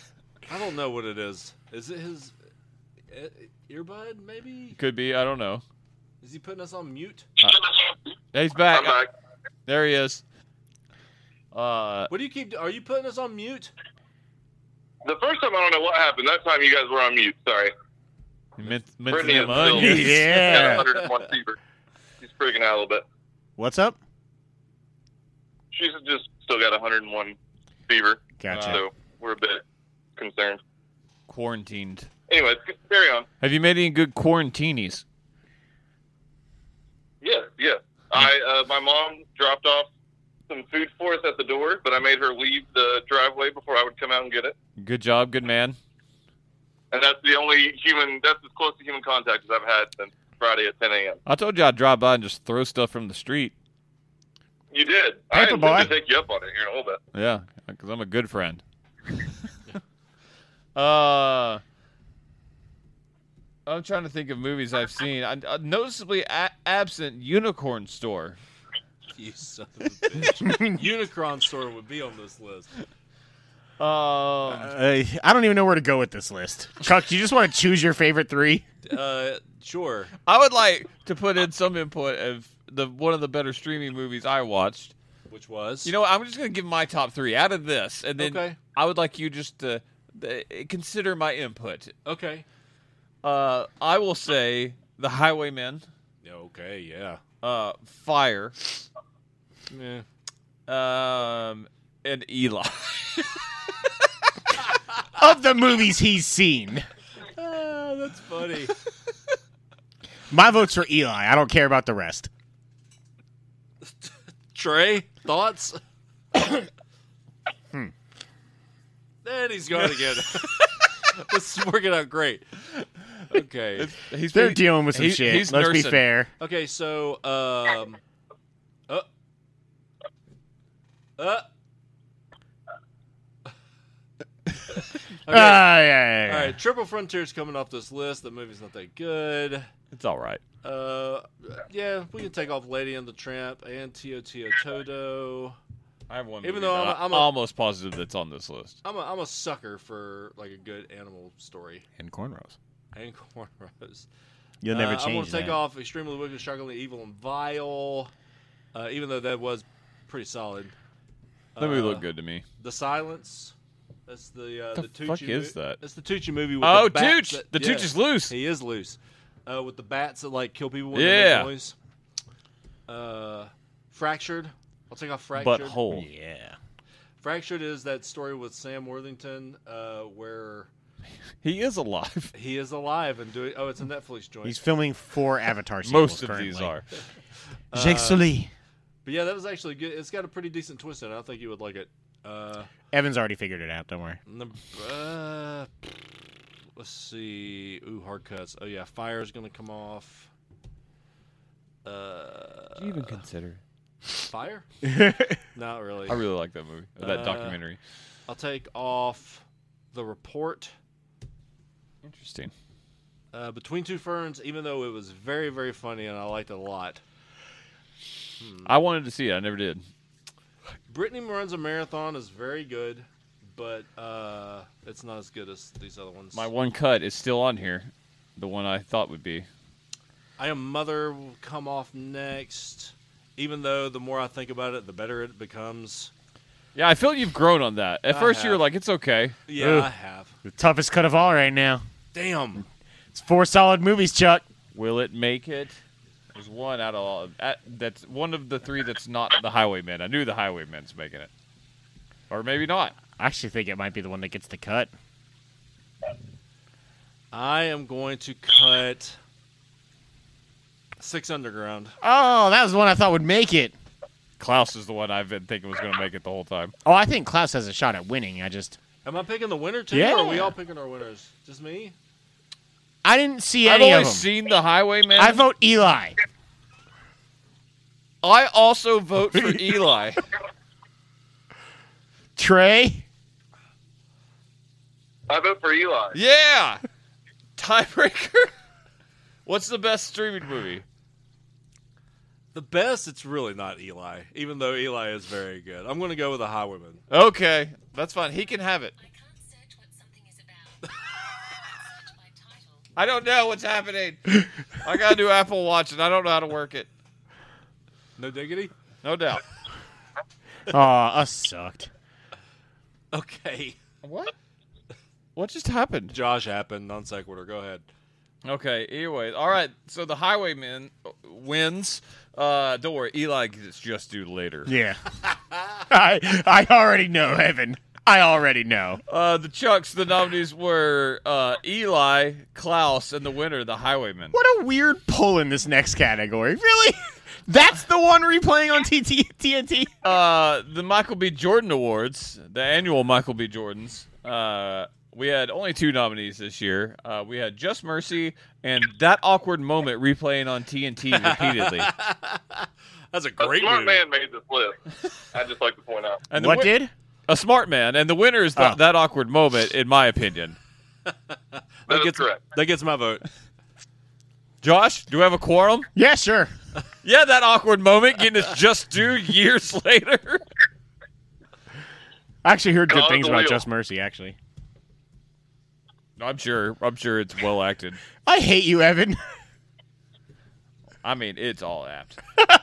Speaker 2: I don't know what it is. Is it his uh, earbud? Maybe
Speaker 1: Could be. I don't know.
Speaker 2: is he putting us on mute?
Speaker 1: Yeah, He's
Speaker 3: I'm
Speaker 1: back.
Speaker 3: back.
Speaker 1: There he is. Uh,
Speaker 2: What do you keep? Are you putting us on mute?
Speaker 3: The first time I don't know what happened. That time you guys were on mute. Sorry.
Speaker 1: mint,
Speaker 3: Brittany
Speaker 1: them
Speaker 3: is still-
Speaker 1: onions.
Speaker 3: Got a
Speaker 4: yeah.
Speaker 3: 101 fever. She's freaking out a little bit.
Speaker 4: What's up?
Speaker 3: She's just still got 101 fever,
Speaker 4: Gotcha.
Speaker 1: Uh,
Speaker 3: so we're a bit concerned.
Speaker 1: Quarantined.
Speaker 3: Anyways, carry on.
Speaker 1: Have you made any good quarantinis?
Speaker 3: Yeah, yeah. I uh, my mom dropped off some food for us at the door, but I made her leave the driveway before I would come out and get it.
Speaker 1: Good job, good man.
Speaker 3: And that's the only human. That's as close to human contact as I've had since Friday at 10 a.m.
Speaker 1: I told you I'd drive by and just throw stuff from the street.
Speaker 3: You did. I
Speaker 4: Paper
Speaker 3: intend to
Speaker 4: boy.
Speaker 3: take you up on it here in a little bit.
Speaker 1: Yeah, because I'm a good friend. uh, I'm trying to think of movies I've seen. I, I noticeably a- absent Unicorn Store.
Speaker 2: You son of a bitch. Unicron store would be on this list.
Speaker 1: Um,
Speaker 4: Uh, I don't even know where to go with this list. Chuck, you just want to choose your favorite three?
Speaker 2: Uh, sure.
Speaker 1: I would like to put in some input of the one of the better streaming movies I watched.
Speaker 2: Which was
Speaker 1: You know, what, I'm just going to give my top three out of this, and then
Speaker 2: Okay.
Speaker 1: I would like you just to uh, consider my input.
Speaker 2: Okay.
Speaker 1: Uh, I will say The Highwaymen,
Speaker 2: Yeah, okay. Yeah.
Speaker 1: uh, Fire,
Speaker 2: Yeah.
Speaker 1: um, and Eli.
Speaker 4: Of the movies he's seen,
Speaker 2: Ah, that's funny.
Speaker 4: my vote's for Eli. I don't care about the rest.
Speaker 2: Trey, thoughts? Hmm. Then he's gone again. this is working out great. Okay.
Speaker 1: He's
Speaker 4: They're
Speaker 1: pretty-
Speaker 4: dealing with some
Speaker 1: he-
Speaker 4: shit.
Speaker 1: he's
Speaker 4: Let's be
Speaker 1: nursing.
Speaker 4: fair.
Speaker 2: Okay, so um uh uh
Speaker 4: Ah, yeah, yeah,
Speaker 2: All
Speaker 4: yeah.
Speaker 2: right, Triple Frontier's coming off this list. The movie's not that good.
Speaker 1: It's all right.
Speaker 2: Uh, yeah, we can take off Lady and the Tramp and Tio Tio Toto.
Speaker 1: I have one.
Speaker 2: Even
Speaker 1: movie
Speaker 2: though
Speaker 1: that
Speaker 2: I'm a-
Speaker 1: I'm,
Speaker 2: I'm a-
Speaker 1: almost positive that's on this list.
Speaker 2: I'm a, I'm a sucker for like a good animal story
Speaker 4: And cornrows.
Speaker 2: and cornrows.
Speaker 4: You'll never
Speaker 2: Uh,
Speaker 4: change
Speaker 2: I want to take
Speaker 4: that.
Speaker 2: off Extremely Wicked, Shockingly Evil, and Vile. Uh, even though that was pretty solid.
Speaker 1: That movie looked
Speaker 2: Uh,
Speaker 1: good to me.
Speaker 2: The Silence. That's the uh,
Speaker 1: The
Speaker 2: the, Tucci
Speaker 1: fuck is
Speaker 2: mo-
Speaker 1: that?
Speaker 2: That's the Tucci movie. With
Speaker 1: Oh,
Speaker 2: the bats
Speaker 1: Tooch!
Speaker 2: that-
Speaker 1: the
Speaker 2: yeah,
Speaker 1: Tooch is loose.
Speaker 2: He is loose. Uh, with the bats that like kill people. When They
Speaker 1: Yeah.
Speaker 2: make noise. Uh, fractured. I'll take off
Speaker 1: But
Speaker 2: fractured.
Speaker 1: whole.
Speaker 4: Yeah.
Speaker 2: Fractured is that story with Sam Worthington, uh, where
Speaker 1: He is alive.
Speaker 2: he is alive and doing. Oh, it's a Netflix joint.
Speaker 4: He's filming four Avatar sequels
Speaker 1: Most of
Speaker 4: currently.
Speaker 1: these are. Uh,
Speaker 4: Jake Sully.
Speaker 2: But yeah, that was actually good. It's got a pretty decent twist in it. I think you would like it. Uh,
Speaker 4: Evan's already figured it out. Don't worry.
Speaker 2: num- uh, let's see. Ooh, hard cuts. Oh yeah, fire's gonna come off. Uh,
Speaker 1: Do you even consider?
Speaker 2: fire? Not really.
Speaker 1: I really like that movie. That
Speaker 2: Uh,
Speaker 1: documentary.
Speaker 2: I'll take off the report.
Speaker 1: Interesting.
Speaker 2: Uh, Between Two Ferns, even though it was very, very funny and I liked it a lot.
Speaker 1: I wanted to see it. I never did.
Speaker 2: Brittany runs a marathon is very good, but uh, it's not as good as these other ones.
Speaker 1: My one cut is still on here. The one I thought would be.
Speaker 2: I Am Mother will come off next. Even though the more I think about it, the better it becomes.
Speaker 1: Yeah, I feel you've grown on that. At
Speaker 2: I
Speaker 1: first, you were
Speaker 2: have.
Speaker 1: like, "It's okay."
Speaker 2: Yeah,
Speaker 4: Ugh.
Speaker 2: I have.
Speaker 4: The toughest cut of all right now.
Speaker 2: Damn.
Speaker 4: It's four solid movies, Chuck.
Speaker 1: Will it make it? There's one out of all. at- that's one of the three that's not the Highwaymen. I knew the Highwaymen's making it, or maybe not.
Speaker 4: I actually think it might be the one that gets the cut.
Speaker 2: I am going to cut Six Underground.
Speaker 4: Oh, that was the one I thought would make it.
Speaker 1: Klaus is the one I've been thinking was going to make it the whole time.
Speaker 4: Oh, I think Klaus has a shot at winning. I just
Speaker 2: Am I picking the winner too?
Speaker 4: Yeah.
Speaker 2: Or are we all picking our winners? Just me?
Speaker 4: I didn't see
Speaker 1: I've
Speaker 4: any
Speaker 1: only
Speaker 4: of them.
Speaker 1: seen the Highwaymen.
Speaker 4: I vote Eli.
Speaker 1: I also vote for Eli.
Speaker 4: Trey.
Speaker 3: I vote for Eli.
Speaker 1: Yeah. Tiebreaker. What's the best streaming movie?
Speaker 2: The best, it's really not Eli, even though Eli is very good. I'm going to go with the Highwayman.
Speaker 1: Okay, that's fine. He can have it.
Speaker 5: I can't search what something is about. I can't search by title.
Speaker 1: I don't know what's happening. I got a new Apple Watch and I don't know how to work it.
Speaker 2: No diggity?
Speaker 1: No doubt.
Speaker 4: Oh, us sucked.
Speaker 2: Okay.
Speaker 1: What? What just happened?
Speaker 2: Josh happened, non sequitur. Go ahead.
Speaker 1: Okay. Anyway, all right. So the Highwayman wins. Uh, don't worry, Eli gets just due later.
Speaker 4: Yeah. I I already know, Evan. I already know.
Speaker 1: Uh, the Chucks. The nominees were uh, Eli, Klaus, and the winner, the Highwayman.
Speaker 4: What a weird pull in this next category. Really? That's the one replaying on TT- TNT?
Speaker 1: Uh, the Michael B. Jordan Awards, the annual Michael B. Jordans. Uh, we had only two nominees this year. Uh, we had Just Mercy and that awkward moment replaying on TNT repeatedly.
Speaker 2: That's a
Speaker 3: A
Speaker 2: great
Speaker 3: smart
Speaker 2: movie.
Speaker 3: man made this list. I'd just like to point out.
Speaker 1: And the
Speaker 4: what
Speaker 1: win-
Speaker 4: did?
Speaker 1: a smart man? And the winner is the,
Speaker 4: Oh.
Speaker 1: that awkward moment, in my opinion.
Speaker 3: That is
Speaker 2: gets,
Speaker 3: correct.
Speaker 2: that gets my vote.
Speaker 1: Josh, do we have a quorum?
Speaker 4: Yeah, sure.
Speaker 1: Yeah, that awkward moment getting its just due years later.
Speaker 4: I actually heard good
Speaker 1: Uh,
Speaker 3: God
Speaker 4: things
Speaker 3: the
Speaker 4: about
Speaker 3: wheel.
Speaker 4: Just Mercy, actually.
Speaker 1: I'm sure. I'm sure it's well acted.
Speaker 4: I hate you, Evan.
Speaker 1: I mean, it's all apt.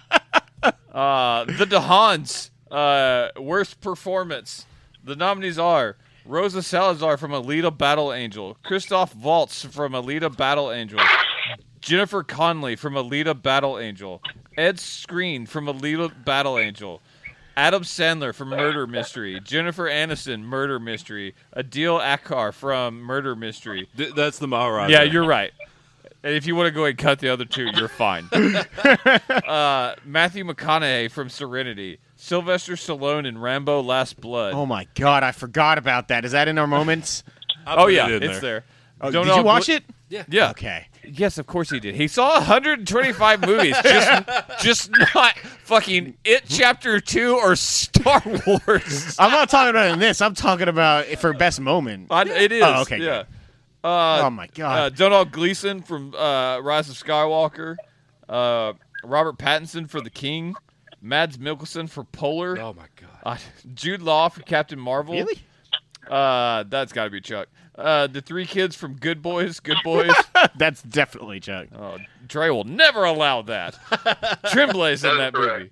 Speaker 1: uh, the DeHans, uh, worst performance. The nominees are Rosa Salazar from Alita Battle Angel, Christoph Waltz from Alita Battle Angel, Jennifer Conley from Alita Battle Angel, Ed Screen from Alita Battle Angel, Adam Sandler from Murder Mystery, Jennifer Aniston, Murder Mystery, Adil Akar from Murder Mystery.
Speaker 2: Th- that's the Maharaja.
Speaker 1: Yeah, you're right. And if you want to go and cut the other two, you're fine. uh, Matthew McConaughey from Serenity, Sylvester Stallone in Rambo: Last Blood.
Speaker 4: oh my god, I forgot about that. Is that in our moments?
Speaker 2: I
Speaker 1: Oh,
Speaker 2: put it
Speaker 1: yeah,
Speaker 2: in
Speaker 1: it's there.
Speaker 4: Oh,
Speaker 1: Don't
Speaker 4: did
Speaker 1: know-
Speaker 4: you watch it?
Speaker 1: Yeah.
Speaker 4: Okay.
Speaker 1: Yes, of course he did. He saw 125 movies, just just not fucking It Chapter Two or Star Wars.
Speaker 4: I'm not talking about it in this. I'm talking about it for best moment.
Speaker 1: I- it is.
Speaker 4: Oh, okay,
Speaker 1: Yeah.
Speaker 4: good.
Speaker 1: Uh,
Speaker 4: oh my
Speaker 1: uh,
Speaker 4: god.
Speaker 1: Donald Gleason from uh, Rise of Skywalker, uh, Robert Pattinson for The King, Mads Mikkelsen for Polar,
Speaker 2: Oh my god.
Speaker 1: uh, Jude Law for Captain Marvel.
Speaker 4: really?
Speaker 1: Uh, that's got to be Chuck. Uh, the three kids from Good Boys, Good Boys.
Speaker 4: That's definitely Chuck.
Speaker 1: oh, Dre will never allow that. Tremblay's in that
Speaker 3: That is
Speaker 1: movie.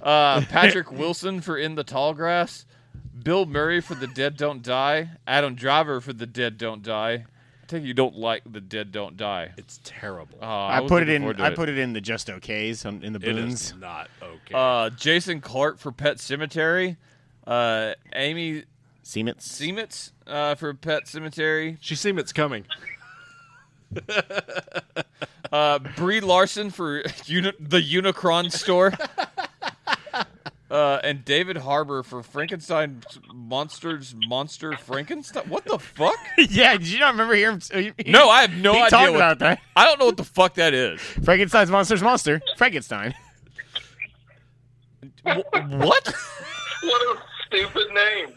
Speaker 1: Uh, Patrick Wilson for In the Tall Grass, Bill Murray for The Dead Don't Die, Adam Driver for The Dead Don't Die. I think you don't like The Dead Don't Die.
Speaker 2: It's terrible.
Speaker 1: Uh,
Speaker 4: I,
Speaker 1: was
Speaker 4: put it
Speaker 1: looking
Speaker 4: in.
Speaker 1: forward to
Speaker 4: I put it in the just okays on, in the
Speaker 2: Oh, it
Speaker 4: boons.
Speaker 2: is not okay.
Speaker 1: Uh, Jason Clark for Pet Cemetery, uh, Amy
Speaker 4: Siemens.
Speaker 1: Seimetz uh, for Pet Cemetery,
Speaker 2: she seemed it's coming.
Speaker 1: uh, Brie Larson for uni- the Unicron store, uh, and David Harbour for Frankenstein Monsters Monster Frankenstein. What the fuck?
Speaker 4: yeah, did you not remember hearing? He, he-
Speaker 1: No, I have no
Speaker 4: he
Speaker 1: idea.
Speaker 4: talked
Speaker 1: What,
Speaker 4: about that.
Speaker 1: I don't know what the fuck that is.
Speaker 4: Frankenstein's monster's monster. Frankenstein.
Speaker 1: Wh- what?
Speaker 3: What a stupid name.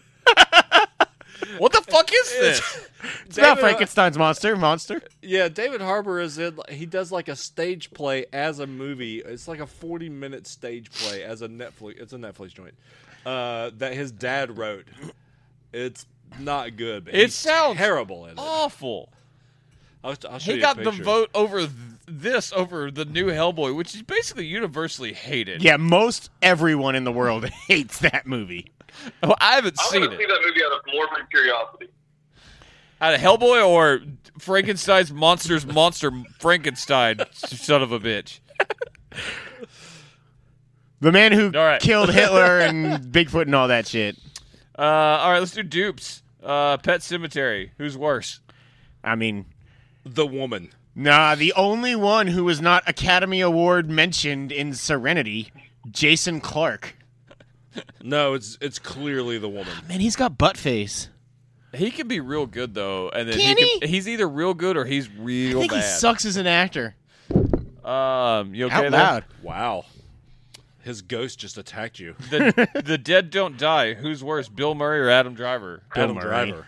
Speaker 1: What the fuck is this?
Speaker 4: It's
Speaker 1: uh,
Speaker 4: about Frankenstein's monster. Monster.
Speaker 2: uh, Yeah, David Harbour is in. He does like a stage play as a movie. It's like a forty-minute stage play as a Netflix. It's a Netflix joint uh, that his dad wrote. It's not good. But
Speaker 1: It
Speaker 2: he's
Speaker 1: sounds
Speaker 2: terrible. In it.
Speaker 1: Awful.
Speaker 2: I'll, I'll show
Speaker 1: He
Speaker 2: you a
Speaker 1: got the
Speaker 2: picture.
Speaker 1: vote over th- this over the new Hellboy, which is basically universally hated.
Speaker 4: Yeah, most everyone in the world hates that movie.
Speaker 1: Oh, I haven't
Speaker 3: I
Speaker 1: seen
Speaker 3: want to see
Speaker 1: it.
Speaker 3: that movie out of morbid curiosity.
Speaker 1: Out of Hellboy or Frankenstein's monsters, monster Frankenstein, son of a bitch.
Speaker 4: The man who
Speaker 1: All right.
Speaker 4: killed Hitler and Bigfoot and all that shit.
Speaker 1: Uh, all right, let's do dupes. Uh, Pet Cemetery. Who's worse?
Speaker 4: I mean,
Speaker 2: The woman.
Speaker 4: nah. The only one who was not Academy Award mentioned in Serenity, Jason Clark.
Speaker 2: No, it's it's clearly the woman.
Speaker 4: Man, he's got butt face.
Speaker 1: He can be real good though, and then
Speaker 4: Can he?
Speaker 1: Can, he's either real good or he's real
Speaker 4: I think
Speaker 1: bad.
Speaker 4: he sucks as an actor.
Speaker 1: Um, you okay
Speaker 4: Out
Speaker 1: there?
Speaker 4: loud.
Speaker 2: Wow. his ghost just attacked you.
Speaker 1: The, the dead don't die. Who's worse, Bill Murray or Adam Driver?
Speaker 4: Bill
Speaker 2: Adam
Speaker 4: Murray.
Speaker 2: Driver.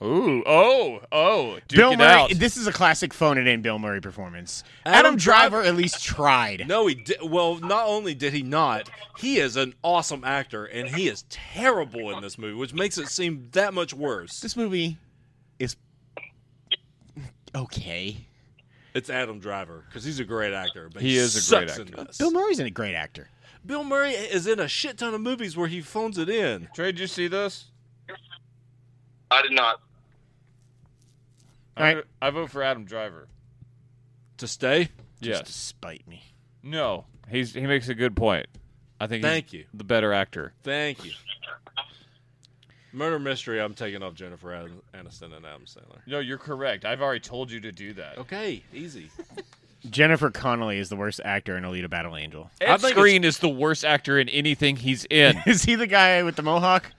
Speaker 1: Ooh, oh, oh, duke
Speaker 4: Bill
Speaker 1: it
Speaker 4: Murray.
Speaker 1: out.
Speaker 4: This is a classic phone it in Bill Murray performance. Adam,
Speaker 2: Adam
Speaker 4: Driver at least tried.
Speaker 2: No, he did. Well, not only did he not, he is an awesome actor, and he is terrible in this movie, which makes it seem that much worse.
Speaker 4: This movie is okay.
Speaker 2: It's Adam Driver because he's a great actor, but
Speaker 1: He
Speaker 2: he,
Speaker 1: is a
Speaker 2: sucks
Speaker 1: great actor.
Speaker 2: In this.
Speaker 4: Bill Murray's a great actor.
Speaker 2: Bill Murray is in a shit ton of movies where he phones it in.
Speaker 1: Trey, did you see this?
Speaker 3: I did not.
Speaker 4: All
Speaker 1: I,
Speaker 4: right.
Speaker 1: vo- I vote for Adam Driver.
Speaker 2: To stay,
Speaker 1: Yes.
Speaker 4: Just to spite me.
Speaker 1: No, he's he makes a good point. I think
Speaker 2: Thank
Speaker 1: he's
Speaker 2: you.
Speaker 1: the better actor.
Speaker 2: thank you. Murder mystery. I'm taking off Jennifer Ad- Aniston and Adam Sandler.
Speaker 1: No, you're correct. I've already told you to do that.
Speaker 2: Okay, easy.
Speaker 4: Jennifer Connelly is the worst actor in Alita Battle Angel.
Speaker 1: Ed
Speaker 2: I think it's-
Speaker 1: Screen is the worst actor in anything he's in.
Speaker 4: Is he the guy with the mohawk?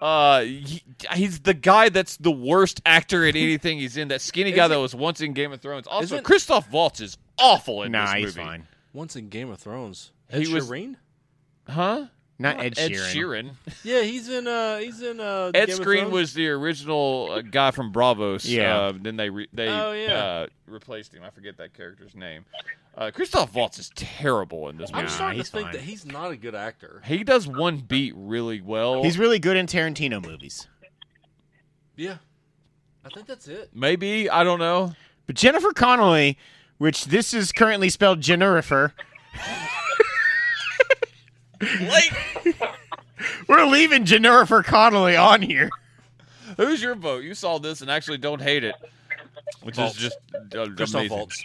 Speaker 1: Uh, he- he's the guy that's the worst actor in anything he's in. That skinny guy that was once in Game of Thrones. Also,
Speaker 2: isn't-
Speaker 1: Christoph Waltz is awful in
Speaker 4: nah,
Speaker 1: this movie.
Speaker 4: he's fine.
Speaker 2: Once in Game of Thrones,
Speaker 1: He
Speaker 2: Ed
Speaker 1: was-
Speaker 2: Sheeran?
Speaker 1: Huh?
Speaker 4: Not Ed
Speaker 1: Ed Sheeran.
Speaker 4: Sheeran.
Speaker 2: Yeah, he's in. Uh, he's in. Uh,
Speaker 1: Ed
Speaker 2: Game of
Speaker 1: Screen
Speaker 2: Thrones.
Speaker 1: was the original uh, guy from Bravos.
Speaker 4: Yeah.
Speaker 1: Uh, then they re- they
Speaker 2: Oh, yeah.
Speaker 1: uh, replaced him. I forget that character's name. Uh, Christoph Waltz is terrible in this
Speaker 2: I'm
Speaker 1: movie.
Speaker 4: Nah,
Speaker 2: starting
Speaker 4: he's
Speaker 2: to think
Speaker 4: fine.
Speaker 2: that he's not a good actor.
Speaker 1: He does one beat really well.
Speaker 4: He's really good in Tarantino movies.
Speaker 2: Yeah, I think that's it.
Speaker 1: Maybe I don't know.
Speaker 4: But Jennifer Connelly, which this is currently spelled Jennifer. We're leaving Jennifer Connelly on here.
Speaker 1: Who's your vote? You saw this and actually don't hate it, which
Speaker 2: Waltz.
Speaker 1: is just uh,
Speaker 2: Christoph
Speaker 1: amazing.
Speaker 2: Waltz.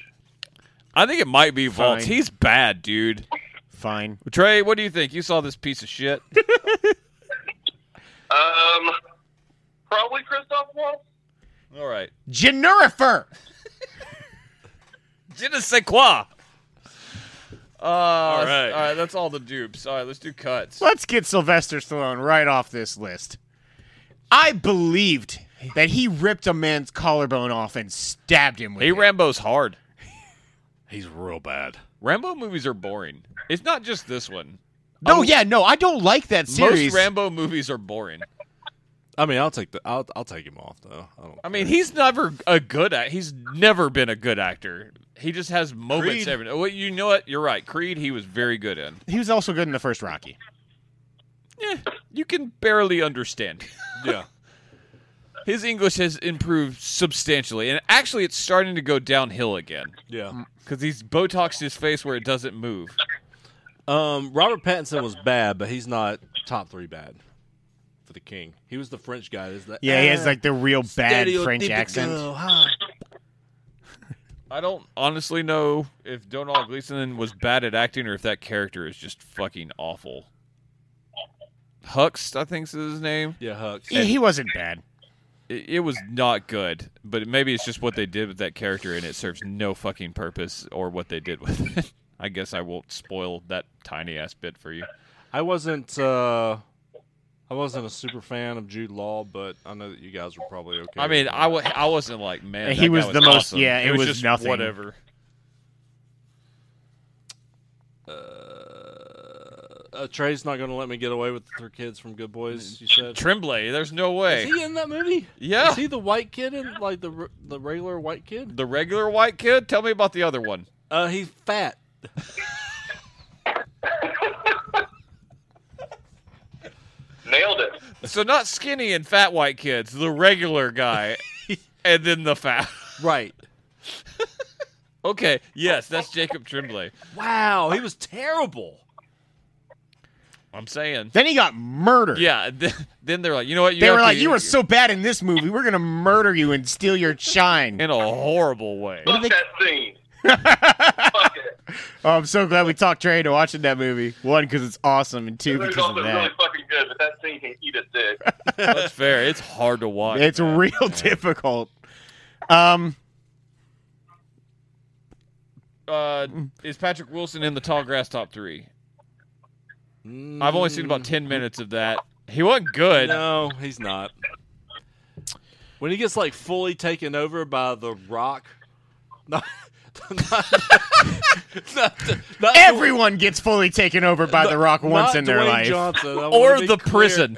Speaker 1: I think it might be Vaults.
Speaker 4: Fine.
Speaker 1: He's bad, dude.
Speaker 4: Fine.
Speaker 1: Trey, what do you think? You saw this piece of shit.
Speaker 3: Um, probably Christoph Waltz.
Speaker 1: All right.
Speaker 4: Jennifer.
Speaker 1: Je ne sais quoi. Uh, all
Speaker 2: right.
Speaker 1: All right. That's all the dupes. All right. Let's do cuts.
Speaker 4: Let's get Sylvester Stallone right off this list. I believed that he ripped a man's collarbone off and stabbed him with
Speaker 1: Hey,
Speaker 4: it.
Speaker 1: Rambo's hard.
Speaker 2: He's real bad.
Speaker 1: Rambo movies are boring. It's not just this one.
Speaker 4: No, yeah, no, I don't like that series.
Speaker 1: Most Rambo movies are boring.
Speaker 2: I mean, I'll take the. I'll, I'll take him off though. I don't.
Speaker 1: I mean, he's never a good act. He's never been a good actor. He just has moments
Speaker 2: Creed.
Speaker 1: every. Well, you know what? You're right. Creed, he was very good in.
Speaker 4: he was also good in the first Rocky.
Speaker 1: Yeah, you can barely understand.
Speaker 2: yeah.
Speaker 1: His English has improved substantially, and actually, it's starting to go downhill again
Speaker 2: Yeah.
Speaker 1: because he's botoxed his face where it doesn't move. Mm.
Speaker 2: Um, Robert Pattinson was bad, but he's not top three bad for the King. He was the French guy. Is that?
Speaker 4: Yeah, he has like the real bad French accent.
Speaker 1: I don't honestly know if Donald Gleason was bad at acting or if that character is just fucking awful. Hux, I think is his name.
Speaker 2: Yeah, Hux.
Speaker 4: Yeah, he wasn't bad.
Speaker 1: It, it was not good, but maybe it's just what they did with that character, and it serves no fucking purpose or what they did with it. I guess I won't spoil that tiny ass bit for you.
Speaker 2: I wasn't. uh I wasn't a super fan of Jude Law, but I know that you guys were probably okay.
Speaker 1: I mean, I, w- I wasn't like man.
Speaker 4: And
Speaker 1: that
Speaker 4: he
Speaker 1: guy
Speaker 4: was the most-
Speaker 1: awesome.
Speaker 4: yeah, it was
Speaker 1: just
Speaker 4: nothing.
Speaker 1: Whatever.
Speaker 2: uh, Trey's not going to let me get away with the three kids from Good
Speaker 1: Mm.
Speaker 2: Boys. You said.
Speaker 1: Tremblay, there's no way.
Speaker 2: Is he in that movie?
Speaker 1: Yeah.
Speaker 2: Is he the white kid in like the r- the regular white kid?
Speaker 1: the regular white kid. Tell me about the other one.
Speaker 2: Uh, he's fat.
Speaker 3: Nailed it.
Speaker 1: So not skinny and fat white kids. The regular guy, and then the fat.
Speaker 2: Right.
Speaker 1: Okay, yes, that's Jacob Tremblay.
Speaker 2: Wow, he was terrible.
Speaker 1: I'm saying.
Speaker 4: Then he got murdered.
Speaker 1: Yeah. Th- then they're like, you know what? You
Speaker 4: They
Speaker 1: have
Speaker 4: were
Speaker 1: to-
Speaker 4: like, "You were so bad in this movie, we're gonna murder you and steal your shine."
Speaker 1: in a horrible way.
Speaker 3: Fuck
Speaker 4: they-
Speaker 3: that scene. Fuck it.
Speaker 4: Oh, I'm so glad we talked Trey into watching that movie. One, because it's awesome, and two,
Speaker 3: They're
Speaker 4: because of
Speaker 3: also really
Speaker 4: that.
Speaker 3: fucking good, but that scene can eat a dick.
Speaker 1: That's fair. It's hard to watch.
Speaker 4: It's
Speaker 1: man.
Speaker 4: real difficult. Um,
Speaker 1: uh, is Patrick Wilson in the Tall Grass top three?
Speaker 2: Mm.
Speaker 1: I've only seen about ten minutes of that. He wasn't good.
Speaker 2: No, he's not. When he gets like fully taken over by the Rock, Not the- not the-
Speaker 4: Everyone gets fully taken over by The Rock once
Speaker 2: not
Speaker 4: in their
Speaker 2: Dwayne
Speaker 4: life.
Speaker 2: Johnson, I wanna
Speaker 1: or
Speaker 2: be
Speaker 1: the
Speaker 2: clear.
Speaker 1: prison.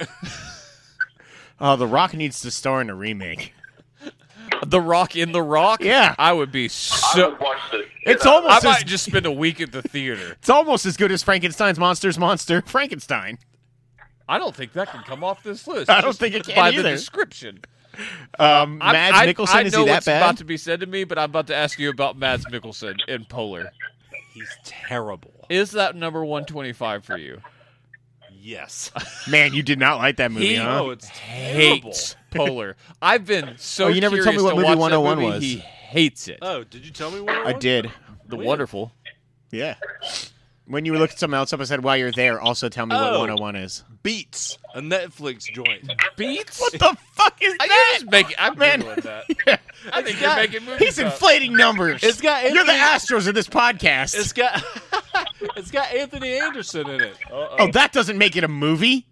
Speaker 4: Oh, The Rock needs to star in a remake.
Speaker 1: the Rock in the Rock.
Speaker 4: Yeah.
Speaker 1: I would be
Speaker 3: I
Speaker 1: so.
Speaker 3: would watch this.
Speaker 4: It's
Speaker 3: Yeah.
Speaker 1: I
Speaker 4: almost as,
Speaker 1: might just spend a week at the theater.
Speaker 4: it's almost as good as Frankenstein's monster's monster Frankenstein.
Speaker 1: I don't think that can come off this list.
Speaker 4: I don't
Speaker 1: just
Speaker 4: think it can
Speaker 1: by the
Speaker 4: either.
Speaker 1: description.
Speaker 4: Um,
Speaker 1: I'm-
Speaker 4: Mads
Speaker 1: Uh, I,
Speaker 4: Mikkelsen
Speaker 1: I
Speaker 4: is
Speaker 1: know
Speaker 4: he that
Speaker 1: what's
Speaker 4: bad?
Speaker 1: about to be said to me, but I'm about to ask you about Mads Mikkelsen in Polar.
Speaker 2: He's terrible.
Speaker 1: Is that number 125 for you?
Speaker 2: Yes.
Speaker 4: Man, you did not like that movie,
Speaker 1: He-
Speaker 4: huh?
Speaker 2: oh, it's terrible.
Speaker 1: Hates Polar. I've been so.
Speaker 4: Oh, you never told me
Speaker 1: curious
Speaker 4: what
Speaker 1: to
Speaker 4: movie
Speaker 1: watch that
Speaker 4: 101
Speaker 1: movie.
Speaker 4: was.
Speaker 1: He hates it.
Speaker 2: Oh, did you tell me what? it
Speaker 4: I
Speaker 2: was?
Speaker 4: did.
Speaker 1: the
Speaker 2: weird.
Speaker 1: wonderful.
Speaker 4: Yeah. When you were looking something else up, I said, while you're there, also tell me what
Speaker 2: Oh.
Speaker 4: 101 is.
Speaker 2: Beats a Netflix joint.
Speaker 1: Beats.
Speaker 4: What the fuck is
Speaker 1: I,
Speaker 4: that?
Speaker 1: you're just making. I'm
Speaker 4: Man.
Speaker 1: Googling that.
Speaker 4: Yeah.
Speaker 1: I think
Speaker 2: got-
Speaker 1: you're making movies.
Speaker 4: He's
Speaker 1: up.
Speaker 4: inflating numbers.
Speaker 2: It's got
Speaker 4: You're the
Speaker 2: Anthony-
Speaker 4: Astros of this podcast.
Speaker 2: It's got it's got Anthony Anderson in it.
Speaker 4: oh, that doesn't make it a movie.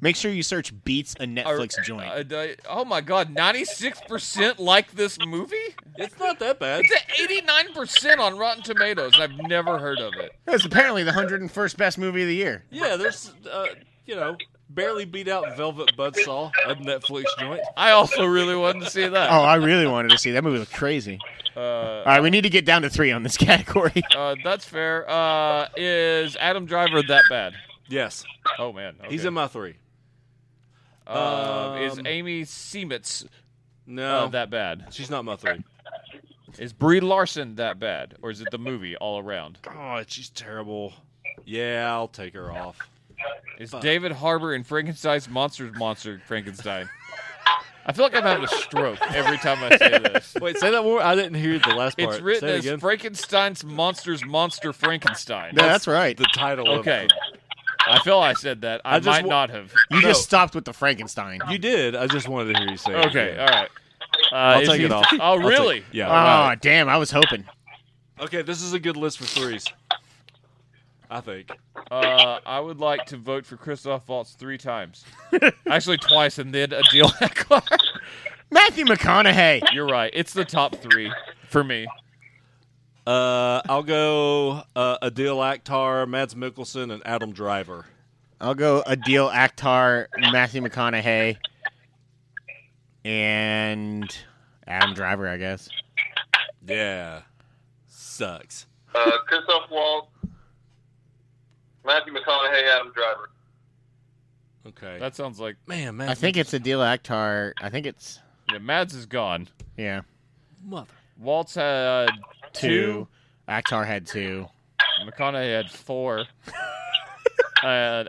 Speaker 4: Make sure you search Beats a Netflix joint.
Speaker 1: Uh, d- oh my god, ninety six percent like this movie.
Speaker 2: It's not that bad.
Speaker 1: It's at eighty nine percent on Rotten Tomatoes, and I've never heard of it.
Speaker 4: That's apparently the 101st best movie of the year.
Speaker 2: Yeah, there's uh, you know barely beat out Velvet Buzzsaw a Netflix joint.
Speaker 1: I also really wanted to see
Speaker 4: Oh,
Speaker 1: that.
Speaker 4: I really wanted to see that movie. Looked crazy.
Speaker 1: Uh,
Speaker 4: All right, we need to get down to three on this category.
Speaker 1: uh, that's fair. Uh, is Adam Driver that bad?
Speaker 2: Yes,
Speaker 1: Oh man, okay.
Speaker 2: he's in my three.
Speaker 1: Um, is
Speaker 2: um,
Speaker 1: Amy Seimetz
Speaker 2: No,
Speaker 1: uh, that bad?
Speaker 2: she's not my three.
Speaker 1: Is Brie Larson that bad, or is it the movie all around?
Speaker 2: Oh, she's terrible. Yeah, I'll take her off.
Speaker 1: Is
Speaker 2: Fuck.
Speaker 1: David Harbour in Frankenstein's Monsters Monster Frankenstein? I feel like I'm having a stroke every time I say this.
Speaker 2: Wait, say that more. I didn't hear the last part.
Speaker 1: It's written
Speaker 2: say it
Speaker 1: as
Speaker 2: again.
Speaker 1: Frankenstein's Monsters Monster Frankenstein.
Speaker 4: No, that's right.
Speaker 2: the title. of
Speaker 1: Okay.
Speaker 2: it.
Speaker 1: I feel I said that. I,
Speaker 2: I just
Speaker 1: might
Speaker 2: wa-
Speaker 1: not have.
Speaker 4: You
Speaker 2: No.
Speaker 4: just stopped with the Frankenstein.
Speaker 2: you did. I just wanted to hear you say. it
Speaker 1: Okay,
Speaker 2: again.
Speaker 1: all right. Uh,
Speaker 2: I'll
Speaker 1: is
Speaker 2: take
Speaker 1: he-
Speaker 2: it off.
Speaker 1: Oh,
Speaker 2: I'll take-
Speaker 1: really?
Speaker 2: yeah.
Speaker 4: Oh, damn. I was hoping.
Speaker 2: Okay, this is a good list for threes. I think.
Speaker 1: Uh, I would like to vote for Christoph Waltz three times. Actually, twice, and then a deal that car.
Speaker 4: Matthew McConaughey.
Speaker 1: You're right. It's the top three for me.
Speaker 2: Uh, I'll go uh, Adil Akhtar, Mads Mikkelsen, and Adam Driver.
Speaker 4: I'll go Adil Akhtar, Matthew McConaughey, and Adam Driver, I guess.
Speaker 2: Yeah, sucks.
Speaker 3: Uh, Christoph Waltz, Matthew McConaughey, Adam Driver.
Speaker 2: Okay,
Speaker 1: That sounds like
Speaker 2: man, man.
Speaker 4: I think it's Adil Akhtar. I think it's
Speaker 1: yeah, Mads is gone.
Speaker 4: yeah.
Speaker 2: mother.
Speaker 1: Waltz had two.
Speaker 4: Two. Akhtar had two.
Speaker 1: McConaughey had four. and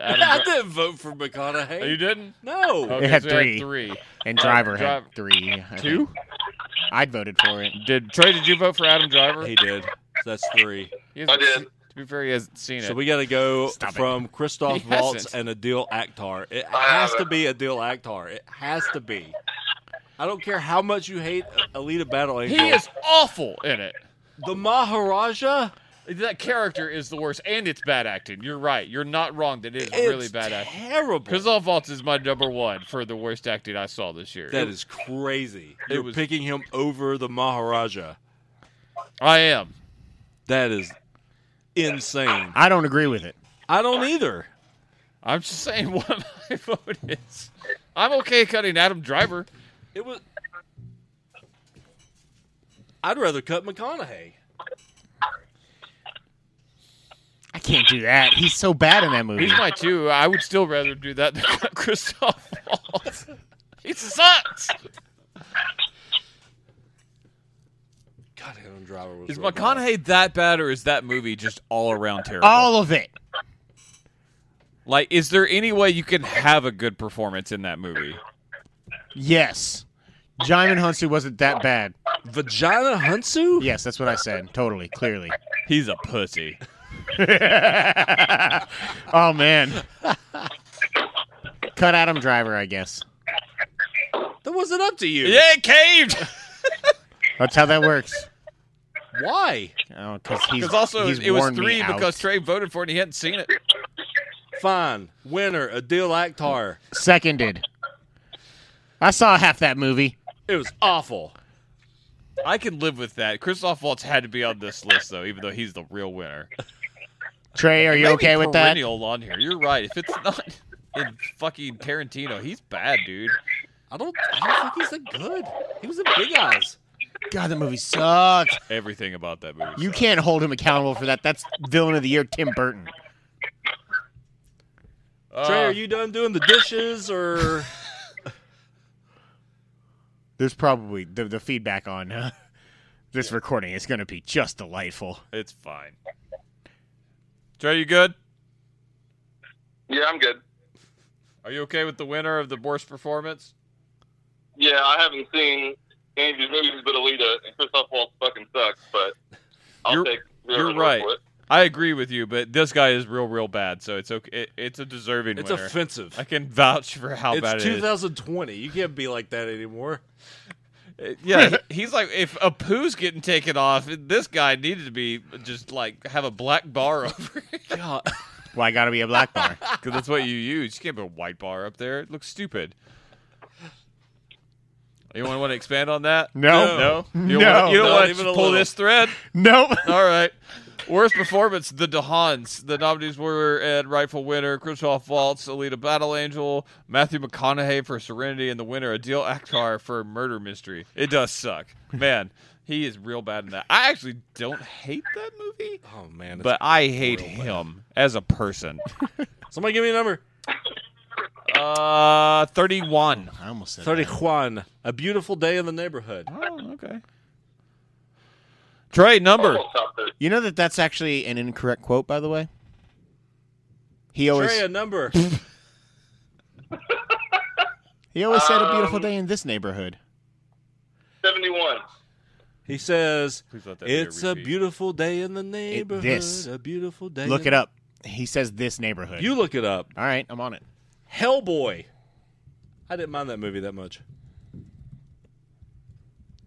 Speaker 2: I
Speaker 1: Adam Dri-
Speaker 2: didn't vote for
Speaker 1: Oh, you
Speaker 2: McConaughey.
Speaker 1: didn't?
Speaker 2: No.
Speaker 1: Okay,
Speaker 4: had
Speaker 1: so
Speaker 4: three.
Speaker 1: three.
Speaker 4: And Driver had
Speaker 1: Uh, Driver.
Speaker 4: three. I think.
Speaker 1: Two?
Speaker 4: I'd voted for it.
Speaker 1: Did Trey? Did you vote for Adam Driver?
Speaker 2: He did. So That's three.
Speaker 1: He hasn't
Speaker 3: I did.
Speaker 1: se- to be fair, he hasn't seen it.
Speaker 2: So we got to go
Speaker 4: Stop it.
Speaker 2: from Christoph
Speaker 1: He
Speaker 2: Waltz
Speaker 1: hasn't.
Speaker 2: and Adil Akhtar. It
Speaker 3: I
Speaker 2: has
Speaker 3: haven't.
Speaker 2: to be Adil Akhtar. It has to be. I don't care how much you hate Alita Battle Angel.
Speaker 1: he is awful in it.
Speaker 2: the Maharaja.
Speaker 1: That character is the worst, and it's bad acting. You're right. You're not wrong. That it is
Speaker 2: It's
Speaker 1: really bad acting.
Speaker 2: Terrible.
Speaker 1: Christoph Waltz is my number one for the worst acting I saw this year.
Speaker 2: That is crazy. You're
Speaker 1: was-
Speaker 2: picking him over the Maharaja.
Speaker 1: I am.
Speaker 2: That is insane.
Speaker 4: I don't agree with it.
Speaker 2: I don't either.
Speaker 1: I'm just saying what my vote is. I'm okay cutting Adam Driver.
Speaker 2: It was. I'd rather cut McConaughey.
Speaker 4: I can't do that. He's so bad in that movie.
Speaker 1: He's my two. I would still rather do that than cut Christoph Waltz. He sucks.
Speaker 2: God, Adam Driver was.
Speaker 1: Is
Speaker 2: real bad.
Speaker 1: McConaughey that bad, or is that movie just all around terrible?
Speaker 4: All of it.
Speaker 1: like, is there any way you can have a good performance in that movie?
Speaker 4: Yes. Jaimin Hunsu wasn't that bad.
Speaker 2: Vagina Hunsu?
Speaker 4: Yes, that's what I said. Totally, clearly.
Speaker 1: He's a pussy.
Speaker 4: oh man. Cut Adam Driver, I guess.
Speaker 2: That wasn't up to you.
Speaker 1: Yeah, it caved.
Speaker 4: That's how that works.
Speaker 2: Why?
Speaker 4: Oh, because he's
Speaker 1: Because also,
Speaker 4: he's
Speaker 1: it was
Speaker 4: worn me
Speaker 1: three
Speaker 4: out.
Speaker 1: because Trey voted for it and he hadn't seen it.
Speaker 2: Fine. Winner, Adil Akhtar.
Speaker 4: seconded. I saw half that movie.
Speaker 2: It was awful.
Speaker 1: I can live with that. Christoph Waltz had to be on this list though, even though he's the real winner.
Speaker 4: Trey, are you
Speaker 1: Maybe
Speaker 4: okay with that?
Speaker 1: perennial on here. You're right. If it's not in fucking Tarantino, he's bad, dude.
Speaker 2: I don't. I don't think he's that good. He was in Big Eyes.
Speaker 4: God, that movie sucked.
Speaker 1: Everything about that movie.
Speaker 4: You
Speaker 1: sucks.
Speaker 4: can't hold him accountable for that. That's villain of the year, Tim Burton.
Speaker 1: Uh,
Speaker 2: Trey, are you done doing the dishes or?
Speaker 4: There's probably the, the feedback on uh, this recording is going to be just delightful.
Speaker 1: It's fine. Trey, you good?
Speaker 3: Yeah, I'm good.
Speaker 1: Are you okay with the winner of the worst performance?
Speaker 3: Yeah, I haven't seen any of these movies but Alita, and Christoph Waltz fucking sucks, but I'll
Speaker 1: You're-
Speaker 3: take the
Speaker 1: you're
Speaker 3: reward
Speaker 1: right.
Speaker 3: for it.
Speaker 1: I agree with you, but this guy is real, real bad. So it's okay. It, it's a deserving
Speaker 2: it's
Speaker 1: winner.
Speaker 2: offensive.
Speaker 1: I can vouch for how bad
Speaker 2: it's
Speaker 1: it is.
Speaker 2: 2020. You can't be like that anymore.
Speaker 1: It- Yeah, he- he's like if Apu's getting taken off, this guy needed to be just like have a black bar over because
Speaker 4: Why got to be a black bar?
Speaker 1: that's what you use. You can't put a white bar up there; it looks stupid. Anyone want to expand on that?
Speaker 4: No.
Speaker 1: no, you don't
Speaker 4: No.
Speaker 1: want, you don't
Speaker 2: Not
Speaker 1: want to
Speaker 2: even a
Speaker 1: pull
Speaker 2: little.
Speaker 1: this thread.
Speaker 4: nope.
Speaker 1: All right. Worst performance, the DeHans. The nominees were and rightful winner, Christoph Waltz, Alita Battle Angel, Matthew McConaughey for Serenity, and the winner, Adil Akhtar for Murder Mystery. It does suck. Man, he is real bad in that. I actually don't hate that movie,
Speaker 2: Oh man.
Speaker 1: but
Speaker 2: But
Speaker 1: I hate him as a person.
Speaker 2: somebody give me a number.
Speaker 1: Uh, 31.
Speaker 4: I almost said
Speaker 2: Thirty
Speaker 4: that.
Speaker 2: Juan. A beautiful day in the neighborhood.
Speaker 1: Oh, okay. Trey, number.
Speaker 3: Almost top thirty.
Speaker 4: You know that that's actually an incorrect quote, by the way. He always
Speaker 2: Trey, a number.
Speaker 4: he always said a beautiful
Speaker 3: Um,
Speaker 4: day in this neighborhood.
Speaker 3: 71.
Speaker 2: He says,
Speaker 1: Please let that be a
Speaker 2: "It's a
Speaker 1: repeat.
Speaker 2: beautiful day in the neighborhood.
Speaker 4: this.
Speaker 2: A beautiful day.
Speaker 4: Look
Speaker 2: in-
Speaker 4: it up. He says this neighborhood.
Speaker 2: You look it up.
Speaker 4: All right, I'm on it.
Speaker 2: Hellboy. I didn't mind that movie that much.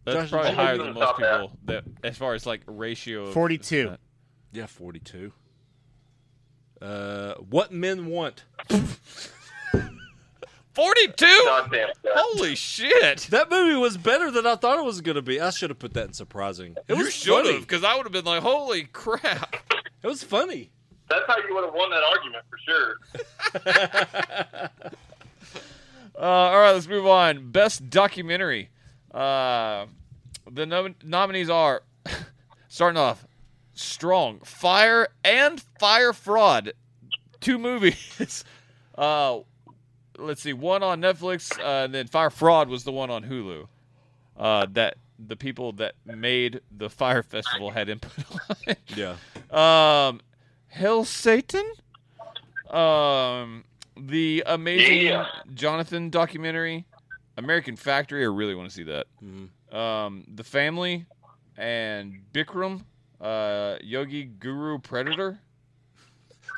Speaker 1: That's
Speaker 2: Josh,
Speaker 1: probably
Speaker 2: you
Speaker 1: higher
Speaker 3: know
Speaker 1: than most
Speaker 3: about that.
Speaker 1: people that, as far as like ratio. Of
Speaker 4: 42.
Speaker 2: Yeah, forty-two. Uh, what men want.
Speaker 1: 42?
Speaker 3: God damn.
Speaker 1: Holy shit.
Speaker 2: That movie was better than I thought it was going to be. I should have put that in surprising. It
Speaker 1: you
Speaker 2: was
Speaker 1: should
Speaker 2: funny.
Speaker 1: have, because I would have been like, holy crap.
Speaker 2: It was funny.
Speaker 3: That's how you would have won that argument for sure.
Speaker 1: Uh, all right, let's move on. Best documentary. Uh, the nom- nominees are starting off Strong, Fire, and Fire Fraud. Two movies. Uh, let's see, one on Netflix, uh, and then Fire Fraud was the one on Hulu. Uh, that the people that made the Fire Festival had input on it.
Speaker 2: Yeah.
Speaker 1: Um, Hell Satan. Um, the amazing
Speaker 3: Yeah.
Speaker 1: Jonathan documentary, American Factory. I really want to see that.
Speaker 2: Mhm.
Speaker 1: Um, the Family, and Bikram, uh, Yogi Guru Predator.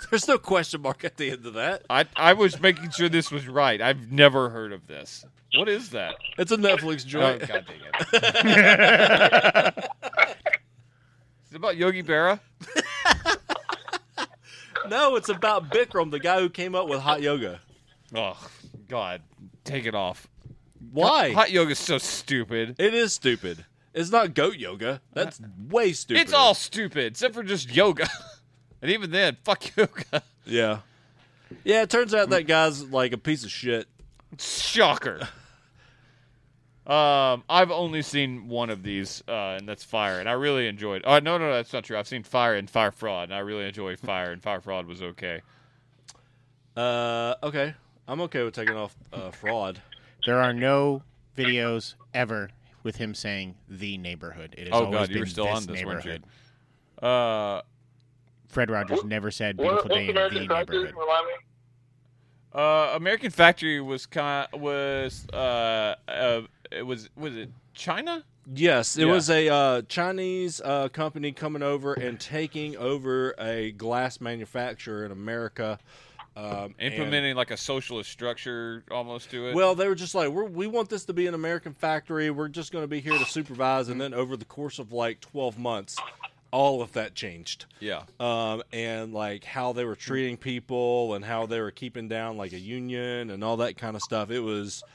Speaker 2: There's no question mark at the end of that.
Speaker 1: I I was making sure this was right. I've never heard of this. What is that?
Speaker 2: It's a Netflix
Speaker 1: Oh,
Speaker 2: joint.
Speaker 1: God dang it! Is it about Yogi Berra?
Speaker 2: no, it's about Bikram, the guy who came up with hot yoga.
Speaker 1: Oh God, take it off.
Speaker 2: Why?
Speaker 1: Hot yoga's so stupid.
Speaker 2: It is stupid. It's not goat yoga. That's way stupid.
Speaker 1: It's all stupid, except for just yoga. and even then, fuck yoga.
Speaker 2: Yeah. Yeah, it turns out that guy's like a piece of shit.
Speaker 1: Shocker. Um, I've only seen one of these, uh, and that's Fire, and I really enjoyed. Oh no, no, no, that's not true. I've seen Fire and Fire Fraud, and I really enjoyed Fire, and Fire Fraud was okay.
Speaker 2: Uh, okay. I'm okay with taking off uh, fraud.
Speaker 4: There are no videos ever with him saying the neighborhood. It has
Speaker 1: Oh,
Speaker 4: always
Speaker 1: God, you
Speaker 4: been
Speaker 1: were still
Speaker 4: this
Speaker 1: on this, weren't you?
Speaker 4: neighborhood.
Speaker 1: Uh,
Speaker 4: Fred Rogers never said
Speaker 3: What,
Speaker 4: beautiful
Speaker 3: what's
Speaker 4: day in the
Speaker 3: American Factory?
Speaker 4: neighborhood.
Speaker 3: Remind me.
Speaker 1: uh, American Factory was kind was uh, uh, it was was it China?
Speaker 2: Yes, it
Speaker 1: Yeah.
Speaker 2: was a uh, Chinese uh, company coming over and taking over a glass manufacturer in America. Um, and-
Speaker 1: Implementing like a socialist structure almost to it.
Speaker 2: well, they were just like, we're, we want this to be an American factory. We're just going to be here to supervise. And then over the course of like 12 months, all of that changed.
Speaker 1: yeah.
Speaker 2: Um, and like how they were treating people and how they were keeping down like a union and all that kind of stuff. It was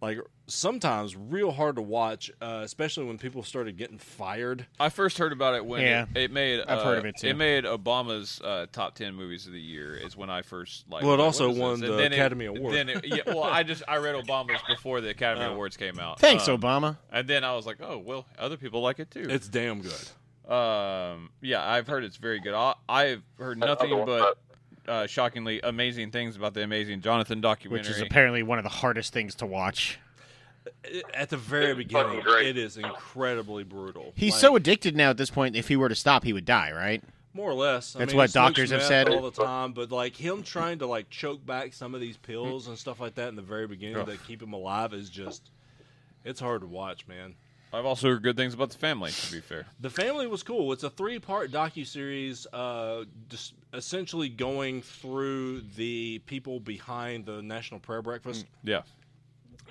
Speaker 2: like sometimes real hard to watch, uh, especially when people started getting fired.
Speaker 1: I first heard about it when
Speaker 4: Yeah.
Speaker 1: it, it made.
Speaker 4: I've
Speaker 1: uh,
Speaker 4: heard of it, too.
Speaker 1: It made Obama's uh, top ten movies of the year. Is when I first like.
Speaker 2: Well, it
Speaker 1: like,
Speaker 2: also
Speaker 1: what is
Speaker 2: won
Speaker 1: this?
Speaker 2: the
Speaker 1: And then it-
Speaker 2: Academy Award.
Speaker 1: Then it, yeah, well, I just I read Obama's before the Academy
Speaker 2: Oh.
Speaker 1: Awards came out.
Speaker 4: Thanks,
Speaker 1: Um,
Speaker 4: Obama.
Speaker 1: And then I was like, oh well, other people like it too.
Speaker 2: It's damn good.
Speaker 1: Um, yeah, I've heard it's very good. I, I've heard nothing but uh, shockingly amazing things about the Amazing Jonathan documentary.
Speaker 4: Which is apparently one of the hardest things to watch.
Speaker 2: I- At the very beginning,
Speaker 3: great.
Speaker 2: it is incredibly brutal.
Speaker 4: He's
Speaker 2: Like,
Speaker 4: so addicted now at this point. If he were to stop, he would die, right?
Speaker 2: more or less. I
Speaker 4: That's
Speaker 2: mean,
Speaker 4: what
Speaker 2: he smokes
Speaker 4: doctors have
Speaker 2: meth
Speaker 4: said.
Speaker 2: all the time. But like him trying to like choke back some of these pills and stuff like that in the very beginning that keep him alive is just. It's hard to watch, man.
Speaker 1: I've also heard good things about the family. To be fair,
Speaker 2: The Family was cool. It's a three-part docu-series, uh, just essentially going through the people behind the National Prayer Breakfast,
Speaker 1: yeah,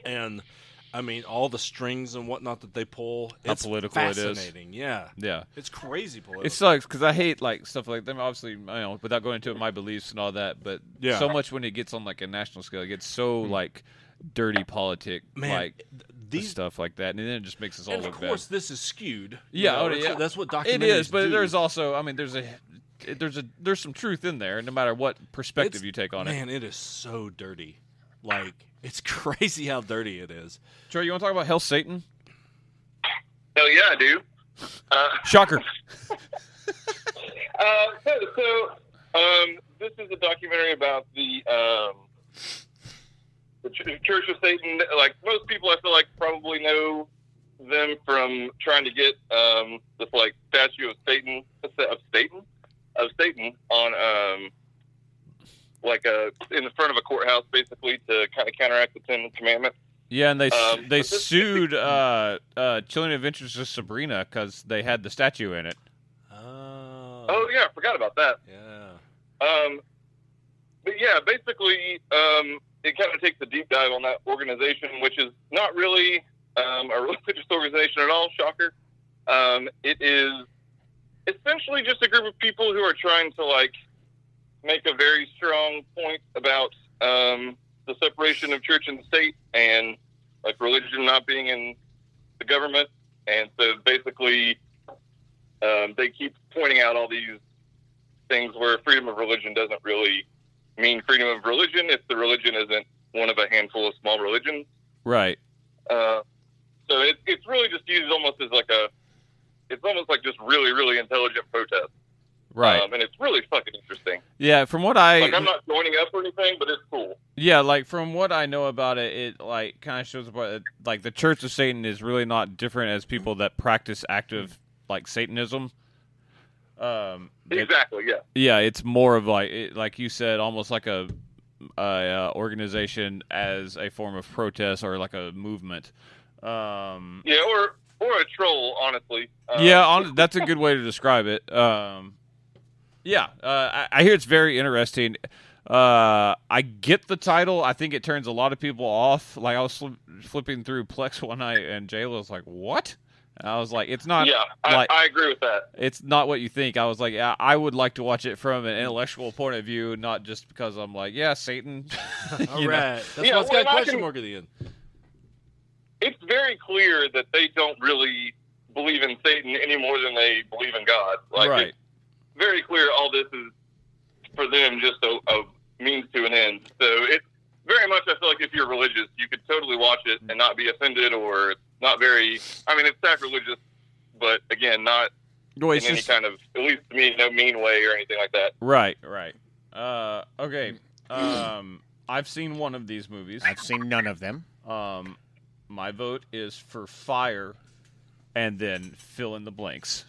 Speaker 2: and I mean all the strings and whatnot that they pull.
Speaker 1: How
Speaker 2: it's
Speaker 1: political it is.
Speaker 2: fascinating. Yeah,
Speaker 1: yeah.
Speaker 2: it's crazy political.
Speaker 1: It sucks because I hate like stuff like them. Obviously, you know, without going into it, my beliefs and all that. But
Speaker 2: Yeah. Mm.
Speaker 1: so much when it gets on like a national scale, it gets so like dirty politic,
Speaker 2: Man,
Speaker 1: like
Speaker 2: th- these
Speaker 1: stuff like that, and then it just makes us all
Speaker 2: and
Speaker 1: look
Speaker 2: of course
Speaker 1: bad.
Speaker 2: this is skewed. you
Speaker 1: Yeah,
Speaker 2: know,
Speaker 1: oh,
Speaker 2: it's-
Speaker 1: yeah.
Speaker 2: that's what documentaries
Speaker 1: It is, but
Speaker 2: do.
Speaker 1: there's also, I mean, there's a, there's a, there's some truth in there, no matter what perspective
Speaker 2: It's-
Speaker 1: you take on it.
Speaker 2: Man, it is so dirty. Like it's crazy how dirty it is.
Speaker 1: Troy, you want to talk about hell, Satan?
Speaker 3: Hell yeah, I do. Uh,
Speaker 1: Shocker.
Speaker 3: Uh, so, so um, this is a documentary about the um, the Ch- Church of Satan. Like most people, I feel like probably know them from trying to get um, this like statue of Satan of Satan of Satan on um, like a in the front of a courthouse, basically to kind of counteract the Ten Commandments.
Speaker 1: Yeah, and they s
Speaker 3: Um,
Speaker 1: they
Speaker 3: but this-
Speaker 1: sued uh, uh, Chilling Adventures of Sabrina because they had the statue in it.
Speaker 2: Oh,
Speaker 3: Oh yeah, I forgot about that.
Speaker 2: yeah.
Speaker 3: Um, but yeah, basically, um, it kind of takes a deep dive on that organization, which is not really um, a religious organization at all. Shocker. Um, it is essentially just a group of people who are trying to like make a very strong point about um, the separation of church and state, and like religion not being in the government. And so basically, um, they keep pointing out all these things where freedom of religion doesn't really mean freedom of religion if the religion isn't one of a handful of small religions.
Speaker 1: Right.
Speaker 3: Uh, so it, it's really just used almost as like a, it's almost like just really, really intelligent protest.
Speaker 1: Right.
Speaker 3: Um, and it's really fucking interesting.
Speaker 1: yeah. From what I
Speaker 3: Like, I'm not joining up or anything, but it's cool.
Speaker 1: yeah, like from what I know about it, it like kind of shows about like the Church of Satan is really not different as people that practice active like Satanism. Um. that-
Speaker 3: Exactly, yeah.
Speaker 1: yeah, it's more of like it, like you said, almost like a, a uh, organization as a form of protest or like a movement. Um.
Speaker 3: Yeah, or or a troll, honestly. Um,
Speaker 1: yeah, on, that's a good way to describe it. Um, yeah, uh, I, I hear it's very interesting. Uh, I get the title. I think it turns a lot of people off. Like I was flip, flipping through Plex one night, and Jayla was like, "What?" And I was like, "It's not.
Speaker 3: Yeah, I,
Speaker 1: like,
Speaker 3: I agree with that.
Speaker 1: it's not what you think." I was like, I, "I would like to watch it from an intellectual point of view, not just because I'm like, yeah, Satan."
Speaker 2: All right.
Speaker 1: You know?
Speaker 2: That's
Speaker 3: Yeah,
Speaker 2: why it's
Speaker 3: well,
Speaker 2: got a
Speaker 3: I
Speaker 2: question
Speaker 3: can-
Speaker 2: mark at the end.
Speaker 3: It's very clear that they don't really believe in Satan any more than they believe in God. Like,
Speaker 1: right.
Speaker 3: very clear all this is for them just a, a means to an end. So it's very much, I feel like if you're religious, you could totally watch it and not be offended or not very, I mean, it's sacrilegious, but again, not
Speaker 1: Well, it's
Speaker 3: in
Speaker 1: just-
Speaker 3: any kind of, at least to me, no mean way or anything like that.
Speaker 1: right. Right. Uh, okay. Um, I've seen one of these movies.
Speaker 4: I've seen none of them.
Speaker 1: Um, my vote is for fire, and then fill in the blanks.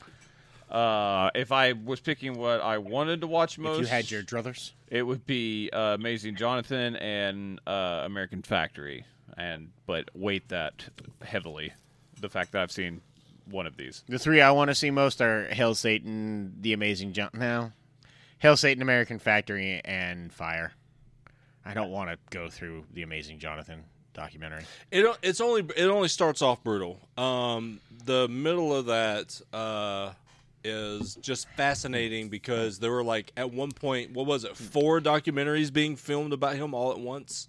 Speaker 1: Uh, if I was picking what I wanted to watch most,
Speaker 4: If you had your druthers,
Speaker 1: it would be uh, Amazing Jonathan and uh, American Factory, and but weight that heavily. The fact that I've seen one of these.
Speaker 4: the three I want to see most are Hail Satan, The Amazing John. Now, Hail Satan, American Factory, and Fire. I don't want to go through The Amazing Jonathan documentary.
Speaker 2: It o- it's only it only starts off brutal. Um, the middle of that uh, is just fascinating because there were like at one point, what was it, four documentaries being filmed about him all at once.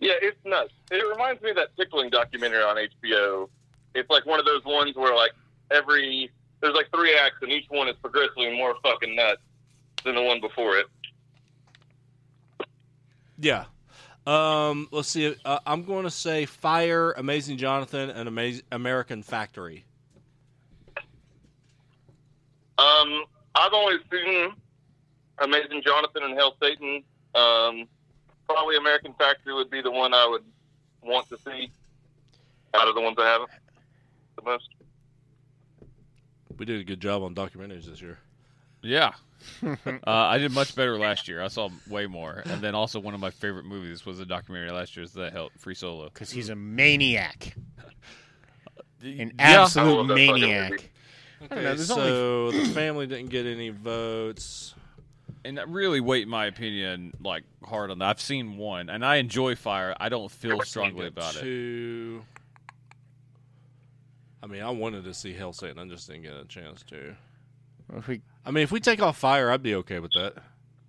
Speaker 3: Yeah, it's nuts. It reminds me of that tickling documentary on HBO. It's like one of those ones where like every there's like three acts and each one is progressively more fucking nuts than the one before it.
Speaker 2: Yeah. Um, let's see. Uh, I'm going to say Fire, Amazing Jonathan, and Amaz- American Factory.
Speaker 3: Um, I've always seen Amazing Jonathan and Hell Satan. Um, probably American Factory would be the one I would want to see out of the ones I haven't the most.
Speaker 2: We did a good job on documentaries this year.
Speaker 1: Yeah. uh, I did much better last year. I saw way more, and then also one of my favorite movies was a documentary last year. So that helped. Free Solo.
Speaker 4: because he's a maniac, an
Speaker 1: Yeah.
Speaker 3: I
Speaker 4: absolute
Speaker 3: love that fucking
Speaker 4: maniac.
Speaker 3: movie.
Speaker 2: Okay,
Speaker 4: know, there's
Speaker 2: so the family didn't get any votes.
Speaker 1: and I really weight my opinion like hard on that. I've seen one, and I enjoy Fire. I don't feel strongly about it.
Speaker 2: Two. I mean, I wanted to see Hell Satan. I just didn't get a chance to.
Speaker 4: If we-
Speaker 2: I mean, if we take off Fire, I'd be okay with that.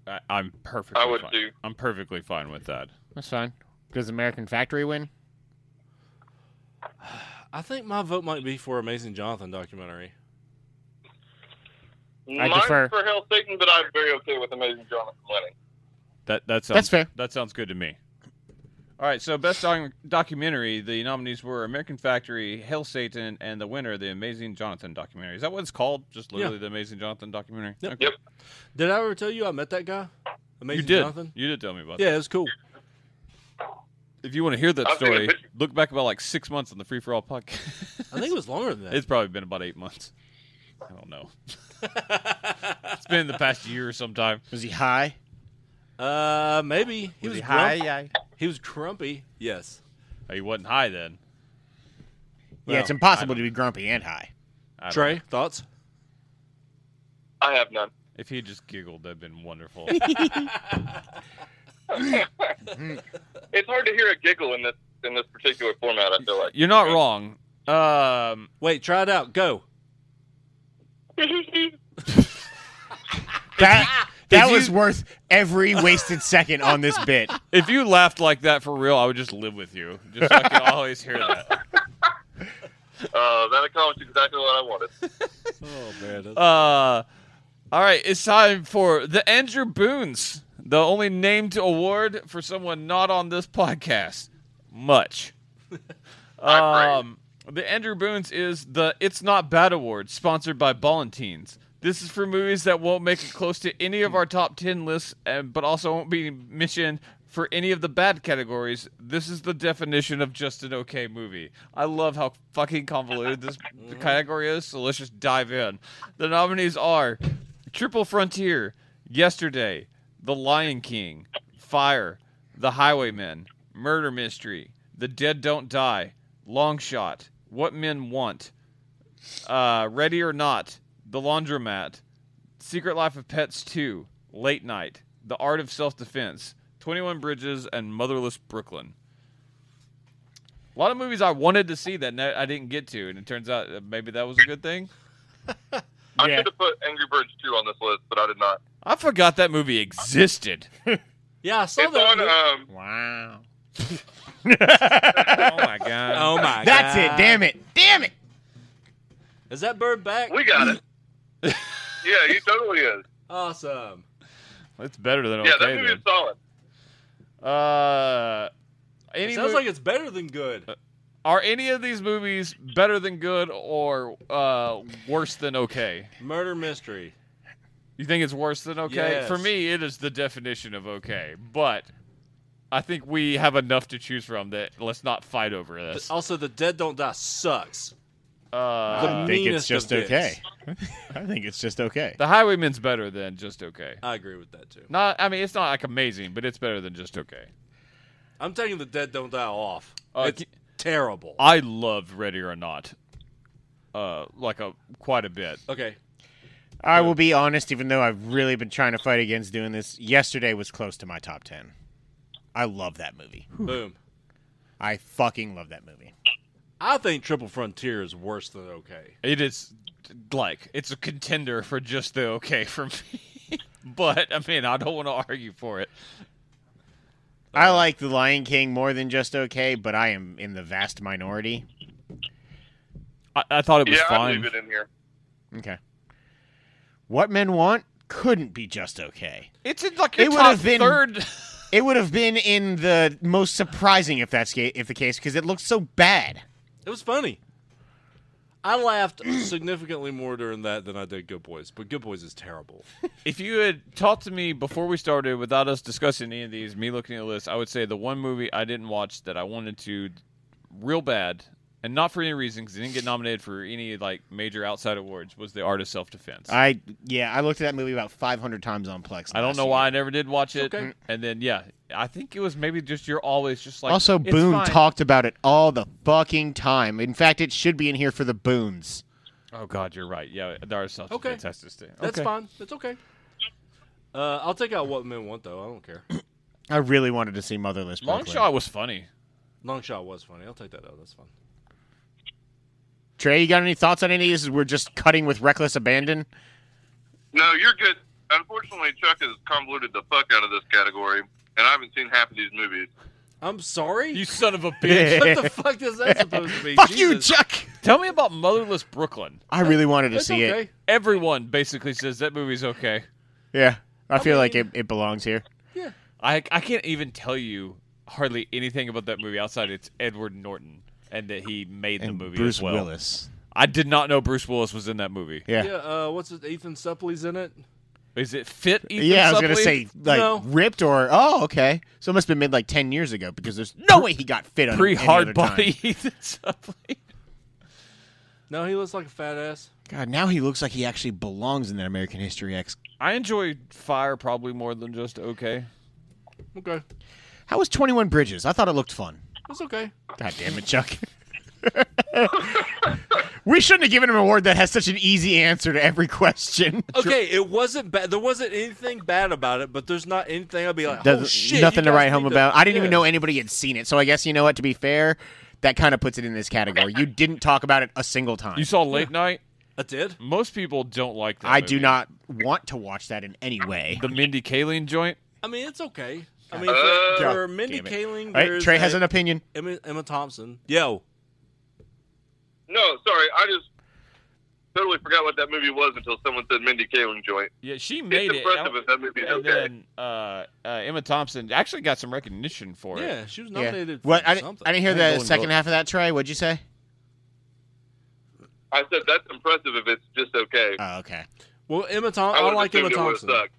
Speaker 1: I, I'm perfectly.
Speaker 3: I would
Speaker 1: fine.
Speaker 3: do.
Speaker 1: I'm perfectly fine with that.
Speaker 4: That's fine. Does American Factory win?
Speaker 2: I think my vote might be for Amazing Jonathan documentary.
Speaker 4: I
Speaker 3: Mine's
Speaker 4: defer.
Speaker 3: for Hell Satan, but I'm very okay with Amazing Jonathan winning.
Speaker 1: That that sounds
Speaker 4: That's fair.
Speaker 1: That sounds good to me. All right, so best doc- documentary. The nominees were American Factory, Hail Satan, and the winner, the Amazing Jonathan documentary. Is that what it's called? Just literally the Amazing Jonathan documentary.
Speaker 2: Yep.
Speaker 1: Okay.
Speaker 3: Yep.
Speaker 2: Did I ever tell you I met that guy?
Speaker 1: You
Speaker 2: Amazing
Speaker 1: did.
Speaker 2: Jonathan?
Speaker 1: You did tell me about. that.
Speaker 2: Yeah, it was cool.
Speaker 1: If you want to hear that
Speaker 3: I've seen a
Speaker 1: story,
Speaker 3: picture.
Speaker 1: look back about like six months on the Free for All podcast.
Speaker 2: I think it was longer than that.
Speaker 1: it's probably been about eight months. I don't know. it's been in the past year or sometime.
Speaker 4: Was he high?
Speaker 2: uh, maybe he was, grump-
Speaker 4: Yeah.
Speaker 2: He was grumpy. Yes.
Speaker 1: He wasn't high then.
Speaker 4: yeah, it's
Speaker 2: Well,
Speaker 4: impossible to be grumpy and high.
Speaker 1: I don't
Speaker 2: Trey,
Speaker 1: know.
Speaker 2: thoughts?
Speaker 3: I have none.
Speaker 1: If he just giggled, that'd been wonderful.
Speaker 3: It's hard to hear a giggle in this in this particular format. I feel like
Speaker 1: You're not wrong. Um,
Speaker 2: Wait, try it out. Go.
Speaker 3: Uh,
Speaker 4: That that
Speaker 1: Did
Speaker 4: was
Speaker 1: you-
Speaker 4: worth every wasted second on this bit.
Speaker 1: if you laughed like that for real, I would just live with you. Just so I could always hear that.
Speaker 3: uh, that accomplished exactly what I wanted.
Speaker 2: Oh man. that's-
Speaker 1: Uh, all right, it's time for the Andrew Boone's, the only named award for someone not on this podcast. Much. Um, the Andrew Boone's is the It's Not Bad Award, sponsored by Ballantines. This is for movies that won't make it close to any of our top 10 lists, and, but also won't be mentioned for any of the bad categories. This is the definition of just an okay movie. I love how fucking convoluted this category is, so let's just dive in. The nominees are Triple Frontier, Yesterday, The Lion King, Fire, The Highwaymen, Murder Mystery, The Dead Don't Die, Long Shot, What Men Want, uh, Ready or Not, The Laundromat, Secret Life of Pets 2, Late Night, The Art of Self Defense, 21 Bridges, and Motherless Brooklyn. A lot of movies I wanted to see that ne- I didn't get to, and it turns out uh, maybe that was a good thing.
Speaker 3: I
Speaker 4: Yeah.
Speaker 3: should have put Angry Birds 2 on this list, but I did not.
Speaker 1: I forgot that movie existed.
Speaker 2: yeah, I saw
Speaker 3: It's on,
Speaker 2: that.
Speaker 3: um,
Speaker 4: Wow.
Speaker 1: oh my god!
Speaker 2: oh my.
Speaker 4: That's
Speaker 2: God.
Speaker 4: it. Damn it. Damn it.
Speaker 2: Is that bird back?
Speaker 3: um, we got it. yeah, he totally is.
Speaker 2: Awesome.
Speaker 1: It's better than
Speaker 3: yeah, that
Speaker 1: okay.
Speaker 3: movie is solid.
Speaker 1: then. Uh, any
Speaker 2: It sounds
Speaker 1: mov-
Speaker 2: like it's better than good.
Speaker 1: are any of these movies better than good or uh, worse than okay?
Speaker 2: Murder mystery.
Speaker 1: You think it's worse than okay?
Speaker 2: Yes.
Speaker 1: For me, it is the definition of okay, but I think we have enough to choose from that let's not fight over this.
Speaker 2: Also, the dead don't die sucks.
Speaker 1: Uh,
Speaker 4: I think
Speaker 2: meanest
Speaker 4: it's just
Speaker 2: of
Speaker 4: okay. I think it's just okay.
Speaker 1: the Highwayman's better than just okay.
Speaker 2: I agree with that too.
Speaker 1: Not, I mean, it's not like amazing, but it's better than just okay.
Speaker 2: I'm taking the dead don't die off.
Speaker 1: Uh,
Speaker 2: it's
Speaker 1: ca-
Speaker 2: terrible.
Speaker 1: I loved Ready or Not, uh, like a quite a bit.
Speaker 2: okay.
Speaker 4: I will be honest, even though I've really been trying to fight against doing this, yesterday was close to my top 10. I love that movie.
Speaker 2: Boom.
Speaker 4: I fucking love that movie.
Speaker 2: I think Triple Frontier is worse than okay.
Speaker 1: It is like it's a contender for just the okay for me. but I mean, I don't want to argue for it.
Speaker 4: I like The Lion King more than just okay, but I am in the vast minority.
Speaker 1: I, I thought it was
Speaker 3: Yeah, I
Speaker 1: fine.
Speaker 3: leave it in here.
Speaker 4: Okay. What Men Want couldn't be just okay.
Speaker 1: It's in like
Speaker 4: It
Speaker 1: your
Speaker 4: would
Speaker 1: top
Speaker 4: have been-
Speaker 1: third.
Speaker 4: It would have been in the most surprising if that's ca- if the case because it looked so bad.
Speaker 2: It was funny. I laughed significantly more during that than I did Good Boys, but Good Boys is terrible.
Speaker 1: If you had talked to me before we started without us discussing any of these, me looking at a list, I would say the one movie I didn't watch that I wanted to real bad, and not for any reason because it didn't get nominated for any like major outside awards, was The Art of Self Defense. I,
Speaker 4: I yeah, I looked at that movie about 500 times on Plex.
Speaker 1: don't
Speaker 4: last
Speaker 1: know
Speaker 4: year.
Speaker 1: why I never did watch it.
Speaker 2: Okay.
Speaker 1: And then yeah, I think it was maybe just you're always just like
Speaker 4: also,
Speaker 1: "It's
Speaker 4: Boone
Speaker 1: fine."
Speaker 4: talked about it all the fucking time. In fact, it should be in here for the Boons.
Speaker 1: Oh God, you're right. Yeah, The Art of Self
Speaker 2: Okay.
Speaker 1: Defense has to stay.
Speaker 2: That's
Speaker 1: Okay.
Speaker 2: fine. That's okay. Uh, I'll take out what men want though. I don't care.
Speaker 4: I really wanted to see Motherless.
Speaker 1: Long
Speaker 4: Brooklyn.
Speaker 1: shot was funny.
Speaker 2: Long shot was funny. I'll take that out. That's fine.
Speaker 4: Trey, you got any thoughts on any of these? We're just cutting with reckless abandon.
Speaker 3: No, you're good. Unfortunately, Chuck has convoluted the fuck out of this category, and I haven't seen half of these movies.
Speaker 2: I'm sorry.
Speaker 1: You son of a bitch.
Speaker 2: what the fuck is that supposed to be?
Speaker 4: Fuck you,
Speaker 2: Jesus.
Speaker 4: Chuck.
Speaker 1: Tell me about Motherless Brooklyn.
Speaker 4: I really wanted to
Speaker 2: That's
Speaker 4: see
Speaker 2: okay.
Speaker 4: it.
Speaker 1: Everyone basically says that movie's okay.
Speaker 4: Yeah, I, feel like it,
Speaker 2: mean-
Speaker 4: it belongs here.
Speaker 2: Yeah.
Speaker 1: I I can't even tell you hardly anything about that movie outside it's Edward Norton and that he made the
Speaker 4: And
Speaker 1: movie
Speaker 4: Bruce
Speaker 1: as well.
Speaker 4: Willis.
Speaker 1: I did not know Bruce Willis was in that movie.
Speaker 4: Yeah, yeah.
Speaker 2: Yeah. Uh, what's it? Ethan Suplee's in it.
Speaker 1: Is it fit? Ethan
Speaker 4: I was gonna
Speaker 1: Suplee?
Speaker 4: say like
Speaker 2: No.
Speaker 4: ripped or oh okay. So it must have been made like ten years ago because there's no way he got fit on
Speaker 1: pre
Speaker 4: any other
Speaker 1: hard
Speaker 4: time.
Speaker 1: body Ethan Suplee.
Speaker 2: No, he looks like a fat ass.
Speaker 4: God, now he looks like he actually belongs in that American History X.
Speaker 1: I enjoy Fire probably more than just okay.
Speaker 2: Okay.
Speaker 4: How was Twenty One Bridges? I thought it looked fun.
Speaker 2: It's okay.
Speaker 4: God damn it, Chuck. we shouldn't have given him an award that has such an easy answer to every question.
Speaker 2: Okay, it wasn't bad. There wasn't anything bad about it, but there's not anything I'd be like, oh
Speaker 4: Doesn't-
Speaker 2: shit,
Speaker 4: nothing
Speaker 2: you
Speaker 4: to
Speaker 2: guys
Speaker 4: write home
Speaker 2: need
Speaker 4: about. I didn't even
Speaker 2: Yeah.
Speaker 4: know anybody had seen it. So I guess you know what. To be fair, that kind of puts it in this category. You didn't talk about it a single time.
Speaker 1: You saw Late Night?
Speaker 2: I did.
Speaker 1: Most people don't like that.
Speaker 4: I
Speaker 1: movie.
Speaker 4: do not want to watch that in any way.
Speaker 1: The Mindy Kaling joint.
Speaker 2: I mean, it's okay. I mean, for,
Speaker 3: Uh,
Speaker 2: for Mindy
Speaker 4: Damn it.
Speaker 2: Kaling,
Speaker 4: All right,
Speaker 2: there's
Speaker 4: Trey has
Speaker 2: a-
Speaker 4: an opinion.
Speaker 2: Emma, Emma Thompson. Yo,
Speaker 3: No, sorry, I just totally forgot what that movie was until someone said Mindy Kaling joint.
Speaker 1: Yeah, she made
Speaker 3: it's
Speaker 1: it.
Speaker 3: impressive if that movie's
Speaker 1: And
Speaker 3: okay.
Speaker 1: then uh, uh, Emma Thompson actually got some recognition for it.
Speaker 2: yeah, she was
Speaker 4: Yeah.
Speaker 2: nominated for
Speaker 4: What I, didn't-
Speaker 2: something.
Speaker 4: I didn't hear
Speaker 1: I
Speaker 4: the
Speaker 1: Golden
Speaker 4: second
Speaker 1: Globe.
Speaker 4: half of that. Trey, what'd you say?
Speaker 3: I said that's impressive if it's just okay.
Speaker 4: Oh, okay.
Speaker 2: well, Emma Thompson. I,
Speaker 3: would've
Speaker 2: like Emma
Speaker 3: assumed it would've
Speaker 2: Thompson.
Speaker 3: sucked.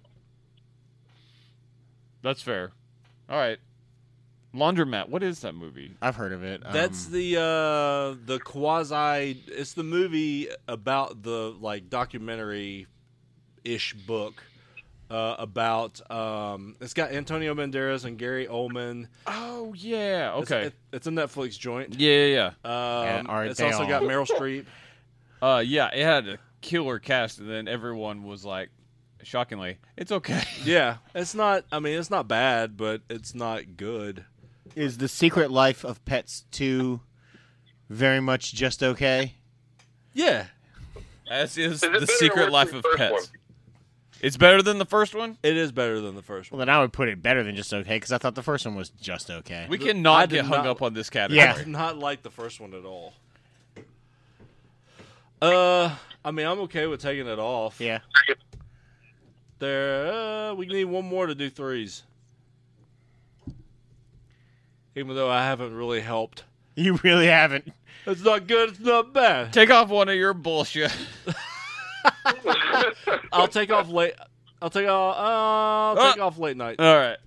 Speaker 1: That's fair. All right. Laundromat. What is that movie?
Speaker 4: I've heard of it. Um,
Speaker 2: That's the uh, the quasi. It's the movie about the like documentary ish book uh, about. Um, it's got Antonio Banderas and Gary Oldman.
Speaker 1: Oh yeah.
Speaker 2: It's-
Speaker 1: Okay.
Speaker 2: it- it's a Netflix joint.
Speaker 1: yeah, yeah,
Speaker 2: Um,
Speaker 4: Yeah, aren't
Speaker 2: it's
Speaker 4: they
Speaker 2: also
Speaker 4: all?
Speaker 2: got Meryl Streep.
Speaker 1: yeah. Uh, yeah. It had a killer cast, and then everyone was like, shockingly, it's okay.
Speaker 2: Yeah, it's not. I mean, it's not bad, but it's not good.
Speaker 4: is the Secret Life of Pets two very much just okay.
Speaker 2: Yeah,
Speaker 1: As is,
Speaker 3: it better
Speaker 1: the
Speaker 3: or
Speaker 1: Secret
Speaker 3: worse
Speaker 1: Life
Speaker 3: than
Speaker 1: of
Speaker 3: the first
Speaker 1: Pets. It's better than the first one.
Speaker 2: it is better than the first
Speaker 4: Well,
Speaker 2: one.
Speaker 4: then I would put it better than just okay because I thought the first one was just okay.
Speaker 1: We
Speaker 2: I
Speaker 1: cannot
Speaker 2: did
Speaker 1: get hung
Speaker 2: not-
Speaker 1: up on this category.
Speaker 4: Yeah.
Speaker 2: I did not like the first one at all. Uh, I mean, I'm okay with taking it off.
Speaker 4: yeah.
Speaker 2: There, uh, we need one more to do threes. Even though I haven't really helped,
Speaker 4: You really haven't.
Speaker 2: it's not good. It's not bad.
Speaker 1: Take off one of your bullshit.
Speaker 2: I'll take off late. I'll take off. Uh, I'll take off late night.
Speaker 1: All right.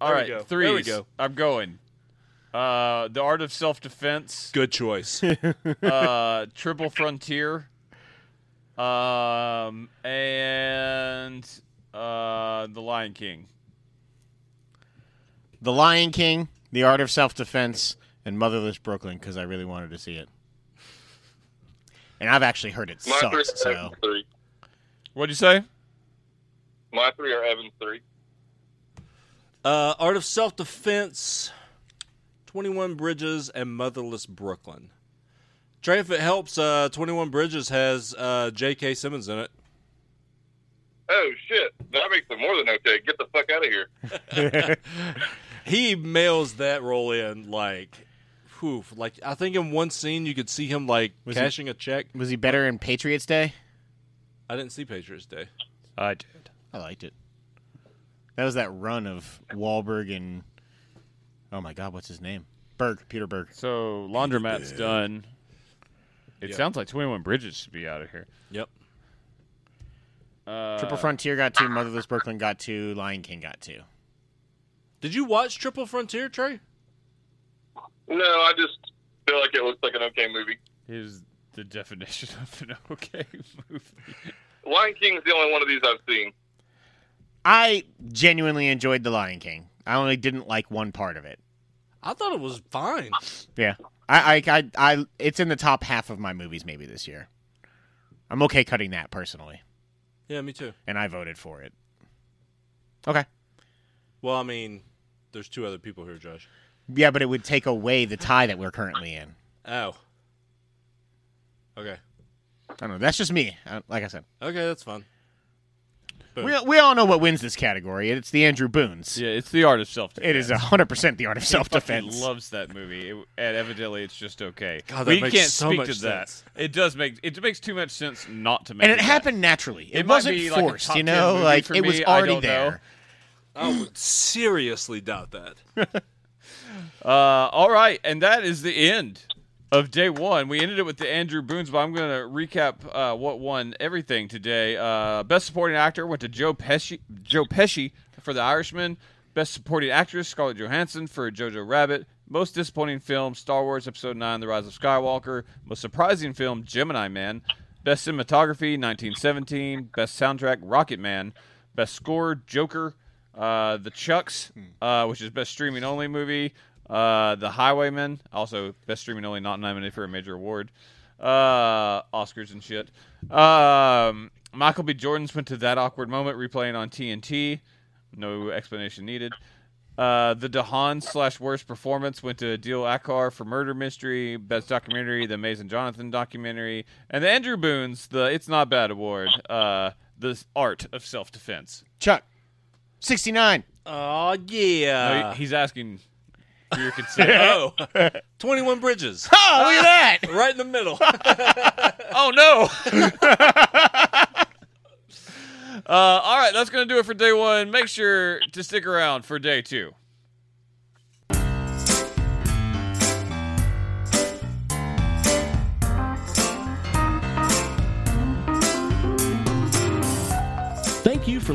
Speaker 1: All
Speaker 2: There we
Speaker 1: right.
Speaker 2: go. There
Speaker 1: Threes.
Speaker 2: we go.
Speaker 1: I'm going. Uh, the Art of Self Defense.
Speaker 2: Good choice.
Speaker 1: uh, Triple Frontier, um, and uh, The Lion King.
Speaker 4: The Lion King, The Art of Self Defense, and Motherless Brooklyn because I really wanted to see it. And I've actually heard it
Speaker 3: My three
Speaker 4: sucks.
Speaker 3: are
Speaker 4: So
Speaker 3: Evan's three.
Speaker 1: What'd you say?
Speaker 3: My three are Evan's three.
Speaker 2: Uh, Art of Self Defense, 21 Bridges, and Motherless Brooklyn. Trey, if it helps, uh, 21 Bridges has uh, J.K. Simmons in it.
Speaker 3: oh shit, that makes it more than okay. Get the fuck out of here.
Speaker 2: he mails that roll in like, whew, like I think in one scene you could see him like
Speaker 4: Was he-
Speaker 2: cashing a check.
Speaker 4: Was he better in Patriots Day?
Speaker 2: I didn't see Patriots Day.
Speaker 1: I did.
Speaker 4: I liked it. That was that run of Wahlberg and oh my god, what's his name? Berg, Peter Berg.
Speaker 1: So laundromat's done. It
Speaker 2: Yeah.
Speaker 1: sounds like Twenty One Bridges should be out of here.
Speaker 2: Yep.
Speaker 1: Uh,
Speaker 4: Triple Frontier got two, Motherless Brooklyn got two, Lion King got two.
Speaker 2: Did you watch Triple Frontier, Trey?
Speaker 3: No, I just feel like it looks like an okay movie.
Speaker 1: Is the definition of an okay movie?
Speaker 3: Lion King's the only one of these I've seen.
Speaker 4: I genuinely enjoyed The Lion King. I only didn't like one part of it.
Speaker 2: I thought it was fine.
Speaker 4: Yeah, I, I, I, I it's in the top half of my movies maybe this year. I'm okay cutting that personally,
Speaker 2: Yeah, me too.
Speaker 4: and I voted for it. Okay.
Speaker 2: Well, I mean, there's two other people here, Josh.
Speaker 4: Yeah, but it would take away the tie that we're currently in.
Speaker 2: Oh. Okay.
Speaker 4: I don't know. That's just me. I- Like I said,
Speaker 2: Okay, that's fine. Boom.
Speaker 4: we, we all know what wins this category. It's the Andrew Boone's.
Speaker 1: Yeah, it's the art of self defense.
Speaker 4: It is hundred percent the art of self
Speaker 1: He
Speaker 4: defense.
Speaker 1: fucking loves that movie, it, and evidently it's just okay.
Speaker 2: God, that
Speaker 1: we
Speaker 2: makes
Speaker 1: can't
Speaker 2: so
Speaker 1: speak
Speaker 2: much
Speaker 1: to
Speaker 2: sense.
Speaker 1: that. It does make it makes too much sense not to make.
Speaker 4: And it
Speaker 1: that.
Speaker 4: happened naturally. It,
Speaker 1: It might
Speaker 4: wasn't
Speaker 1: be, like, a
Speaker 4: forced,
Speaker 1: top
Speaker 4: you
Speaker 1: 10
Speaker 4: know.
Speaker 1: movie
Speaker 4: Like
Speaker 1: for
Speaker 4: it
Speaker 1: me.
Speaker 4: was
Speaker 1: I
Speaker 4: already
Speaker 1: don't know.
Speaker 4: there.
Speaker 2: I would seriously doubt that.
Speaker 1: Uh, all right, and that is the end of day one. We ended it with the Andrew Boone's, but I'm going to recap uh, what won everything today. Uh, best supporting actor went to Joe Pesci. Joe Pesci for The Irishman. Best supporting actress Scarlett Johansson for Jojo Rabbit. Most disappointing film Star Wars Episode Nine: The Rise of Skywalker. Most surprising film Gemini Man. Best cinematography 1917. Best soundtrack Rocket Man. Best score Joker. Uh, the Chucks, uh, which is best streaming only movie. Uh, the Highwaymen, also best streaming only, not nominated for a major award. Uh, Oscars and shit. Um, Michael B. Jordan's went to that awkward moment replaying on TNT. No explanation needed. Uh, the Dahan slash worst performance went to Adil Akar for Murder Mystery, Best Documentary, the Mason Jonathan documentary, and the Andrew Boone's the It's Not Bad award, uh, the art of self defense.
Speaker 4: Chuck, sixty nine.
Speaker 2: Oh, yeah.
Speaker 1: No, he- he's asking for your consent.
Speaker 2: Oh, 21 Bridges.
Speaker 4: Oh, look at that!
Speaker 2: right in the middle.
Speaker 1: oh no! uh, all right, that's gonna do it for day one. Make sure to stick around for day two.
Speaker 6: Thank you for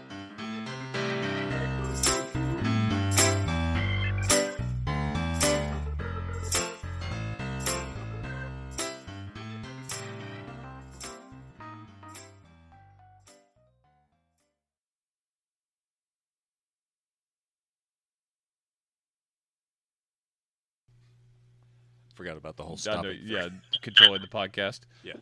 Speaker 2: Forgot about the whole
Speaker 1: I
Speaker 2: stop. it.
Speaker 1: know- yeah, controlling the podcast.
Speaker 2: yeah.